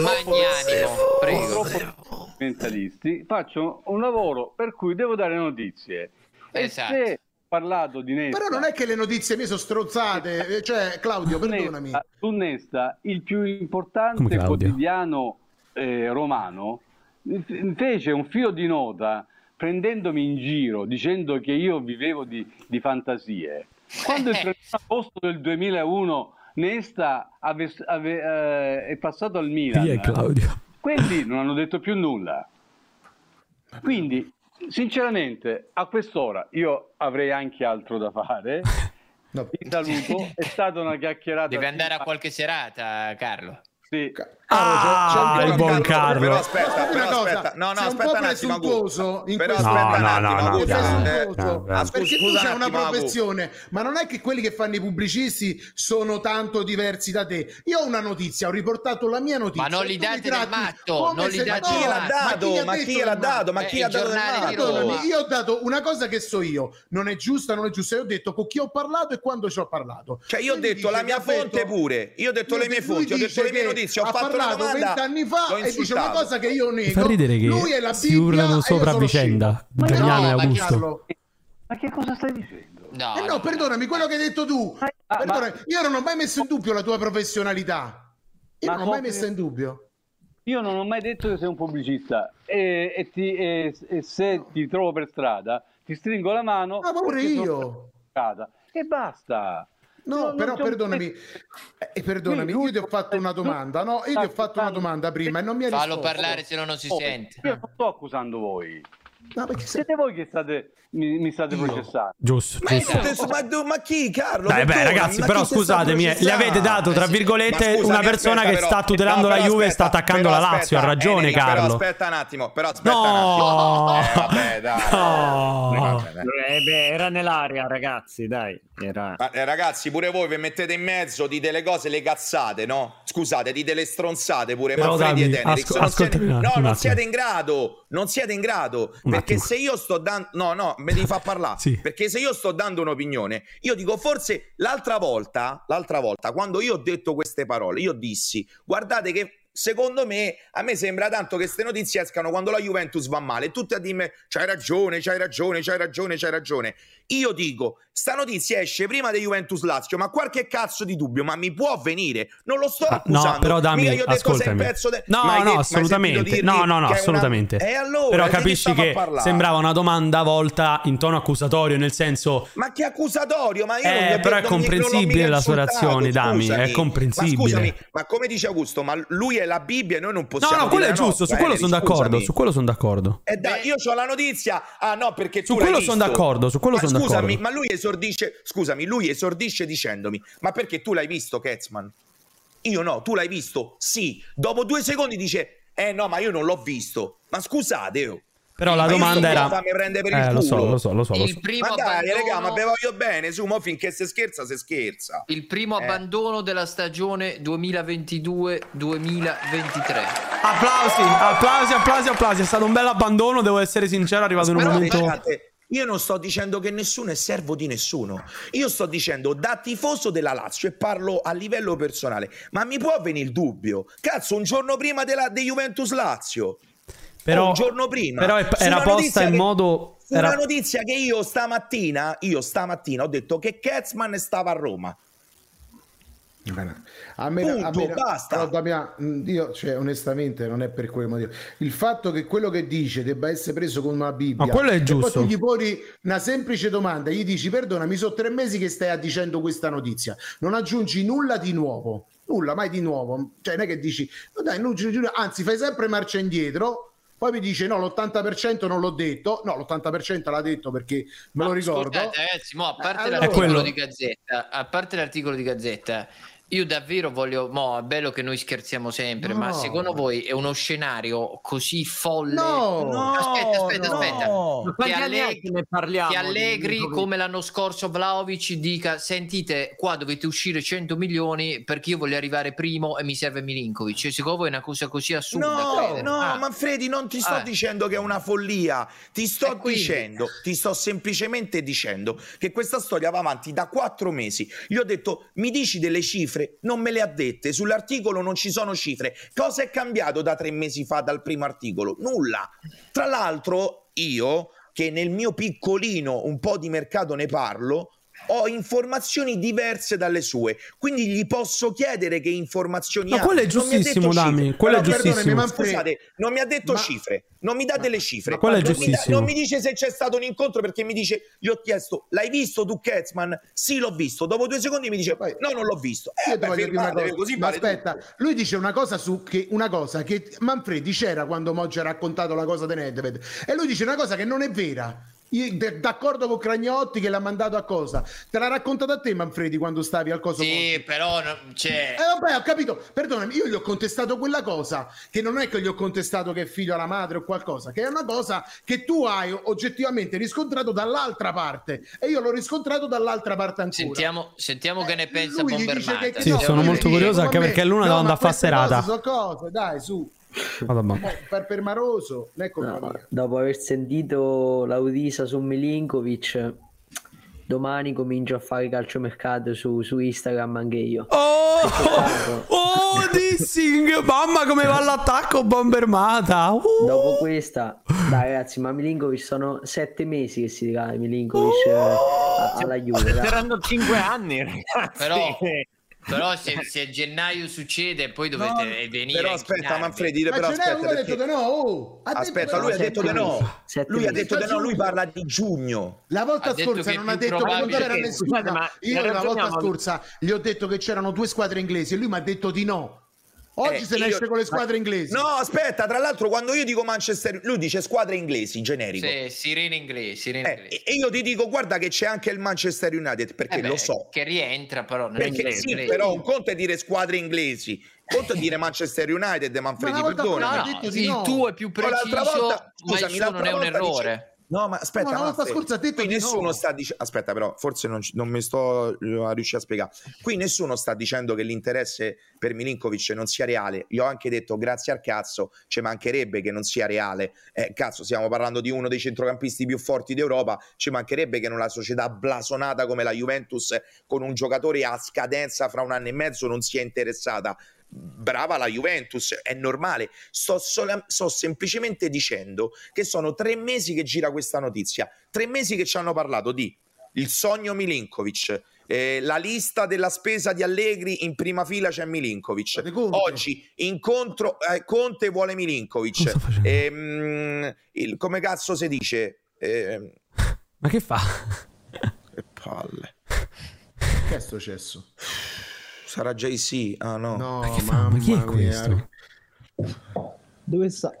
Speaker 2: Magnanimo, prego.
Speaker 12: mentalisti faccio un lavoro per cui devo dare notizie.
Speaker 2: Esatto.
Speaker 12: E se ho parlato di Nesta,
Speaker 7: Però non è che le notizie mie sono strozzate, eh, cioè Claudio, perdonami.
Speaker 12: su Nesta, il più
Speaker 9: Come
Speaker 12: importante
Speaker 9: Claudio.
Speaker 12: quotidiano eh, romano, fe- fece un filo di nota prendendomi in giro, dicendo che io vivevo di, di fantasie. Quando il 31 agosto del 2001 Nesta ave- ave- eh, è passato al Milan, quelli non hanno detto più nulla. Quindi, sinceramente, a quest'ora io avrei anche altro da fare. Vi saluto, è stata una chiacchierata.
Speaker 2: Deve andare a qualche serata, Carlo.
Speaker 12: Sì.
Speaker 20: Ah,
Speaker 12: il buon Carlo.
Speaker 20: Però aspetta,
Speaker 7: Scusate
Speaker 20: però
Speaker 7: una cosa,
Speaker 20: aspetta. No, no,
Speaker 7: sei un
Speaker 20: aspetta
Speaker 7: po'
Speaker 20: un attimo. Agu.
Speaker 7: presuntuoso in
Speaker 20: Però
Speaker 7: questo-
Speaker 20: aspetta un
Speaker 7: No, no,
Speaker 20: attimo,
Speaker 7: no,
Speaker 20: Agu,
Speaker 7: no,
Speaker 20: scusa,
Speaker 7: no.
Speaker 20: eh,
Speaker 7: Presuntuoso,
Speaker 20: ah, scusa,
Speaker 7: perché tu
Speaker 20: scusa un
Speaker 7: c'hai una
Speaker 20: attimo, Agu.
Speaker 7: professione, ma non è che quelli che fanno i pubblicisti sono tanto diversi da te. Io ho una notizia, ho riportato la mia notizia.
Speaker 2: Ma non
Speaker 7: e
Speaker 2: li
Speaker 7: tu mi
Speaker 2: date del
Speaker 7: tratti
Speaker 2: matto,
Speaker 7: come
Speaker 2: non li
Speaker 7: se-
Speaker 2: date
Speaker 7: no,
Speaker 2: del
Speaker 7: ma
Speaker 2: matto.
Speaker 7: chi ha
Speaker 20: Ma
Speaker 7: detto
Speaker 20: chi l'ha
Speaker 7: del
Speaker 20: dato? Ma
Speaker 7: matto?
Speaker 20: chi l'ha
Speaker 2: il
Speaker 20: dato del
Speaker 2: giornale di
Speaker 20: matto?
Speaker 2: Roma.
Speaker 7: Perdonami, io ho dato una cosa che so io, non è giusta, non è giusta, io ho detto con chi ho parlato e quando ci ho parlato.
Speaker 20: Cioè, io ho
Speaker 7: Quindi
Speaker 20: detto
Speaker 7: dice
Speaker 20: la
Speaker 7: che
Speaker 20: mia
Speaker 7: ha
Speaker 20: fonte
Speaker 7: detto-
Speaker 20: pure. Io ho detto le mie
Speaker 7: lui
Speaker 20: fonti, ho
Speaker 7: dice
Speaker 20: detto le mie
Speaker 7: che
Speaker 20: notizie. Ho
Speaker 7: ha
Speaker 20: fatto una
Speaker 7: parlato
Speaker 20: domanda.
Speaker 7: vent'anni
Speaker 20: l'ho
Speaker 7: fa e dice una
Speaker 20: insultato.
Speaker 7: cosa che io nego.
Speaker 9: Mi fa ridere
Speaker 7: Lui è
Speaker 9: che
Speaker 7: la
Speaker 9: si
Speaker 7: Bibbia
Speaker 9: urlano
Speaker 7: e
Speaker 9: sopra
Speaker 7: io sono
Speaker 9: a vicenda.
Speaker 7: scemo. Ma
Speaker 9: Giuliano e
Speaker 7: no, ma
Speaker 9: Augusto.
Speaker 7: Carlo,
Speaker 12: Ma che cosa stai dicendo?
Speaker 2: No,
Speaker 7: eh no, perdonami, quello che hai detto tu. Perdonami, io non ho mai messo in dubbio la tua professionalità. Io
Speaker 12: Ma
Speaker 7: non ho mai
Speaker 12: come-
Speaker 7: messo in dubbio.
Speaker 12: Io non ho mai detto che sei un pubblicista e, e ti- e- e se ti trovo per strada ti stringo la mano.
Speaker 7: Ah, ma pure
Speaker 12: perché sono
Speaker 7: io.
Speaker 12: per strada. E basta.
Speaker 7: No,
Speaker 12: Non-
Speaker 7: però
Speaker 12: non c'è un-
Speaker 7: perdonami, eh, perdonami, io ti ho fatto una domanda, no? Io ti ho fatto una domanda prima e non mi hai risposto.
Speaker 2: Fallo parlare se no non si
Speaker 12: Oh,
Speaker 2: sente.
Speaker 12: Io non sto accusando voi.
Speaker 7: No, perché se-
Speaker 12: Siete voi che state, mi, mi state processando.
Speaker 9: Giusto,
Speaker 20: Ma,
Speaker 9: giusto.
Speaker 20: io adesso- ma do- ma chi Carlo?
Speaker 9: Dai, beh,
Speaker 20: Perdonami,
Speaker 9: ragazzi,
Speaker 20: ma
Speaker 9: però
Speaker 20: chi ti sta
Speaker 9: scusatemi, eh, gli
Speaker 20: processando?
Speaker 9: avete dato, tra virgolette,
Speaker 20: Ma scusami,
Speaker 9: una persona
Speaker 20: aspetta,
Speaker 9: che
Speaker 20: però-
Speaker 9: sta tutelando
Speaker 20: no,
Speaker 9: la
Speaker 20: però
Speaker 9: Juve e sta
Speaker 20: aspetta,
Speaker 9: attaccando
Speaker 20: però
Speaker 9: la Lazio.
Speaker 20: aspetta,
Speaker 9: Ha ragione,
Speaker 20: Enrica, però
Speaker 9: Carlo.
Speaker 20: aspetta un attimo, però aspetta un attimo.
Speaker 9: No,
Speaker 20: Eh, vabbè, dai.
Speaker 9: no.
Speaker 20: Vabbè, dai.
Speaker 4: Eh, beh, era nell'aria, ragazzi, dai. Era...
Speaker 20: Ma, eh, ragazzi, pure voi vi mettete in mezzo, dite le cose, le cazzate, no? Scusate, dite le stronzate pure,
Speaker 9: Però,
Speaker 20: ma Freddy e
Speaker 9: Davide,
Speaker 20: Teneric,
Speaker 9: asco-
Speaker 20: non siete-
Speaker 9: ascoltami un
Speaker 20: no,
Speaker 9: attimo, un
Speaker 20: non
Speaker 9: attimo.
Speaker 20: siete in grado, non siete in grado, perché se io sto dando... No, no, me devi far parlare,
Speaker 9: Sì.
Speaker 20: perché se io sto dando un'opinione, io dico forse l'altra volta, l'altra volta, quando io ho detto queste parole, io dissi, guardate che... Secondo me, a me sembra tanto che queste notizie escano quando la Juventus va male. Tutti a dirmi: c'hai ragione, c'hai ragione, c'hai ragione, c'hai ragione. Io dico, sta notizia esce prima di Juventus Lazio, ma qualche cazzo di dubbio, ma mi può venire? Non lo sto
Speaker 9: Ah, no,
Speaker 20: accusando.
Speaker 9: però dammi,
Speaker 20: Mica io ho detto sei un
Speaker 9: ascoltami.
Speaker 20: pezzo de-
Speaker 9: No,
Speaker 20: Ma
Speaker 9: no,
Speaker 20: hai detto- ma hai
Speaker 9: assolutamente.
Speaker 20: sentito dirmi
Speaker 9: No, no, no,
Speaker 20: che è una-
Speaker 9: assolutamente.
Speaker 20: E allora,
Speaker 9: Però
Speaker 20: di chi
Speaker 9: capisci
Speaker 20: stiamo a
Speaker 9: che
Speaker 20: parlare?
Speaker 9: sembrava una domanda volta in tono accusatorio, nel senso
Speaker 20: Ma che accusatorio, ma io non
Speaker 9: Eh,
Speaker 20: mi- non
Speaker 9: però è
Speaker 20: mi-
Speaker 9: comprensibile
Speaker 20: non l'ho mica
Speaker 9: la sua
Speaker 20: insultato,
Speaker 9: reazione, Dami,
Speaker 20: scusami.
Speaker 9: è comprensibile.
Speaker 20: Ma scusami, ma come dice Augusto, ma lui è la Bibbia e noi non
Speaker 9: No,
Speaker 20: possiamo
Speaker 9: no, quello
Speaker 20: dire
Speaker 9: è
Speaker 20: la
Speaker 9: giusto, su
Speaker 20: nostra,
Speaker 9: quello
Speaker 20: Eleri,
Speaker 9: sono d'accordo,
Speaker 20: scusami.
Speaker 9: su quello sono d'accordo.
Speaker 20: Eh dai, io ho la notizia. Ah no, perché
Speaker 9: Su
Speaker 20: tu l'hai
Speaker 9: quello son
Speaker 20: visto.
Speaker 9: d'accordo, su quello
Speaker 20: Ma
Speaker 9: son
Speaker 20: scusami,
Speaker 9: d'accordo.
Speaker 20: ma lui esordisce, scusami, lui esordisce dicendomi, ma perché tu l'hai visto Ketzman? Io no, tu l'hai visto? Sì. Dopo due secondi dice, eh no, ma io non l'ho visto. Ma scusate, oh.
Speaker 9: Però la
Speaker 20: Ma io
Speaker 9: domanda
Speaker 20: sto
Speaker 9: era
Speaker 20: cosa mi prende per
Speaker 9: Eh,
Speaker 20: il
Speaker 9: lo so,
Speaker 20: culo.
Speaker 9: lo so, lo so, lo so.
Speaker 2: Il primo
Speaker 20: ma dai,
Speaker 2: abbandono-
Speaker 20: raga, ma ve voglio bene, su, mo finché se scherza, se scherza.
Speaker 2: Il primo
Speaker 20: Eh.
Speaker 2: abbandono della stagione 2022-2023.
Speaker 9: Applausi, applausi, applausi, applausi. È stato un bel abbandono, devo essere sincero, è arrivato in un
Speaker 20: Però,
Speaker 9: momento
Speaker 20: guardate, io non sto dicendo che nessuno è servo di nessuno. Io sto dicendo da tifoso della Lazio e parlo a livello personale. Ma mi può venire il dubbio? Cazzo, un giorno prima della di Juventus Lazio.
Speaker 9: Però-
Speaker 20: Oh, un giorno prima.
Speaker 9: però è-
Speaker 20: Su
Speaker 9: era
Speaker 20: una
Speaker 9: posta
Speaker 20: notizia
Speaker 9: in
Speaker 20: che-
Speaker 9: modo-
Speaker 20: su Una
Speaker 9: era-
Speaker 20: notizia che io stamattina, io stamattina ho detto che Ketzman stava a Roma.
Speaker 7: A me, a
Speaker 20: Punto,
Speaker 7: me-
Speaker 20: basta.
Speaker 7: però, Damian, mh, io, cioè, onestamente, non è per quel motivo. Il fatto che quello che dice debba essere preso come una Bibbia,
Speaker 9: Ma quello è
Speaker 7: e
Speaker 9: giusto.
Speaker 7: poi tu gli poni una semplice domanda, gli dici: Perdona, mi sono tre mesi che stai dicendo questa notizia, non aggiungi nulla di nuovo, nulla mai di nuovo. Cioè, non è che dici, "No, dai, non aggiungi nulla", anzi, fai sempre marcia indietro. Poi mi dice no, l'80% non l'ho detto, no, l'80% l'ha detto perché me lo ricordo.
Speaker 2: Ascoltate, ragazzi, mo, a parte
Speaker 7: Eh, allora-
Speaker 2: l'articolo
Speaker 7: È quello.
Speaker 2: di Gazzetta, a parte l'articolo di Gazzetta, io davvero voglio. Mo, è bello che noi scherziamo sempre, ma
Speaker 7: No.
Speaker 2: secondo voi è uno scenario così folle?
Speaker 4: No,
Speaker 2: aspetta, aspetta,
Speaker 4: no.
Speaker 2: aspetta.
Speaker 4: Ma
Speaker 2: Che
Speaker 4: quanti anni è
Speaker 2: Allegri-
Speaker 4: che ne parliamo
Speaker 2: Che
Speaker 4: di
Speaker 2: Allegri,
Speaker 4: Milinkovic?
Speaker 2: come l'anno scorso, Vlaovic dica: Sentite, qua dovete uscire 100 milioni perché io voglio arrivare primo e mi serve Milinkovic. Cioè, secondo voi è una cosa così assurda?
Speaker 20: No,
Speaker 2: credere?
Speaker 20: no,
Speaker 2: Ah.
Speaker 20: Manfredi, non ti sto
Speaker 2: Ah.
Speaker 20: dicendo che è una follia. Ti sto dicendo, ti sto semplicemente dicendo che questa storia va avanti da quattro mesi. Gli ho detto, mi dici delle cifre? Non me le ha dette. Sull'articolo non ci sono cifre. Cosa è cambiato da tre mesi fa dal primo articolo? Nulla. Tra l'altro, io, che nel mio piccolino un po' di mercato ne parlo, ho informazioni diverse dalle sue, quindi gli posso chiedere che informazioni
Speaker 1: Ma
Speaker 20: ha.
Speaker 1: quello è
Speaker 20: Non mi ha detto
Speaker 1: giustissimo,
Speaker 20: cifre.
Speaker 1: Dami, quello è
Speaker 20: Però, perdonami,
Speaker 1: giustissimo.
Speaker 20: ma scusate, non mi ha detto cifre, non mi dà delle cifre.
Speaker 1: ma quello è
Speaker 20: non mi dà-
Speaker 1: giustissimo.
Speaker 20: non mi dice se c'è stato un incontro perché mi dice, gli ho chiesto, l'hai visto tu Ketzman? Sì, l'ho visto. Dopo due secondi mi dice, no, non l'ho visto. Eh,
Speaker 7: Io ti
Speaker 20: beh,
Speaker 7: voglio dire una
Speaker 20: firmate,
Speaker 7: cosa.
Speaker 20: così
Speaker 7: ma
Speaker 20: vale
Speaker 7: aspetta,
Speaker 20: tutto.
Speaker 7: lui dice una cosa su che una cosa che Manfredi c'era quando Moggi ha raccontato la cosa di Nedved e lui dice una cosa che non è vera. Io- d- d'accordo con Cragnotti che l'ha mandato a cosa? Te l'ha raccontata a te Manfredi quando stavi al coso
Speaker 2: Sì, però no, cioè,
Speaker 7: Eh vabbè, ho capito. Perdonami, io gli ho contestato quella cosa che non è che gli ho contestato che è figlio alla madre o qualcosa, che è una cosa che tu hai oggettivamente riscontrato dall'altra parte e io l'ho riscontrato dall'altra parte ancora.
Speaker 2: sentiamo, sentiamo che ne pensa
Speaker 7: lui gli dice
Speaker 2: Bombermata.
Speaker 7: che-
Speaker 1: Sì,
Speaker 7: no,
Speaker 1: sono
Speaker 7: lui
Speaker 1: molto
Speaker 7: dice,
Speaker 1: curioso anche
Speaker 7: come me,
Speaker 1: perché l'una
Speaker 7: no,
Speaker 1: devo
Speaker 7: ma
Speaker 1: andare a fare
Speaker 7: queste
Speaker 1: serata.
Speaker 7: cose sono cose, dai, su. Eh,
Speaker 1: Madonna.
Speaker 7: Per per Maroso, ecco, non è colpa mia.
Speaker 10: Dopo aver sentito l'Audisa su Milinkovic, domani comincio a fare calciomercato su, su Instagram anche io.
Speaker 1: Oh, oh, dissing. Mamma come va l'attacco bombermata. Uh.
Speaker 10: Dopo questa, dai ragazzi, ma Milinkovic sono sette mesi che si regala Milinkovic eh,
Speaker 1: Oh!
Speaker 10: a- alla Juve. dai.
Speaker 4: Saranno 5 anni, ragazzi.
Speaker 2: Però, però se, se gennaio succede, poi dovete eh, venire.
Speaker 20: però
Speaker 2: a
Speaker 20: aspetta,
Speaker 2: inchinarvi.
Speaker 20: Manfredi, Ma però Gennaio aspetta, lui ha perché- detto di
Speaker 7: no, oh, ha detto
Speaker 20: Aspetta,
Speaker 7: no.
Speaker 20: lui ha detto di no.
Speaker 10: Sette
Speaker 20: Lui ha
Speaker 10: mesi.
Speaker 20: detto di no, lui parla di giugno.
Speaker 7: La volta
Speaker 20: Ha detto
Speaker 7: scorsa
Speaker 20: che è
Speaker 7: non
Speaker 20: più
Speaker 7: ha detto che non
Speaker 20: probabile
Speaker 7: c'era
Speaker 20: che-
Speaker 7: nessuno.
Speaker 20: Scusate, ma
Speaker 7: Io
Speaker 20: ne
Speaker 7: la volta
Speaker 20: ragioniamo-
Speaker 7: scorsa gli ho detto che c'erano due squadre inglesi e lui mi ha detto di no. Oggi
Speaker 20: Eh,
Speaker 7: se ne
Speaker 20: io-
Speaker 7: esce con le squadre inglesi.
Speaker 20: No, aspetta, tra l'altro quando io dico Manchester, lui dice squadre inglesi, generico.
Speaker 2: Sì, sirena inglese, sirena
Speaker 20: Eh,
Speaker 2: inglese.
Speaker 20: e e io ti dico, guarda che c'è anche il Manchester United, perché
Speaker 2: Eh beh,
Speaker 20: lo so.
Speaker 2: Che rientra però nel
Speaker 20: Perché
Speaker 2: inglese.
Speaker 20: sì, però un conto è dire squadre inglesi, un conto è dire Manchester United e Manfredi,
Speaker 2: Ma una volta
Speaker 20: perdona.
Speaker 2: quello ha detto di No, no, no. il tuo è più preciso, ma il suo non è un errore.
Speaker 20: No, ma aspetta,
Speaker 7: No, la volta
Speaker 20: Manfredi,
Speaker 7: scorsa ha detto
Speaker 20: qui
Speaker 7: di
Speaker 20: nessuno
Speaker 7: no.
Speaker 20: sta dicendo. Aspetta, però, forse non, ci- non mi sto eh, a riuscire a spiegare. Qui nessuno sta dicendo che l'interesse per Milinkovic non sia reale. Gli ho anche detto, grazie al cazzo, ci mancherebbe che non sia reale. Eh, cazzo, stiamo parlando di uno dei centrocampisti più forti d'Europa. Ci mancherebbe che in una società blasonata come la Juventus, con un giocatore a scadenza fra un anno e mezzo, non sia interessata brava la Juventus, è normale. Sto, sola- sto semplicemente dicendo che sono tre mesi che gira questa notizia, tre mesi che ci hanno parlato di il sogno Milinkovic. eh, la lista della spesa di Allegri in prima fila c'è Milinkovic. Oggi incontro eh, Conte vuole Milinkovic. Ehm, il- come cazzo si dice? Ehm,
Speaker 1: Ma che fa?
Speaker 20: che palle.
Speaker 7: Che è successo?
Speaker 20: Sarà JC? Ah no.
Speaker 7: No,
Speaker 20: Ma che fa?
Speaker 7: mamma
Speaker 20: Ma chi è
Speaker 7: mia.
Speaker 20: questo?
Speaker 13: Dove sta?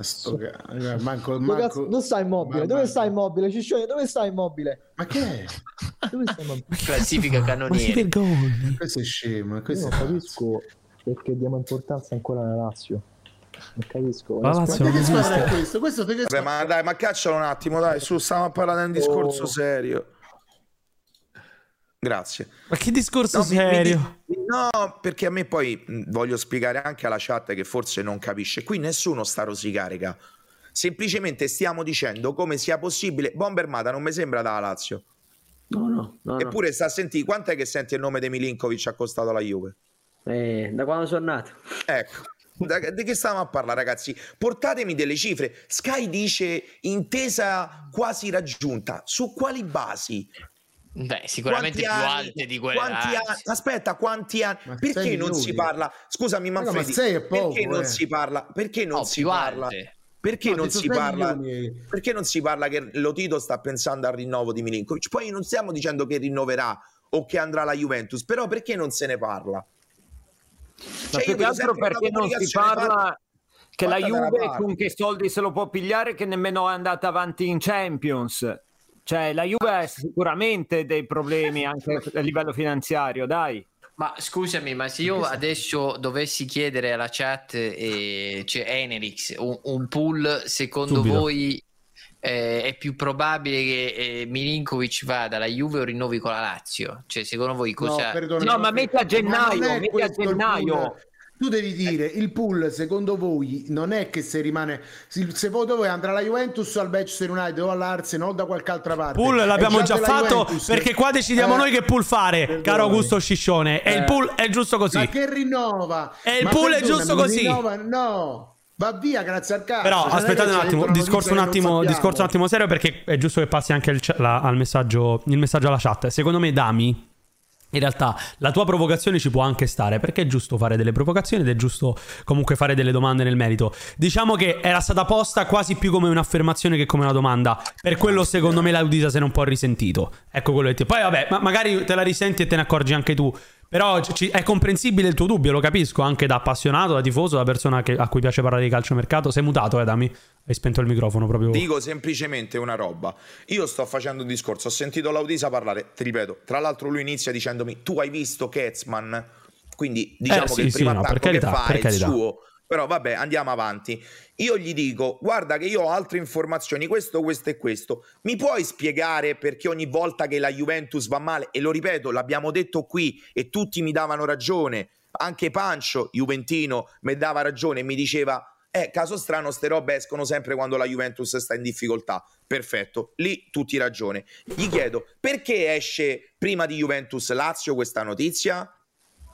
Speaker 7: Sto ca- allora, Manco,
Speaker 13: Dove cazzo-
Speaker 7: manco...
Speaker 13: dove sta immobile?
Speaker 7: Mamma
Speaker 13: Dove sta immobile? Ciccione, dove sta immobile?
Speaker 7: Ma che è?
Speaker 13: Dove sta immobile?
Speaker 2: Classifica cannoniere.
Speaker 13: vergogni?
Speaker 7: Questo è scemo,
Speaker 13: questo non capisco perché diamo importanza ancora alla Lazio. Non capisco.
Speaker 20: Ma la Lazio non esiste.
Speaker 7: questo? Questo te che
Speaker 20: Vabbè, ma dai, ma caccialo un attimo, dai, su, stiamo parlando di un discorso
Speaker 13: Oh.
Speaker 20: serio. Grazie.
Speaker 1: Ma che discorso
Speaker 20: No, mi- mi di-
Speaker 1: serio?
Speaker 20: no, perché a me poi mh, voglio spiegare anche alla chat che forse non capisce. Qui nessuno sta rosicarica. Semplicemente stiamo dicendo come sia possibile. Bombermata non mi sembra da Lazio.
Speaker 10: No, no, no, no.
Speaker 20: Eppure sta a sentire. Quanto è che senti il nome di Milinkovic accostato alla Juve?
Speaker 10: Eh, da quando sono nato.
Speaker 20: Ecco. Da- di che stavamo a parlare, ragazzi? Portatemi delle cifre. Sky dice intesa quasi raggiunta. Su quali basi?
Speaker 2: Beh, sicuramente più
Speaker 20: Quanti anni?
Speaker 2: alte di quelle.
Speaker 20: Quanti
Speaker 2: ah,
Speaker 20: anni- Aspetta, quanti anni? perché
Speaker 2: sei
Speaker 20: non si
Speaker 2: minuti.
Speaker 20: parla? Scusami,
Speaker 2: Raga, ma
Speaker 20: Manfredi,
Speaker 2: sei è poco,
Speaker 20: perché non
Speaker 2: eh.
Speaker 20: si parla? Perché non
Speaker 2: No,
Speaker 20: si
Speaker 2: più
Speaker 20: parla?
Speaker 2: alte.
Speaker 20: Perché
Speaker 2: No,
Speaker 20: non
Speaker 2: detto
Speaker 20: si
Speaker 2: sei
Speaker 20: parla?
Speaker 2: milioni.
Speaker 20: Perché non si parla che Lotito sta pensando al rinnovo di Milinkovic? Poi non stiamo dicendo che rinnoverà o che andrà alla Juventus, però perché non se ne parla?
Speaker 4: Ma
Speaker 20: Cioè, io
Speaker 4: più che
Speaker 20: vedo
Speaker 4: altro
Speaker 20: sempre una
Speaker 4: perché non si
Speaker 20: comunicazione
Speaker 4: parla che la
Speaker 20: Guarda dalla
Speaker 4: Juve
Speaker 20: parte.
Speaker 4: con che soldi se lo può pigliare che nemmeno è andata avanti in Champions. Cioè la Juve ha sicuramente dei problemi anche a livello finanziario, dai.
Speaker 2: Ma scusami, ma se io adesso dovessi chiedere alla chat, eh, cioè Enerix, un, un pool secondo
Speaker 9: Subito.
Speaker 2: voi eh, è più probabile che eh, Milinkovic vada alla Juve o rinnovi con la Lazio? Cioè, secondo voi cosa...
Speaker 7: perdona,
Speaker 4: Ecco, No, ma metti a gennaio,
Speaker 7: non è
Speaker 4: metti a
Speaker 7: questo il
Speaker 4: gennaio. Eh.
Speaker 7: pool. Tu devi dire il pool secondo voi non è che se rimane se secondo voi andrà alla Juventus o al Manchester United o all'Arsenal o da qualche altra parte.
Speaker 1: Pool l'abbiamo
Speaker 7: È
Speaker 1: già
Speaker 7: della
Speaker 1: fatto
Speaker 7: Juventus.
Speaker 1: perché qua decidiamo
Speaker 7: Eh,
Speaker 1: noi che pool fare, caro Augusto Sciscione. E
Speaker 7: Eh.
Speaker 1: il pool è giusto così.
Speaker 7: Ma che rinnova?
Speaker 1: E Eh, il
Speaker 7: Ma
Speaker 1: pool è
Speaker 7: perdonami,
Speaker 1: giusto così.
Speaker 7: rinnova- no, va via grazie al cazzo.
Speaker 1: Però
Speaker 7: Cioè, non è
Speaker 1: aspettate un
Speaker 7: che ci ha detto
Speaker 1: attimo,
Speaker 7: una
Speaker 1: discorso
Speaker 7: notizia
Speaker 1: un
Speaker 7: che non
Speaker 1: attimo,
Speaker 7: sappiamo.
Speaker 1: discorso un attimo serio perché è giusto che passi anche il, ce- la- al messaggio, il messaggio alla chat. Secondo me Dami, in realtà la tua provocazione ci può anche stare perché è giusto fare delle provocazioni ed è giusto comunque fare delle domande nel merito. Diciamo che era stata posta quasi più come un'affermazione che come una domanda. Per quello secondo me l'Audisa se ne è un po' risentito. Ecco quello che ti... Poi vabbè, ma magari te la risenti e te ne accorgi anche tu. Però ci- ci- è comprensibile il tuo dubbio, lo capisco, anche da appassionato, da tifoso, da persona che- a cui piace parlare di calciomercato. Sei mutato, eh, Dami? Hai spento il microfono
Speaker 2: Oh.
Speaker 1: proprio.
Speaker 20: Dico semplicemente una roba. Io sto facendo un discorso, ho sentito Laudisa parlare, ti ripeto, tra l'altro lui inizia dicendomi "Tu hai visto Ketzman?" Quindi diciamo
Speaker 1: Eh,
Speaker 20: che
Speaker 1: sì,
Speaker 20: il
Speaker 1: sì,
Speaker 20: primo
Speaker 1: no, per
Speaker 20: attacco
Speaker 1: carità,
Speaker 20: che fa
Speaker 1: per
Speaker 20: è il
Speaker 1: carità.
Speaker 20: suo. Però vabbè, andiamo avanti. Io gli dico "Guarda che io ho altre informazioni, questo, questo e questo. Mi puoi spiegare perché ogni volta che la Juventus va male e lo ripeto, l'abbiamo detto qui e tutti mi davano ragione. Anche Pancio, Juventino, mi dava ragione e mi diceva eh, caso strano, ste robe escono sempre quando la Juventus sta in difficoltà. Perfetto, Certo, lì tutti ragione. Gli chiedo perché esce prima di Juventus Lazio questa notizia?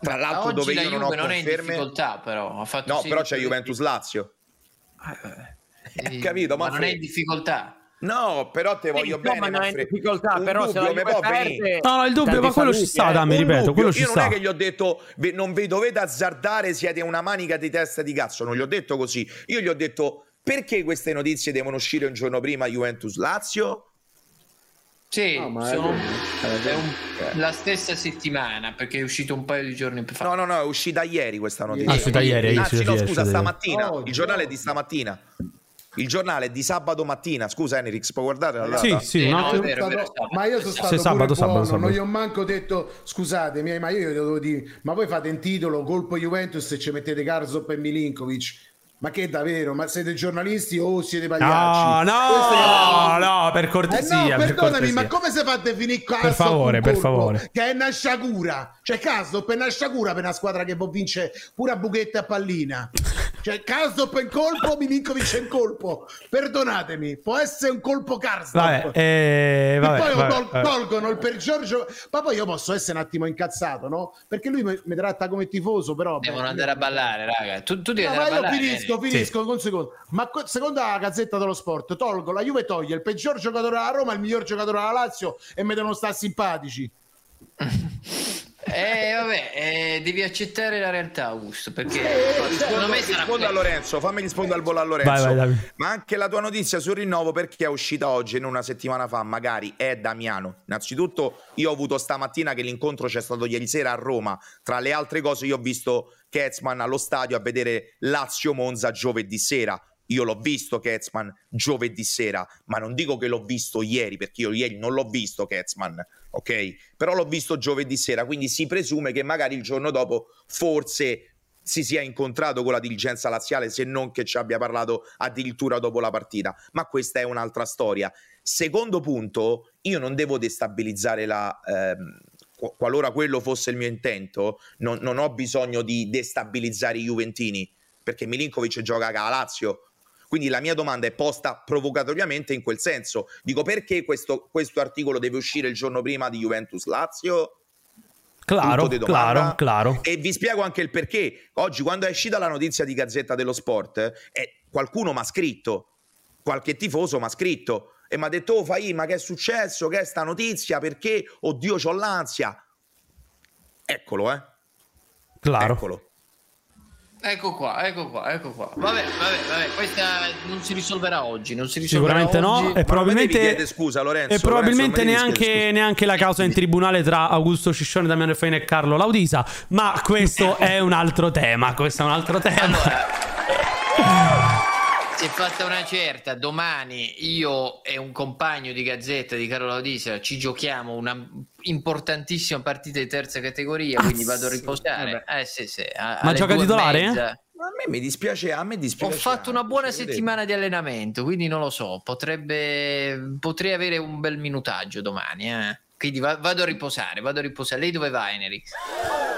Speaker 20: Tra l'altro,
Speaker 2: Oggi
Speaker 20: dove
Speaker 2: la
Speaker 20: io non ho
Speaker 2: Juve non è in
Speaker 20: conferme.
Speaker 2: difficoltà però, ha fatto
Speaker 20: no,
Speaker 2: sei
Speaker 20: però c'è
Speaker 2: vittorie-
Speaker 20: Juventus Lazio.
Speaker 2: Eh,
Speaker 20: capito,
Speaker 2: ma non è
Speaker 20: Manfred?
Speaker 2: in difficoltà.
Speaker 20: No, però te voglio
Speaker 2: Eh, no,
Speaker 20: bene.
Speaker 2: ma non è in
Speaker 20: Manfred.
Speaker 2: difficoltà,
Speaker 20: Un
Speaker 2: però se la
Speaker 20: dubbio mi
Speaker 2: Juve
Speaker 20: può
Speaker 2: perde-
Speaker 20: venire?
Speaker 1: No, no, il dubbio,
Speaker 20: Tanti
Speaker 1: ma quello ci
Speaker 20: saluti,
Speaker 1: sta,
Speaker 20: eh.
Speaker 1: Dami,
Speaker 20: Un
Speaker 1: ripeto,
Speaker 20: dubbio.
Speaker 1: quello ci
Speaker 20: Io non
Speaker 1: sta.
Speaker 20: è che gli ho detto "Ve- non vi dovete azzardare, siete una manica di testa di cazzo, non gli ho detto così. Io gli ho detto perché queste notizie devono uscire un giorno prima Juventus Lazio?
Speaker 2: Sì,
Speaker 20: ma
Speaker 2: Eh, sono-
Speaker 20: hai ragione.
Speaker 2: è un-
Speaker 20: Eh.
Speaker 2: la stessa settimana perché è uscito un paio di giorni fa.
Speaker 20: No, no, no, è uscita ieri questa notizia.
Speaker 1: Ah, uscita ieri, è
Speaker 20: Anzi,
Speaker 1: uscita
Speaker 20: no,
Speaker 1: ieri, uscita
Speaker 20: scusa,
Speaker 1: ieri.
Speaker 20: stamattina. Il giornale è di stamattina. Il giornale è di sabato mattina. Scusa, Enrix, puoi guardare la
Speaker 1: Sì,
Speaker 20: data?
Speaker 2: Eh,
Speaker 1: sì, un attimo.
Speaker 7: Sono stato- ma io sono
Speaker 1: Sì,
Speaker 7: stato
Speaker 1: sabato, sabato,
Speaker 7: pure buono,
Speaker 1: sabato.
Speaker 7: non gli ho manco detto scusatemi, eh, ma io gli devo dire, ma voi fate in titolo colpo Juventus e ci mettete Garzop e Milinkovic. Ma che davvero? Ma siete giornalisti o siete
Speaker 1: No,
Speaker 7: pagliacci? Questa è
Speaker 1: no,
Speaker 7: la-
Speaker 1: no, per
Speaker 7: Eh
Speaker 1: cortesia.
Speaker 7: no,
Speaker 1: per
Speaker 7: perdonami,
Speaker 1: cortesia.
Speaker 7: ma come si fa a definire Garzop
Speaker 1: Per favore,
Speaker 7: un
Speaker 1: per
Speaker 7: colpo?
Speaker 1: favore.
Speaker 7: Che è una sciagura. Cioè, Garzop è una sciagura per una squadra che può vincere pure a buchetta e a pallina. Cioè, Garzop è in colpo, Milinkovic è in colpo. Perdonatemi, può essere un colpo Garzop.
Speaker 1: Vabbè, eh,
Speaker 7: E
Speaker 1: vabbè,
Speaker 7: poi
Speaker 1: vabbè,
Speaker 7: tol-
Speaker 1: vabbè.
Speaker 7: tolgono il per Giorgio. Ma poi io posso essere un attimo incazzato, no? Perché lui mi, mi tratta come tifoso, però.
Speaker 2: Devono
Speaker 7: beh,
Speaker 2: andare a ballare, raga. Tu, tu devi
Speaker 7: No,
Speaker 2: andare a
Speaker 7: ma io
Speaker 2: ballare. eh.
Speaker 7: finisco,
Speaker 2: Enrico.
Speaker 7: finisco con un secondo. Ma co- secondo la gazzetta dello sport, tolgo la Juve toglie il peggior giocatore alla Roma, il miglior giocatore alla Lazio e mi devono stare simpatici.
Speaker 2: Eh, vabbè, eh, devi accettare la realtà, Augusto, perché secondo
Speaker 20: Rispondo,
Speaker 2: me sarà
Speaker 20: rispondo a Lorenzo, fammi rispondere al volo a Lorenzo.
Speaker 1: Vai, vai, Davide.
Speaker 20: Ma anche la tua notizia sul rinnovo perché è uscita oggi e non una settimana fa, magari è Damiano. Innanzitutto io ho avuto stamattina che l'incontro c'è stato ieri sera a Roma. Tra le altre cose io ho visto Ketzman allo stadio a vedere Lazio Monza giovedì sera. Io l'ho visto Ketzman giovedì sera, ma non dico che l'ho visto ieri, perché io ieri non l'ho visto Ketzman, ok? Però l'ho visto giovedì sera, quindi si presume che magari il giorno dopo forse si sia incontrato con la dirigenza laziale, se non che ci abbia parlato addirittura dopo la partita. Ma questa è un'altra storia. Secondo punto, io non devo destabilizzare la. ehm, qu- qualora quello fosse il mio intento, non, non ho bisogno di destabilizzare i Juventini perché Milinkovic gioca a Lazio. Quindi la mia domanda è posta provocatoriamente in quel senso. Dico perché questo, questo articolo deve uscire il giorno prima di Juventus Lazio?
Speaker 1: Claro,
Speaker 20: punto di domanda.
Speaker 1: claro, claro.
Speaker 20: E vi spiego anche il perché. Oggi, quando è uscita la notizia di Gazzetta dello Sport, eh, qualcuno mi ha scritto, qualche tifoso mi ha scritto e mi ha detto: Oh, Fai, ma che è successo? Che è sta notizia? Perché? Oddio, c'ho l'ansia. Eccolo, eh.
Speaker 1: Claro.
Speaker 20: Eccolo.
Speaker 2: Ecco qua, ecco qua, ecco qua. Vabbè, vabbè, vabbè, questa non si risolverà oggi, non si risolverà
Speaker 1: Sicuramente no,
Speaker 2: oggi.
Speaker 1: e probabilmente,
Speaker 20: devi chiedere scusa, Lorenzo,
Speaker 1: e probabilmente
Speaker 20: Lorenzo, non mi devi chiedere
Speaker 1: neanche, neanche la causa in tribunale tra Augusto Sciscione, Damiano Faina e Carlo Laudisa. Ma questo è un altro tema. Questo è un altro tema.
Speaker 2: si è fatta una certa. Domani io e un compagno di Gazzetta di Carola Odisea ci giochiamo una importantissima partita di terza categoria. Quindi vado a riposare. Eh, sì, sì, a-
Speaker 1: Ah, Ma
Speaker 2: alle
Speaker 1: gioca
Speaker 2: due e
Speaker 1: titolare?
Speaker 2: mezza.
Speaker 20: Ma a me mi dispiace, a me
Speaker 2: Ho
Speaker 20: dispiace.
Speaker 2: fatto una buona settimana di allenamento, quindi non lo so. Potrebbe, potrei avere un bel minutaggio domani. eh. Quindi va- vado a riposare. Vado a riposare. Lei dove va, Enerix?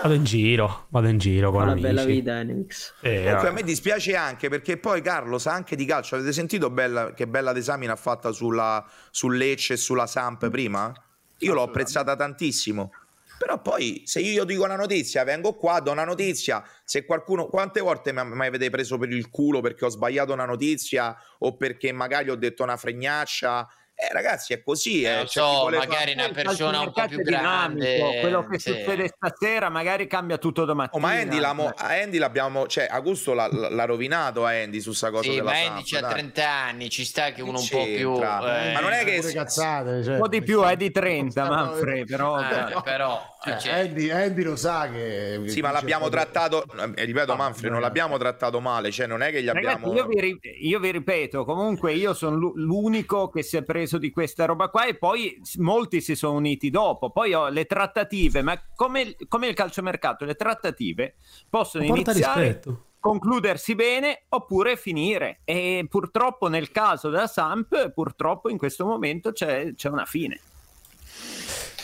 Speaker 1: Vado in giro, vado in giro con
Speaker 10: Una
Speaker 1: amici.
Speaker 10: bella vita, Enix.
Speaker 1: Eh,
Speaker 20: Comunque,
Speaker 1: vabbè.
Speaker 20: a me dispiace anche perché poi Carlo sa anche di calcio. Avete sentito bella- che bella desamina ha fatta sulla, sul Lecce e sulla Samp prima? Io l'ho apprezzata tantissimo. Però poi se io dico una notizia, vengo qua, do una notizia. Se qualcuno, quante volte mi mi avete preso per il culo perché ho sbagliato una notizia o perché magari ho detto una fregnaccia? Eh, ragazzi, è così. Eh,
Speaker 2: lo
Speaker 20: c'è chi
Speaker 2: so,
Speaker 20: voleva-
Speaker 2: magari una
Speaker 4: Il calcio
Speaker 2: persona un po'
Speaker 4: mercato
Speaker 2: più
Speaker 4: è dinamico,
Speaker 2: grande.
Speaker 4: quello che
Speaker 2: sì.
Speaker 4: succede stasera magari cambia tutto
Speaker 20: Oh,
Speaker 4: domattina
Speaker 20: ma Andy, l'amo- a Andy l'abbiamo, cioè Augusto l'ha, l'ha rovinato a Andy su sta cosa
Speaker 2: Sì,
Speaker 20: della
Speaker 2: ma
Speaker 20: Samp,
Speaker 2: Andy c'ha
Speaker 20: dai.
Speaker 2: 30 anni, ci sta che uno un po'
Speaker 20: c'entra?
Speaker 2: più... eh,
Speaker 20: Ma non è che
Speaker 7: Pure cazzate, cioè,
Speaker 4: un po' di più è di 30 Manfred però eh,
Speaker 2: eh, però...
Speaker 7: cioè,
Speaker 2: cioè,
Speaker 7: Andy, Andy lo sa che
Speaker 20: Sì, ma l'abbiamo trattato, eh, ripeto, Manfred, non l'abbiamo trattato male, cioè non è che gli
Speaker 4: Ragazzi,
Speaker 20: abbiamo...
Speaker 4: io, vi ri- io vi ripeto, comunque io sono l'unico che si è preso di questa roba qua e poi s- molti si sono uniti dopo. Poi ho le trattative, ma come, come il calciomercato, le trattative possono
Speaker 1: Ma porta
Speaker 4: iniziare,
Speaker 1: rispetto.
Speaker 4: concludersi bene oppure finire. E purtroppo nel caso della Samp, purtroppo in questo momento c'è, c'è una fine.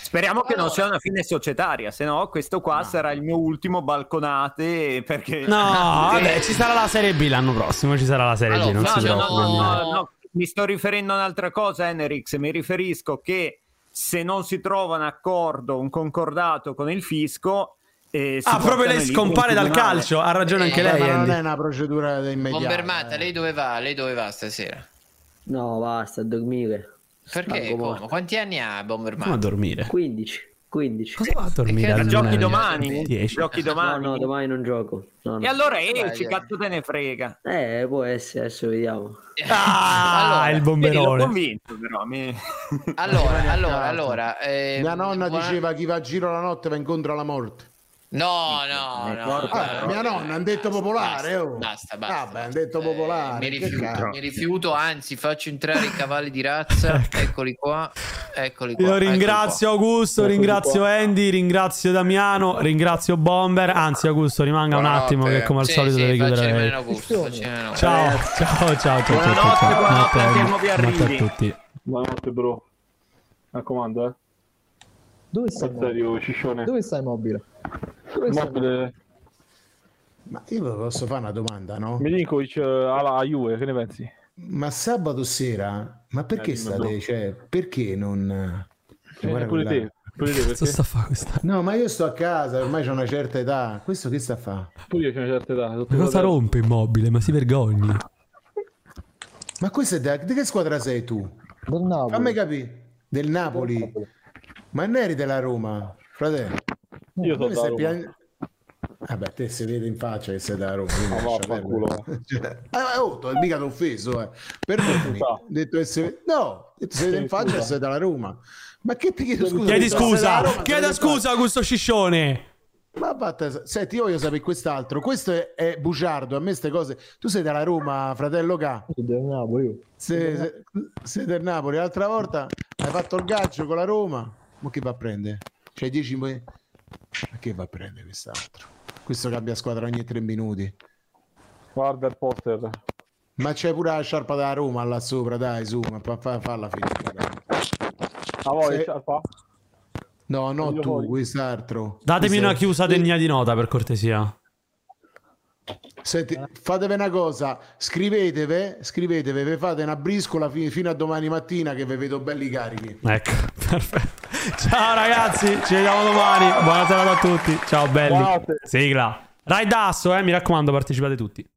Speaker 4: Speriamo che non sia una fine societaria, se no questo qua sarà il mio ultimo balconate perché...
Speaker 1: No, vabbè, ci sarà la Serie B l'anno prossimo, ci sarà la Serie B, non
Speaker 4: No,
Speaker 1: si
Speaker 4: no, ecco
Speaker 1: preoccupano.
Speaker 4: no, no, mi sto riferendo a un'altra cosa, Enerix. Mi riferisco che se non si trova un accordo, un concordato con il fisco. eh, si
Speaker 1: Ah, proprio
Speaker 4: portano
Speaker 1: lei
Speaker 4: lì in
Speaker 1: scompare dal
Speaker 4: tribunale. Eh,
Speaker 1: calcio, ha ragione anche
Speaker 7: Vabbè,
Speaker 1: lei.
Speaker 7: ma non
Speaker 1: Andy.
Speaker 7: è una procedura da immediato.
Speaker 1: eh.
Speaker 2: Bombermata, lei dove va? Lei dove va stasera?
Speaker 10: No, basta, a dormire.
Speaker 2: Perché?
Speaker 10: Stanco
Speaker 2: Come?
Speaker 10: morto.
Speaker 2: Quanti anni ha
Speaker 1: Come a
Speaker 2: Bombermata?
Speaker 1: dormire?
Speaker 10: 15. 15.
Speaker 1: Cosa va a dormire?
Speaker 2: Ma
Speaker 1: alle
Speaker 2: giochi
Speaker 1: nove?
Speaker 4: domani?
Speaker 1: 10.
Speaker 4: Giochi domani?
Speaker 10: No, no, domani non gioco. No, no.
Speaker 4: E allora esci,
Speaker 10: Sbaglio.
Speaker 4: cazzo te ne frega.
Speaker 10: Eh, può essere, adesso vediamo.
Speaker 1: Ah, il
Speaker 4: Vedi, l'ho
Speaker 1: bomberone.
Speaker 4: convinto, però. mi-
Speaker 2: Allora, allora, allora... eh,
Speaker 7: Mia nonna
Speaker 2: buona-
Speaker 7: diceva chi va a giro la notte va incontro alla morte.
Speaker 2: No, no, no.
Speaker 7: Ah,
Speaker 2: no,
Speaker 7: mia
Speaker 2: no,
Speaker 7: nonna, han detto popolare.
Speaker 2: basta,
Speaker 7: oh.
Speaker 2: basta, basta, Eh,
Speaker 7: Ah, beh, han detto popolare.
Speaker 2: Mi
Speaker 7: che
Speaker 2: rifiuto,
Speaker 7: cazzo.
Speaker 2: mi rifiuto, anzi faccio entrare i cavalli di razza, eccoli qua, eccoli
Speaker 1: Ecco.
Speaker 2: qua.
Speaker 1: Io
Speaker 2: eccoli
Speaker 1: ringrazio
Speaker 2: qua. Ecco
Speaker 1: Augusto, ringrazio Andy, ringrazio Damiano, ringrazio Bomber. Anzi, Augusto, rimanga un
Speaker 20: Buonanotte.
Speaker 1: attimo che come al
Speaker 2: Sì,
Speaker 1: solito
Speaker 2: sì,
Speaker 1: deve
Speaker 2: faccio
Speaker 1: chiudere lei.
Speaker 2: rimanere Augusto, faccio rimanere Augusto.
Speaker 1: Ciao, ciao, ciao, ciao, ciao, ciao,
Speaker 4: Buonanotte,
Speaker 1: ciao.
Speaker 4: buonanotte,
Speaker 1: Andy.
Speaker 4: andiamo via,
Speaker 1: Buonanotte a
Speaker 4: arrivi.
Speaker 1: tutti.
Speaker 12: Buonanotte, bro. Mi raccomando, eh.
Speaker 13: Dove stai?
Speaker 12: Forza
Speaker 13: mobile?
Speaker 12: Rio, Ciccione.
Speaker 13: Dove stai mobile? Dove stai mobile?
Speaker 12: Mobile.
Speaker 7: Ma io vi posso fare una domanda, no?
Speaker 12: Milinkovic eh, alla Juve, che ne pensi?
Speaker 7: Ma sabato sera, ma perché
Speaker 12: Eh, dimmi
Speaker 7: state,
Speaker 12: tu.
Speaker 7: cioè, perché non...
Speaker 12: Eh,
Speaker 7: guarda
Speaker 12: pure
Speaker 7: quella-
Speaker 12: te, pure te,
Speaker 1: Cosa
Speaker 12: perché
Speaker 1: sta a fare questa?
Speaker 7: No, ma io sto a casa, ormai c'ho una certa età. Questo che sta a fare?
Speaker 12: pure io c'ho una certa età.
Speaker 1: Ma cosa
Speaker 12: Sono-
Speaker 1: rompe immobile? Ma si vergogni.
Speaker 7: Ma questa è da... di che squadra sei tu?
Speaker 13: Del Napoli.
Speaker 7: Fammi capire. Del Napoli. Ma non eri della Roma, fratello.
Speaker 12: Io sono
Speaker 7: Dove
Speaker 12: da
Speaker 7: stai
Speaker 12: Roma.
Speaker 7: pian- Vabbè, Eh te si vede in faccia che sei da Roma. quindi
Speaker 12: Ma
Speaker 7: lascia perdere.
Speaker 12: vaffanculo.
Speaker 7: Cioè, eh, oh, t'ho- mica ti ho offeso, eh. Perdonami.
Speaker 12: Scusa.
Speaker 7: Detto che si vede- No, detto si vede in faccia che
Speaker 12: scusa.
Speaker 7: sei dalla Roma. Ma che ti chiedo scusa?
Speaker 1: Chiedi
Speaker 7: Se sei dalla
Speaker 1: scusa,
Speaker 7: Roma,
Speaker 1: chieda
Speaker 7: sei dalla-
Speaker 1: scusa, Augusto Sciscione.
Speaker 7: Ma vattene- senti, io voglio sapere quest'altro. Questo è, è bugiardo, a me queste cose. Tu sei dalla Roma, fratello K.
Speaker 13: Sono Del Napoli. io.
Speaker 7: Se- se- Sei del Napoli, l'altra volta hai fatto il gaggio con la Roma. Ma che va a prendere? C'hai 10 mo- Ma che va a prendere quest'altro? Questo cambia squadra ogni 3 minuti.
Speaker 12: Guarda il poster.
Speaker 7: Ma c'è pure la sciarpa della Roma là sopra, dai, su, ma fa, fa, falla finita. dai.
Speaker 12: A voi,
Speaker 7: Se-
Speaker 12: sciarpa?
Speaker 7: No, no,
Speaker 12: Voglio
Speaker 7: tu,
Speaker 12: voi.
Speaker 7: quest'altro.
Speaker 1: Datemi
Speaker 7: Questo-
Speaker 1: una chiusa degna di nota, per cortesia.
Speaker 7: Senti, fatevi una cosa, scrivetevi, scrivetevi, vi fate una briscola fi- fino a domani mattina che vi vedo belli carichi.
Speaker 1: Ecco, perfetto. Ciao ragazzi, ci vediamo domani. Buona serata a tutti. Ciao belli.
Speaker 12: Buonanotte.
Speaker 1: Sigla. Rai Dasso, eh, mi raccomando, partecipate tutti.